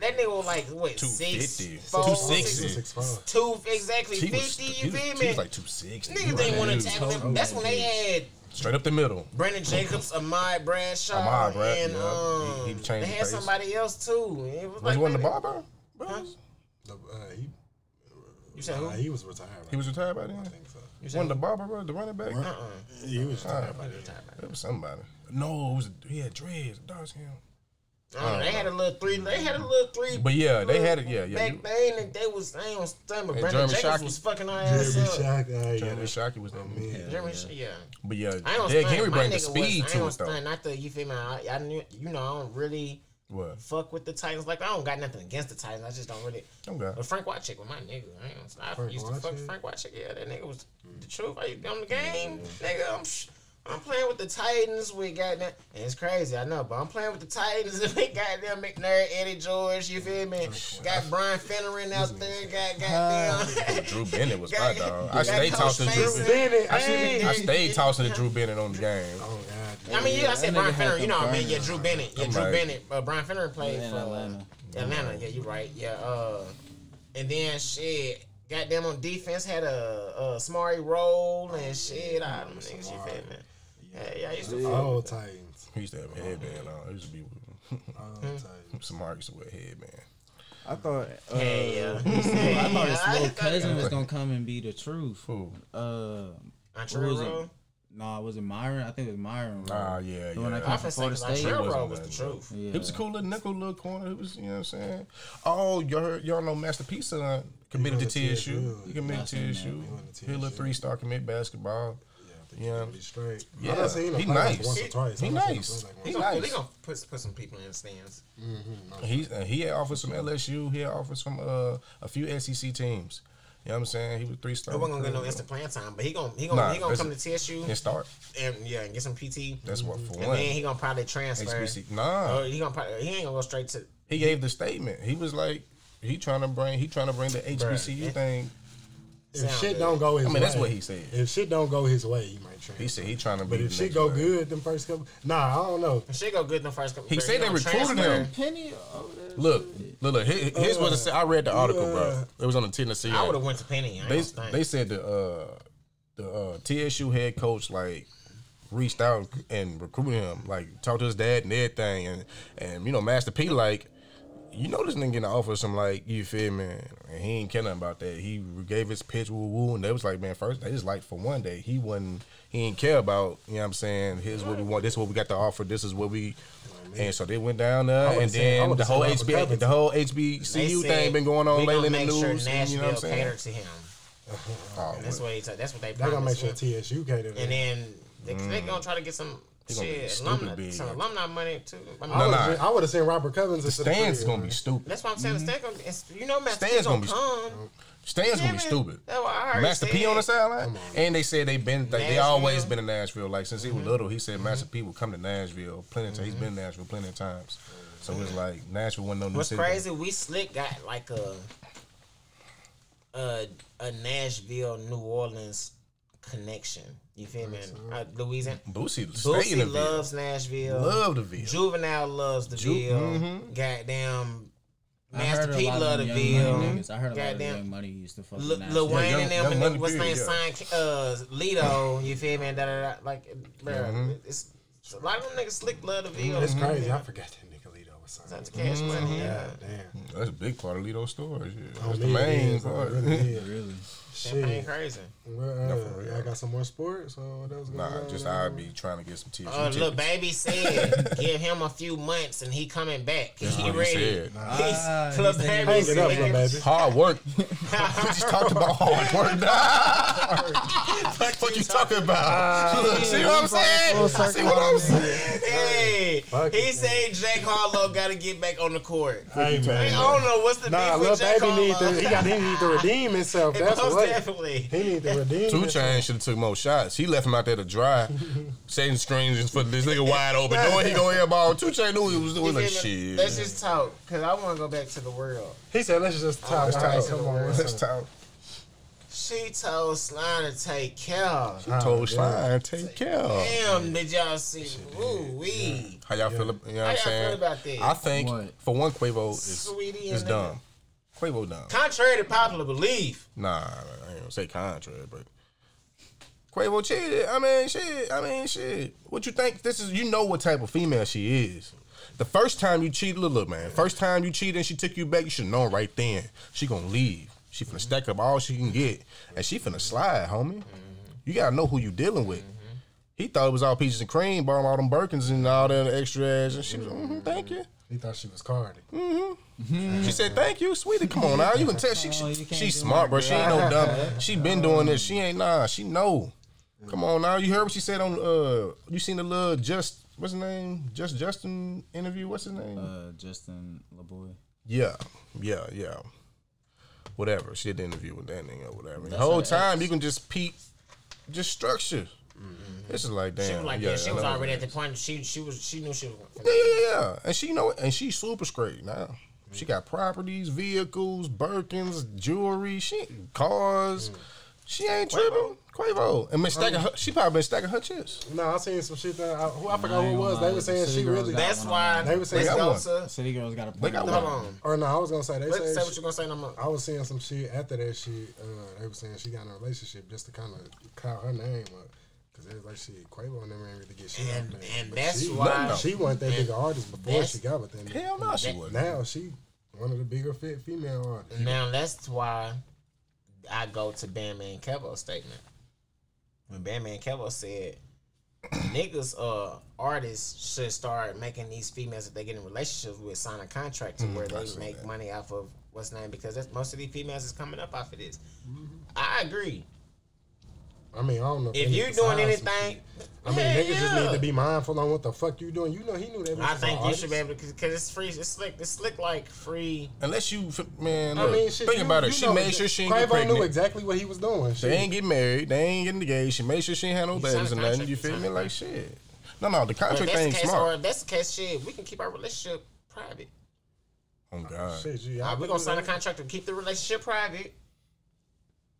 Speaker 9: That nigga was like what
Speaker 8: 250.
Speaker 9: 6'4", 260.
Speaker 8: 260.
Speaker 7: Six five.
Speaker 9: Two exactly
Speaker 8: He was,
Speaker 9: fifty.
Speaker 8: he
Speaker 9: You
Speaker 8: was,
Speaker 9: feel
Speaker 8: he
Speaker 9: me?
Speaker 8: was like 260.
Speaker 9: Niggas didn't want to tackle him.
Speaker 10: Oh,
Speaker 9: That's when they had
Speaker 8: Straight up the middle.
Speaker 9: Brandon Jacobs, Ahmad Bradshaw,
Speaker 8: Ahmad Brad-
Speaker 9: and
Speaker 8: yeah.
Speaker 9: um,
Speaker 8: He- he changed
Speaker 9: they
Speaker 8: the
Speaker 9: had
Speaker 8: face.
Speaker 9: somebody else too. It was
Speaker 8: Was
Speaker 9: like
Speaker 8: he one the
Speaker 9: man,
Speaker 8: barber?
Speaker 7: The- uh, he-
Speaker 9: You said
Speaker 7: nah,
Speaker 9: who?
Speaker 7: He was retired.
Speaker 8: He was retired by then.
Speaker 7: think so.
Speaker 8: One the barber, bro, the running back.
Speaker 9: Uh-uh.
Speaker 7: He was retired.
Speaker 8: It was somebody. No, it was he had dreads, dark skin.
Speaker 9: Uh, they had a little three. They had a little three.
Speaker 8: But yeah, they had it. Yeah, yeah.
Speaker 9: back
Speaker 8: you-
Speaker 9: then, and they was they on stomach.
Speaker 8: Hey,
Speaker 9: Brandon
Speaker 8: Jeremy
Speaker 9: Jacobs
Speaker 8: Shockey.
Speaker 9: was fucking our
Speaker 7: Jeremy
Speaker 9: ass up.
Speaker 7: Shockey, uh, yeah,
Speaker 8: Jeremy
Speaker 7: that's-
Speaker 8: Shockey was that man.
Speaker 9: Jeremy, Sh- yeah.
Speaker 8: But yeah,
Speaker 9: I ain't
Speaker 8: Derrick
Speaker 9: gonna
Speaker 8: Henry
Speaker 9: Henry
Speaker 8: bring
Speaker 9: my
Speaker 8: the
Speaker 9: nigga speed was, I
Speaker 8: speed to
Speaker 9: ain't
Speaker 8: it
Speaker 9: was
Speaker 8: though.
Speaker 9: stunned. I thought you feel me. I, I knew you know I don't really
Speaker 8: What?
Speaker 9: fuck with the Titans. Like I don't got nothing against the Titans. I just don't really.
Speaker 8: Okay.
Speaker 9: But Frank Wycheck was my nigga. I, ain't, gonna- I
Speaker 7: Frank
Speaker 9: used to fuck
Speaker 7: Wycheck?
Speaker 9: with Frank Wycheck. Yeah, that nigga was the truth. I used to be on the game, nigga. I'm. Sh- I'm playing with the Titans. We got that, and it's crazy. I know, but I'm playing with the Titans. (laughs) and We got them McNair, Eddie George. You feel me? Got Brian Finneran out there. Got goddamn.
Speaker 8: Drew
Speaker 9: (laughs)
Speaker 8: Bennett was my
Speaker 9: Got-
Speaker 8: dog. I
Speaker 9: got
Speaker 8: stayed
Speaker 9: Coach
Speaker 8: tossing to Drew
Speaker 9: Mason.
Speaker 8: Bennett. I,
Speaker 9: Hey.
Speaker 8: stayed, I stayed tossing to Drew Bennett on the game.
Speaker 7: Oh God.
Speaker 9: I mean, yeah, I
Speaker 10: that nigga
Speaker 9: said Brian
Speaker 10: had
Speaker 9: Finneran. You know what I mean?
Speaker 10: them
Speaker 9: Yeah, Drew Bennett. Yeah,
Speaker 8: I'm
Speaker 9: Drew
Speaker 8: like-
Speaker 9: Bennett. Uh, Brian Finneran played
Speaker 10: Yeah,
Speaker 9: for Atlanta.
Speaker 10: Atlanta.
Speaker 9: Atlanta. Yeah, you're right. Yeah. Uh, and then shit, goddamn on defense had a, a Smarty roll and shit. Ah, I don't think she fit man. Yeah, yeah, I used to. fuck.
Speaker 7: Old Titans.
Speaker 8: He used to have a headband on. He used to be
Speaker 7: Old Titans.
Speaker 8: Samar used to wear a headband.
Speaker 10: I thought. Uh,
Speaker 9: Yeah, yeah.
Speaker 10: (laughs) I thought his little
Speaker 9: yeah.
Speaker 10: cousin was gonna come and be the truth.
Speaker 8: Who?
Speaker 10: Uh,
Speaker 9: Entree
Speaker 10: was it?
Speaker 9: roll.
Speaker 10: nah, was it Myron? I think it was Myron. right?
Speaker 8: Ah, yeah,
Speaker 10: The one that
Speaker 8: yeah.
Speaker 9: I
Speaker 10: came
Speaker 9: was
Speaker 10: from Florida
Speaker 9: thinking
Speaker 10: State.
Speaker 9: Entree
Speaker 8: wasn't
Speaker 9: roll was
Speaker 8: that
Speaker 9: the
Speaker 8: good.
Speaker 9: truth.
Speaker 10: Yeah.
Speaker 8: It was a cool little nickel little corner. It was, you know what I'm saying? Oh, y'all, y'all know Master P son committed to
Speaker 7: He going to
Speaker 8: TSU.
Speaker 7: TSU.
Speaker 8: He committed to TSU.
Speaker 7: going to
Speaker 8: He a little
Speaker 7: TSU.
Speaker 8: three star commit basketball.
Speaker 7: Yeah, I think
Speaker 8: Yeah.
Speaker 7: he's gonna be straight.
Speaker 8: Yeah,
Speaker 7: I done seen him
Speaker 8: he
Speaker 7: play like
Speaker 8: nice.
Speaker 7: Once or twice. I
Speaker 8: He
Speaker 7: done seen him
Speaker 8: nice.
Speaker 7: play like
Speaker 8: He
Speaker 7: once or
Speaker 8: nice.
Speaker 9: They gonna put put some people in the stands.
Speaker 8: He's uh, he had offers from LSU. He had offers from uh, a few SEC teams. You know what I'm saying? He was three star.
Speaker 9: They wasn't gonna get no E instant playing time, but he gonna he gonna
Speaker 8: Nah,
Speaker 9: he gonna
Speaker 8: that's-
Speaker 9: come to TSU
Speaker 8: And start.
Speaker 9: and yeah and get some PT.
Speaker 8: That's what for
Speaker 9: And
Speaker 8: one.
Speaker 9: then he gonna probably transfer.
Speaker 8: HBC. Nah,
Speaker 9: Oh, he gonna probably, he ain't gonna go straight to
Speaker 8: he gave the statement. He was like, he trying to bring he trying to bring the HBCU
Speaker 9: Bruh.
Speaker 8: thing.
Speaker 7: If
Speaker 9: sound
Speaker 7: shit
Speaker 9: good.
Speaker 7: don't go his
Speaker 8: I
Speaker 7: way,
Speaker 8: mean, that's what he said.
Speaker 7: If shit don't go his way, he might
Speaker 8: He
Speaker 7: transfer.
Speaker 8: said he trying to.
Speaker 7: But
Speaker 8: be
Speaker 7: if
Speaker 8: the
Speaker 7: shit
Speaker 8: next
Speaker 7: go
Speaker 8: guy.
Speaker 7: good, them first couple. Nah, I don't know.
Speaker 9: Shit go good in the first couple.
Speaker 8: He
Speaker 9: years.
Speaker 8: said they
Speaker 9: gonna
Speaker 8: recruited
Speaker 9: transfer.
Speaker 8: him.
Speaker 10: Penny over there.
Speaker 8: Look, look, look. Here, here's
Speaker 7: Uh,
Speaker 8: what it said. I read the article,
Speaker 7: Yeah.
Speaker 8: bro. It was on the Tennessee.
Speaker 9: I would have went to Penny. I
Speaker 8: they
Speaker 9: ain't gonna think.
Speaker 8: they said the uh, the uh, TSU head coach like reached out and recruited him, like talked to his dad and everything, and and you know Master P like. You know this nigga getting offered some like you feel me, and he ain't care nothing about that. He gave his pitch woo woo, and they was like, man, first they just like for one day he wasn't he ain't care about you know what I'm saying. Here's what we want. This is what we got to offer. This is what we, and so they went down
Speaker 7: I
Speaker 8: there,
Speaker 7: would've
Speaker 8: and
Speaker 7: said- I
Speaker 8: then
Speaker 7: would've
Speaker 8: the whole
Speaker 7: said I was
Speaker 8: HB
Speaker 7: covered.
Speaker 8: the whole
Speaker 9: They
Speaker 8: HBCU
Speaker 9: said,
Speaker 8: thing been going on
Speaker 9: "We gonna
Speaker 8: lately in the
Speaker 9: make sure
Speaker 8: news.
Speaker 9: Nashville
Speaker 8: you know what I'm saying?
Speaker 9: cater to him.
Speaker 8: Oh,
Speaker 9: And that's what he. T- that's what they.
Speaker 7: They gonna make
Speaker 9: promised
Speaker 7: sure
Speaker 9: him.
Speaker 7: TSU catered.
Speaker 9: And then they, they gonna try to get some
Speaker 8: Mm. gonna be
Speaker 9: shit
Speaker 8: stupid
Speaker 9: alumni,
Speaker 8: big.
Speaker 9: some alumni money too. I mean,
Speaker 8: No,
Speaker 7: I
Speaker 8: no.
Speaker 7: would've been- I would have seen Robert Covens.
Speaker 8: the stands is gonna be stupid.
Speaker 9: That's why I'm saying the stand gonna. It's, you know, Master P
Speaker 8: Stands
Speaker 9: gonna,
Speaker 8: Mm-hmm. gonna
Speaker 9: come.
Speaker 8: Stands gonna be
Speaker 9: Damn it.
Speaker 8: stupid.
Speaker 9: That's what I heard.
Speaker 8: Master P on the sideline, and they said they've been like, they always
Speaker 9: Nashville.
Speaker 8: been in Nashville. Like since he was little, he said Master P would come to Nashville plenty. Of times. He's been in Nashville plenty of times. So it's like Nashville wasn't no new
Speaker 9: What's
Speaker 8: city.
Speaker 9: crazy? We slick got like a a a Nashville, New Orleans connection. You feel me? Uh, Louisiana.
Speaker 8: Boosie stay in
Speaker 9: Boosie uh,
Speaker 8: the Ville.
Speaker 9: loves Nashville.
Speaker 8: Love the Ville.
Speaker 9: Juvenile loves the
Speaker 8: Ju-
Speaker 9: Ville.
Speaker 8: mhm.
Speaker 9: Goddamn.
Speaker 10: I heard
Speaker 9: Master P
Speaker 10: a lot
Speaker 9: love
Speaker 10: of
Speaker 9: the
Speaker 10: them young
Speaker 9: Ville.
Speaker 10: money niggas. I heard a lot of
Speaker 9: Goddamn.
Speaker 10: them young money used to fuck
Speaker 9: Lil
Speaker 10: with
Speaker 9: Lil
Speaker 10: Nashville.
Speaker 9: Wayne
Speaker 8: young-
Speaker 9: and
Speaker 8: young
Speaker 9: them, and
Speaker 8: money
Speaker 9: then what's name
Speaker 8: period,
Speaker 9: sign uh, Lito. You feel me? And Da, da, da, like, bro, it's, it's a lot of them niggas slick blood of Ville.
Speaker 8: mm-hmm.
Speaker 7: It's crazy. I forgot that Nicolito was signed.
Speaker 9: Not to cash money. Yeah.
Speaker 7: God damn.
Speaker 8: That's a big part of Lito's story. shit.
Speaker 7: I
Speaker 8: That's the
Speaker 7: mean, it
Speaker 8: main
Speaker 7: is, it
Speaker 8: part.
Speaker 7: really is.
Speaker 8: (laughs)
Speaker 10: Really?
Speaker 7: Shit.
Speaker 9: Ain't crazy.
Speaker 7: Well,
Speaker 8: Not for
Speaker 7: uh,
Speaker 8: real.
Speaker 7: y'all got some more sports? So what else going
Speaker 8: Nah,
Speaker 7: on?
Speaker 8: just I'd be trying to get some TSU
Speaker 9: Uh, look,
Speaker 8: tickets.
Speaker 9: baby said, give him a few months and he coming back.
Speaker 8: That's
Speaker 9: he
Speaker 8: what he
Speaker 9: ready.
Speaker 8: said.
Speaker 9: He's
Speaker 10: Ah,
Speaker 9: Lil
Speaker 10: he said he
Speaker 9: baby
Speaker 7: Hang it up, little
Speaker 9: said,
Speaker 7: baby.
Speaker 8: Hard work. (laughs) we just talked about hard work. (laughs) What fuck you talking about? Look, see what I'm saying? See what I'm saying?
Speaker 9: hey,
Speaker 7: Fuck
Speaker 9: he
Speaker 7: it.
Speaker 9: said Jack Harlow got to get back on the court.
Speaker 7: Hey,
Speaker 9: I
Speaker 7: man.
Speaker 9: don't know what's the beef
Speaker 7: Nah, little
Speaker 9: with Jack
Speaker 7: baby need
Speaker 9: Harlow.
Speaker 7: to. He got.
Speaker 9: (laughs)
Speaker 7: He need to redeem himself. That's
Speaker 9: Most
Speaker 7: what.
Speaker 9: definitely.
Speaker 7: He need to redeem.
Speaker 8: Two
Speaker 7: himself.
Speaker 8: Chainz should have took more shots. He left him out there to dry, setting screens for this nigga wide open, knowing he gonna airball. Two Chainz knew he was doing like shit.
Speaker 9: Let's just talk, cause I want to go back to the world.
Speaker 7: He said, "Let's just
Speaker 9: Oh,
Speaker 7: talk."
Speaker 8: Let's
Speaker 7: All right,
Speaker 8: talk.
Speaker 7: come on.
Speaker 8: Let's talk.
Speaker 9: She told Slime to take care.
Speaker 8: Told Slime, take care.
Speaker 9: Damn, did y'all see? Ooh wee.
Speaker 8: How y'all feel? ab- You know
Speaker 9: How
Speaker 8: what I'm
Speaker 9: y'all feel
Speaker 8: saying?
Speaker 9: about that?
Speaker 8: I think
Speaker 10: What?
Speaker 8: for one, Quavo is,
Speaker 9: Sweetie
Speaker 8: is
Speaker 9: and
Speaker 8: dumb. Quavo dumb.
Speaker 9: Contrary to popular belief,
Speaker 8: Nah, I ain't gonna say contrary, but Quavo cheated. I mean, shit. I mean, shit. What you think? This is you know what type of female she is. The first time you cheated, look, look, man. First time you cheated and she took you back, you should know right then. She gonna leave. She finna stack up all she can get, and she finna slide, homie. You gotta know who you dealing with. He thought it was all peaches and cream, bought him all them Birkins and all that extra ass, and she was, mm thank you.
Speaker 7: He thought she was (laughs) Cardi.
Speaker 8: She said, "Thank you, sweetie. Come on now, you can tell she,
Speaker 10: Oh,
Speaker 8: she
Speaker 10: you can't
Speaker 8: she's
Speaker 10: do that,
Speaker 8: smart, bro. She
Speaker 10: (laughs)
Speaker 8: ain't no dumb. She been doing this. She ain't nah. She know. Come on now, you heard what she said on uh. You seen the little just what's his name? Just Justin interview. What's his name?
Speaker 10: Uh, Justin LaBoy.
Speaker 8: yeah, yeah, yeah. Whatever. She did the interview with that nigga or whatever. the whole time you can just peep, just structure.
Speaker 10: Mm-hmm.
Speaker 8: This is like damn.
Speaker 9: she was like,
Speaker 8: yeah,
Speaker 9: yeah, she
Speaker 8: I
Speaker 9: was
Speaker 8: know.
Speaker 9: already at the point. She she was she knew she was. Going
Speaker 8: Yeah, yeah, yeah. And she know it, and she's super straight now. She got properties, vehicles, Birkins, jewelry, she cars. She ain't tripping. Quavo. And been stacking her, she probably been stacking her chips.
Speaker 7: No, I seen some shit that I, who, I forgot who
Speaker 10: ain't
Speaker 7: it was.
Speaker 10: gonna
Speaker 7: They
Speaker 10: lie,
Speaker 7: were saying
Speaker 10: the
Speaker 7: she
Speaker 10: city girls
Speaker 7: really.
Speaker 10: got-
Speaker 9: That's why.
Speaker 7: They were saying-
Speaker 9: let's
Speaker 8: They
Speaker 9: go
Speaker 8: got
Speaker 9: to.
Speaker 10: City girls got a
Speaker 8: They
Speaker 10: point.
Speaker 8: got
Speaker 9: Hold
Speaker 8: one.
Speaker 9: on.
Speaker 7: Or no, I was gonna say they
Speaker 9: Let's say
Speaker 7: said
Speaker 9: what you're gonna say. No more.
Speaker 7: I was seeing some shit after that shit. Uh, they were saying she got in a relationship just to kind of cloud her name up. Cause it was like shit, Quavo never really get shit. out
Speaker 9: And-
Speaker 7: there.
Speaker 9: and
Speaker 7: But
Speaker 9: that's
Speaker 7: she,
Speaker 9: why-
Speaker 7: she wasn't that big an artist before
Speaker 9: That's-
Speaker 7: she got with that.
Speaker 8: Hell no, she wasn't.
Speaker 7: Now she one of the bigger fit female artists.
Speaker 9: Now that's why I go to Bandman Kevo's statement. When Bandman Kevo said, "Niggas, uh, artists should start making these females that they get in relationships with sign a contract to where they make money off of what's name because that's most of these females is coming up off of this."
Speaker 7: Mm-hmm.
Speaker 9: I agree.
Speaker 7: I mean, I don't know
Speaker 9: If
Speaker 7: they
Speaker 9: you're
Speaker 7: need to sign
Speaker 9: doing
Speaker 7: some
Speaker 9: anything,
Speaker 7: shit. I mean,
Speaker 9: hell
Speaker 7: niggas just need
Speaker 9: yeah.
Speaker 7: to be mindful on what the fuck you doing. You know, he knew that.
Speaker 9: I think you should be able to because it's free. It's slick. It's slick like free.
Speaker 8: Unless you f- man,
Speaker 7: I
Speaker 8: look,
Speaker 7: mean, shit,
Speaker 8: think
Speaker 7: you-
Speaker 8: about
Speaker 7: you
Speaker 8: it. She
Speaker 7: know,
Speaker 8: made sure she ain't get
Speaker 7: Quavo knew
Speaker 8: pregnant.
Speaker 7: exactly what he was doing. Shit.
Speaker 8: They ain't get married. They ain't getting engaged. She made sure she ain't had no
Speaker 9: signed
Speaker 8: babies
Speaker 9: a
Speaker 8: or nothing.
Speaker 9: contract,
Speaker 8: You
Speaker 9: you
Speaker 8: feel
Speaker 9: signed
Speaker 8: me?
Speaker 9: a
Speaker 8: Like shit. No, no, the
Speaker 9: But
Speaker 8: contract
Speaker 9: that's the
Speaker 8: thing
Speaker 9: case, or
Speaker 8: smart.
Speaker 9: if that's the case, shit, we can keep our relationship private.
Speaker 8: Oh God.
Speaker 7: Shit, gee,
Speaker 9: Uh,
Speaker 7: I
Speaker 9: we're gonna sign a contract to keep the relationship private.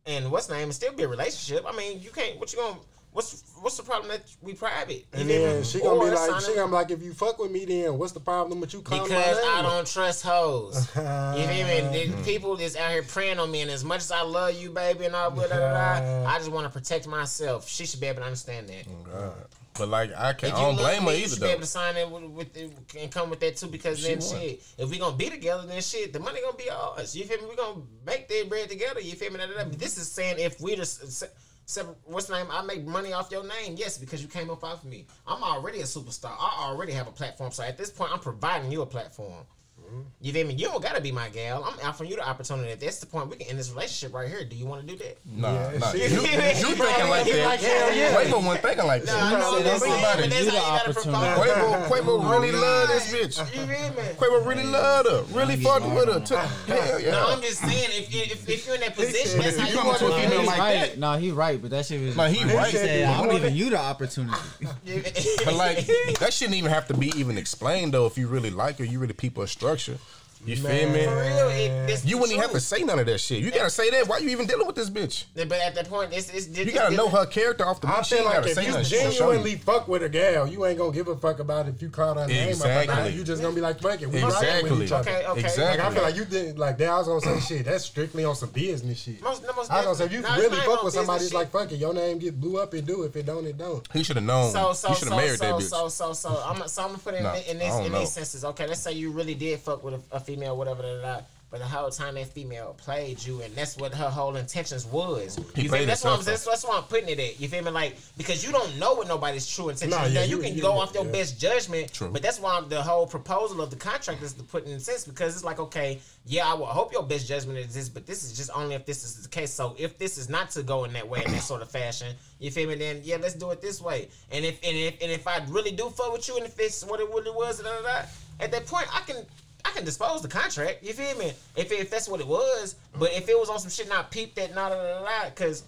Speaker 9: And what's name? It still be a relationship. I mean, you can't. What you gonna? What's what's the problem that we private? You
Speaker 7: And
Speaker 9: feel
Speaker 7: then
Speaker 9: me?
Speaker 7: she gonna
Speaker 9: Or
Speaker 7: be like,
Speaker 9: sign
Speaker 7: she
Speaker 9: it-
Speaker 7: gonna be like, if you fuck with me, then what's the problem with you calling my
Speaker 9: because I
Speaker 7: name?
Speaker 9: don't trust hoes. you feel me?
Speaker 7: (laughs)
Speaker 9: The people is out here preying on me, and as much as I love you, baby, and all blah, blah, blah, blah, I just want to protect myself. She should be able to understand that.
Speaker 8: Oh, God. But like I can,
Speaker 9: If
Speaker 8: I
Speaker 9: you
Speaker 8: don't
Speaker 9: love
Speaker 8: blame
Speaker 9: me,
Speaker 8: her
Speaker 9: You
Speaker 8: either
Speaker 9: should be able
Speaker 8: though.
Speaker 9: to sign that with, with it and come with that too because
Speaker 8: She
Speaker 9: then
Speaker 8: would.
Speaker 9: shit. If we gonna be together, then shit, the money gonna be ours. You feel me? We gonna make that bread together. You feel me? Da, da, da. But This is saying if we just se- se- what's the name? I make money off your name, yes, because you came up off me. I'm already a superstar. I already have a platform. So at this point, I'm providing you a platform.
Speaker 8: Mm-hmm.
Speaker 9: You feel me? You don't gotta be my gal. I'm offering you the opportunity. If that's the point, we can end this relationship right here. Do you want to do
Speaker 8: (laughs)
Speaker 9: that?
Speaker 8: Nah, nah.
Speaker 7: she-
Speaker 8: You, you thinking like that?
Speaker 9: Like, hell yeah.
Speaker 8: Quavo wasn't thinking like
Speaker 9: I
Speaker 8: that.
Speaker 9: know what I'm
Speaker 8: Think
Speaker 9: saying,
Speaker 8: about
Speaker 9: but
Speaker 8: it.
Speaker 9: that's
Speaker 10: You the
Speaker 9: how you gotta provide.
Speaker 7: opportunity.
Speaker 8: Quavo, Quavo really love this bitch.
Speaker 9: You feel me?
Speaker 8: Quavo really loved her. Really
Speaker 10: Young
Speaker 8: fucked
Speaker 10: is
Speaker 8: with her.
Speaker 10: hard
Speaker 8: too. Hell yeah.
Speaker 9: No, I'm just saying if you if, if you're in that position, that's
Speaker 8: If
Speaker 9: how
Speaker 8: you
Speaker 9: you
Speaker 8: come
Speaker 9: want
Speaker 8: to a
Speaker 9: to
Speaker 8: female
Speaker 10: He's
Speaker 8: like
Speaker 10: right.
Speaker 8: that,
Speaker 10: No, he right, but that shit was.
Speaker 8: like he
Speaker 10: he
Speaker 8: right.
Speaker 10: said, I'm giving you the opportunity.
Speaker 8: But like that shouldn't even have to be even explained though. If you really like her, you really people a structure. You feel
Speaker 9: For
Speaker 8: me?
Speaker 9: real, it, this
Speaker 8: You wouldn't even have to
Speaker 9: truth.
Speaker 8: say none of that shit. You gotta say that. Why you even dealing with this bitch?
Speaker 9: But at that point, it's it's
Speaker 8: You gotta know her character off the
Speaker 7: I
Speaker 8: bat. She
Speaker 7: feel
Speaker 8: ain't
Speaker 7: like
Speaker 8: gotta
Speaker 7: if
Speaker 8: say
Speaker 7: you
Speaker 8: nothing. She gonna show you.
Speaker 7: genuinely fuck with a gal, you ain't gonna give a fuck about if you call her name or
Speaker 8: Exactly.
Speaker 7: not. You just gonna be like, fuck it, we rocking with
Speaker 8: Exactly.
Speaker 7: each other.
Speaker 9: Okay, okay.
Speaker 7: Like I
Speaker 8: Exactly.
Speaker 7: feel like you did like that. I was gonna say shit. That's strictly on some business shit.
Speaker 9: Most- no, most
Speaker 7: I was gonna say if
Speaker 9: definitely.
Speaker 7: you
Speaker 9: No, it's
Speaker 7: really
Speaker 9: not
Speaker 7: fuck
Speaker 9: on
Speaker 7: with somebody,
Speaker 9: business
Speaker 7: it's like fuck it. Your name get blew up. It do. If it don't, it don't.
Speaker 8: he should have known.
Speaker 9: So so
Speaker 8: he
Speaker 9: so
Speaker 8: should have married
Speaker 9: so,
Speaker 8: that bitch.
Speaker 9: so so so I'm so I'm gonna put it in,
Speaker 8: Nah,
Speaker 9: in
Speaker 8: I
Speaker 9: this
Speaker 8: don't
Speaker 9: in
Speaker 8: know.
Speaker 9: these senses. Okay, let's say you really did fuck with a, a female, whatever, da, da, da, but the whole time that female played you, and that's what her whole intentions was.
Speaker 8: He
Speaker 9: you feel me?
Speaker 8: played
Speaker 9: That's why I'm that's,
Speaker 8: himself,
Speaker 9: that's why I'm putting it at. You feel me? Like because you don't know what nobody's true intentions.
Speaker 7: Nah,
Speaker 9: are.
Speaker 7: yeah,
Speaker 9: now you,
Speaker 7: you-
Speaker 9: can
Speaker 7: you-
Speaker 9: go off your
Speaker 7: yeah.
Speaker 9: best judgment.
Speaker 8: True.
Speaker 9: But that's why I'm, the whole proposal of the contract is to put in sense because it's like okay, yeah, I will hope your best judgment is this, but this is just only if this is the case. So if this is not to go in that way in that sort of fashion, you feel me? Then yeah, let's do it this way. And if and if and if I really do fuck with you, and if it's what it really was, da, da, da, at that point I can. I can dispose the contract, you feel me? If if that's what it was, but if it was on some shit, not peep that, nah, da, da, da, da, cause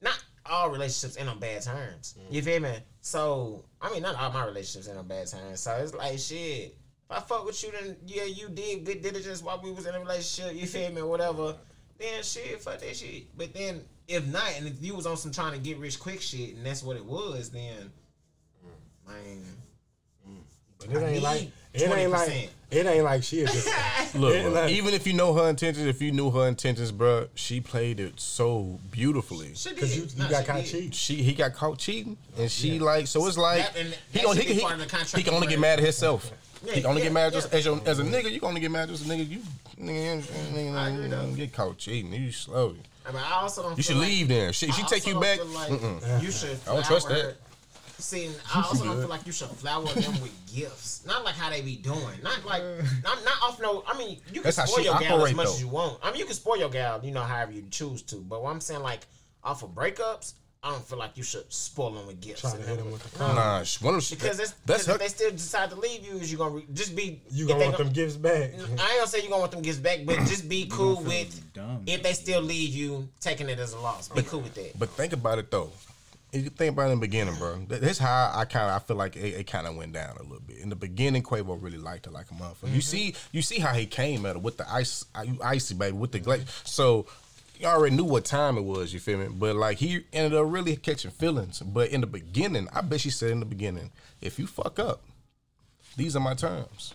Speaker 9: not all relationships end on bad terms.
Speaker 7: Mm.
Speaker 9: You feel me? So I mean, not all my relationships end on bad terms. So it's like shit. If I fuck with you, then yeah, you did good diligence while we was in a relationship. You feel me? Whatever. Then shit, fuck that shit. But then if not, and if you was on some trying to get rich quick shit, and that's what it was, then
Speaker 7: Mm.
Speaker 9: man,
Speaker 7: But it ain't like it
Speaker 9: twenty
Speaker 7: ain't like
Speaker 9: percent.
Speaker 7: it ain't like she is. Just,
Speaker 8: Look,
Speaker 7: it, like,
Speaker 8: even if you know her intentions, if you knew her intentions, bruh, she played it so beautifully.
Speaker 9: shit
Speaker 7: because
Speaker 9: did.
Speaker 7: you,
Speaker 9: Nah,
Speaker 7: you got
Speaker 9: she
Speaker 7: kind of
Speaker 9: did.
Speaker 7: cheap.
Speaker 8: She he got caught cheating, and she like so it's like
Speaker 9: That- and
Speaker 8: he
Speaker 9: that
Speaker 8: gonna,
Speaker 9: should
Speaker 8: he,
Speaker 9: be
Speaker 8: he,
Speaker 9: part of the contract
Speaker 8: he can only
Speaker 9: somewhere.
Speaker 8: get mad at himself.
Speaker 9: Yeah,
Speaker 8: he can only
Speaker 9: yeah,
Speaker 8: get mad
Speaker 9: yeah.
Speaker 8: just as, your, as a nigga. You can only get mad just a nigga. You nigga, nigga,
Speaker 9: I agree, though.
Speaker 8: nigga get caught cheating. You slow.
Speaker 9: I mean, I also don't.
Speaker 8: You should
Speaker 9: feel like-
Speaker 8: leave then. She
Speaker 9: I
Speaker 8: she
Speaker 9: also
Speaker 8: take you
Speaker 9: don't
Speaker 8: back.
Speaker 9: feel like
Speaker 8: mm-mm.
Speaker 9: You should.
Speaker 8: I don't trust
Speaker 9: flower-
Speaker 8: that.
Speaker 9: See, and I also don't feel like you should flower them with gifts. Not like how they be doing. Not like not not off no. I mean, you can
Speaker 8: That's how
Speaker 9: spoil
Speaker 8: she
Speaker 9: your gal as
Speaker 8: operate,
Speaker 9: much
Speaker 8: though.
Speaker 9: as you want. I mean, you can spoil your gal, you know, however you choose to. But what I'm saying, like off of breakups, I don't feel like you should spoil them with gifts.
Speaker 7: Trying to hit him with the car.
Speaker 8: Nah, she, one of them-
Speaker 9: Because that's,
Speaker 8: that's
Speaker 9: that's
Speaker 8: her.
Speaker 9: if they still decide to leave you, is you gonna re- just be
Speaker 7: You
Speaker 9: if
Speaker 7: gonna
Speaker 9: they
Speaker 7: want
Speaker 9: gon-
Speaker 7: them gifts (laughs) back?
Speaker 9: I ain't gonna say you gonna want them gifts back, but just be cool
Speaker 10: feel
Speaker 9: with
Speaker 10: dumb.
Speaker 9: if they still leave you, taking it as a loss. Be cool with that.
Speaker 8: But think about it though. If you think about it in the beginning, bro, that- that's how I kind of I feel like it, it kind of went down a little bit. In the beginning, Quavo really liked her like a motherfucker. You see, you see how he came at her with the ice, I- you icy baby, with the glaze. So you already knew what time it was. You feel me? But like he ended up really catching feelings. But in the beginning, I bet she said in the beginning, if you fuck up, these are my terms.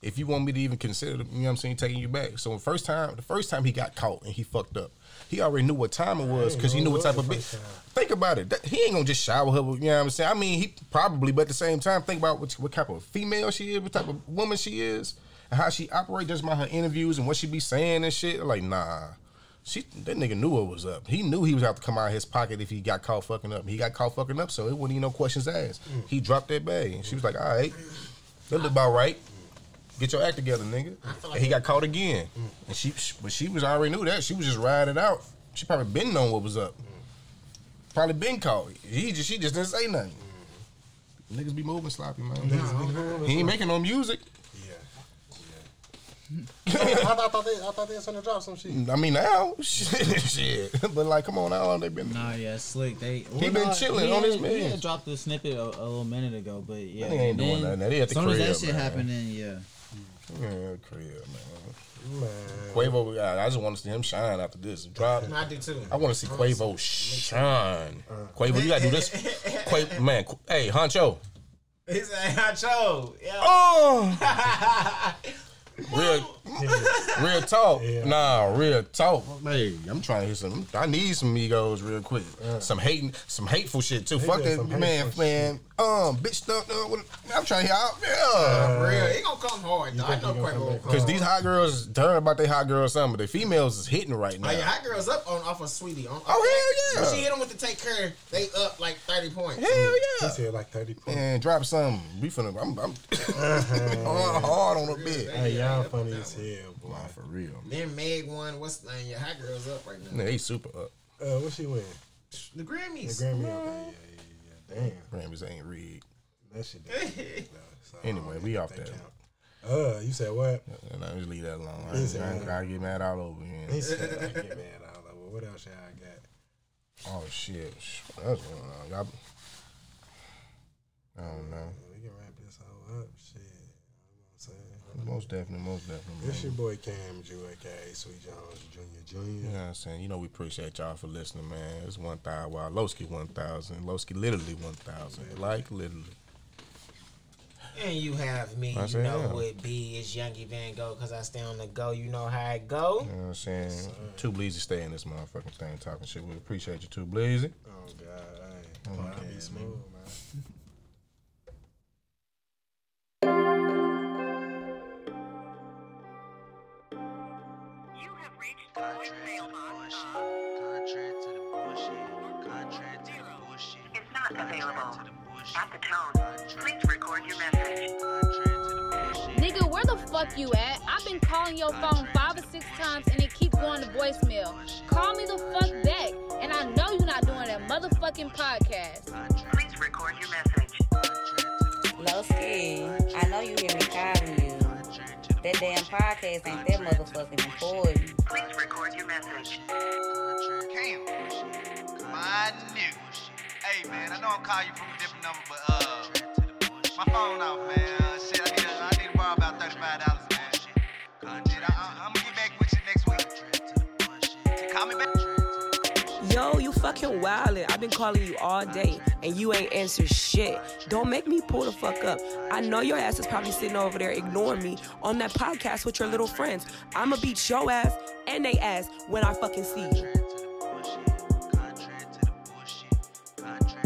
Speaker 8: If you want me to even consider, you know what I'm saying, taking you back. So the first time, the first time he got caught and he fucked up, he already knew what time it was because he knew what type of bitch. Think about it. That- he ain't gonna just shower her. With, you know what I'm saying? I mean, he probably, but at the same time, think about what, what type of female she is, what type of woman she is, and how she operates just by her interviews and what she be saying and shit. Like, nah. She, that nigga knew what was up. He knew he was out to come out of his pocket if he got caught fucking up. He got caught fucking up, so it wasn't even no questions asked. He dropped that bag, and she was like, "All right, that look about right." get your act together, nigga. and he got caught again. And she, sh- but she was I already knew that. She was just riding it out. She probably been known what was up. Probably been caught. He just, she just didn't say nothing. Niggas be moving sloppy, man. Niggas be- he ain't making no music.
Speaker 7: I thought I thought they I thought they was gonna drop some shit.
Speaker 8: I mean now, (laughs) shit, shit. But like, come on, how long they been?
Speaker 10: Nah, yeah, slick. They he
Speaker 8: been chilling on his
Speaker 10: He
Speaker 8: man.
Speaker 10: had dropped the snippet a, a little minute ago, but yeah,
Speaker 8: They ain't
Speaker 10: and
Speaker 8: doing
Speaker 10: then
Speaker 8: that. They at the
Speaker 10: soon as
Speaker 8: crib,
Speaker 10: that shit
Speaker 8: man.
Speaker 10: happened, then yeah,
Speaker 8: Yeah, crib, man.
Speaker 7: Man,
Speaker 8: Quavo, I, I just want to see him shine after this. Drop.
Speaker 9: I do too. (laughs)
Speaker 8: I want to see Quavo shine. Quavo, you gotta do this. Quavo, man, Qu- hey, Honcho.
Speaker 9: He's like, I chose. Yeah.
Speaker 8: Oh, real, real talk. Nah, real talk. Hey, I'm trying to hear some. I need some egos real quick. Some hating, some hateful shit too. Fuck
Speaker 7: yeah,
Speaker 8: that
Speaker 7: some
Speaker 8: man,
Speaker 7: hateful
Speaker 8: man. um, bitch stuff. Uh, what, I'm trying to hear out. Yeah.
Speaker 9: For real, it gonna come hard. Though. I know Quavo gonna come.
Speaker 8: Cause these hot girls, they're about they hot girls something, but the females is hitting right now.
Speaker 9: Like hot girls up on off of Sweetie. On,
Speaker 8: Oh, hell yeah.
Speaker 9: When Oh, she hit them with the take care, they up like thirty points.
Speaker 8: Hell
Speaker 7: He
Speaker 8: yeah.
Speaker 7: said like 30 points.
Speaker 8: And drop some. We finna. I'm, I'm (laughs) hard, hard on a bit.
Speaker 7: Hey, y'all funny as hell, boy.
Speaker 8: Nah, for real.
Speaker 9: Then Meg won. What's the name? Your hot girls up right now.
Speaker 8: Nah, they super up.
Speaker 7: Uh, what she win?
Speaker 9: The
Speaker 7: The
Speaker 9: Grammys.
Speaker 7: Grammy? Okay, yeah, yeah, yeah. Damn.
Speaker 8: Grammys ain't rigged.
Speaker 7: That shit (laughs) didn't count, though, so I
Speaker 8: Anyway,
Speaker 7: don't
Speaker 8: we
Speaker 7: think
Speaker 8: off
Speaker 7: that
Speaker 8: that.
Speaker 7: count. Uh, you said what?
Speaker 8: And I just leave that alone. I, ain't- I, ain't- I get mad all over
Speaker 7: He
Speaker 8: again.
Speaker 7: said, (laughs) I get mad all over. What else y'all got?
Speaker 8: Oh shit. That's going on. Y'all- I don't know.
Speaker 7: We can wrap this whole up. Shit. You know what I'm saying?
Speaker 8: Most definitely, most definitely.
Speaker 7: It's your boy Cam Jew, aka Sweet Jones Jr. Jr.
Speaker 8: You know what I'm saying? You know, we appreciate y'all for listening, man. It's 1,000. Wow, Lowski 1,000. Lowski literally 1,000. Like, literally.
Speaker 9: And you have me.
Speaker 8: I
Speaker 9: you
Speaker 8: say,
Speaker 9: know
Speaker 8: yeah.
Speaker 9: what B is Youngie Van Gogh because I stay on the go. You know how it go.
Speaker 8: You know what I'm saying? Too Bleezy stay in this motherfucking thing talking shit. We appreciate you, Too Bleezy.
Speaker 7: Oh, God. Hey. Oh, God. Be smooth, man.
Speaker 2: You have reached the voicemail box. of-
Speaker 1: Contrary to the bullshit. Contrary to the bullshit.
Speaker 2: It's not available.
Speaker 1: Contrary to the bullshit.
Speaker 2: At the tone, please record your message.
Speaker 1: Contrary to the bullshit.
Speaker 3: Nigga, where the fuck you at? I've been calling your phone five or six times and it keep going to voicemail. Call me the fuck back, and I know you're not doing that motherfucking podcast.
Speaker 2: Please record your message.
Speaker 4: Lowski, I know you hear me calling you. That damn podcast ain't that motherfucking important.
Speaker 2: Please record your message.
Speaker 5: Cam, my nigga. Hey man, I know I'm calling you from a different number, but uh, my phone out, man. Shit, I need, I need to borrow about thirty-five dollars, man. Shit, I, I, I'm gonna get back with you next week. Call me back.
Speaker 6: Yo, you fucking wildin'. I've been calling you all day and you ain't answer shit. Don't make me pull the fuck up. I know your ass is probably sitting over there ignoring me on that podcast with your little friends. I'ma beat your ass and they ass when I fucking see you.
Speaker 1: Contrary to the bullshit. Contrary to the bullshit. Contrary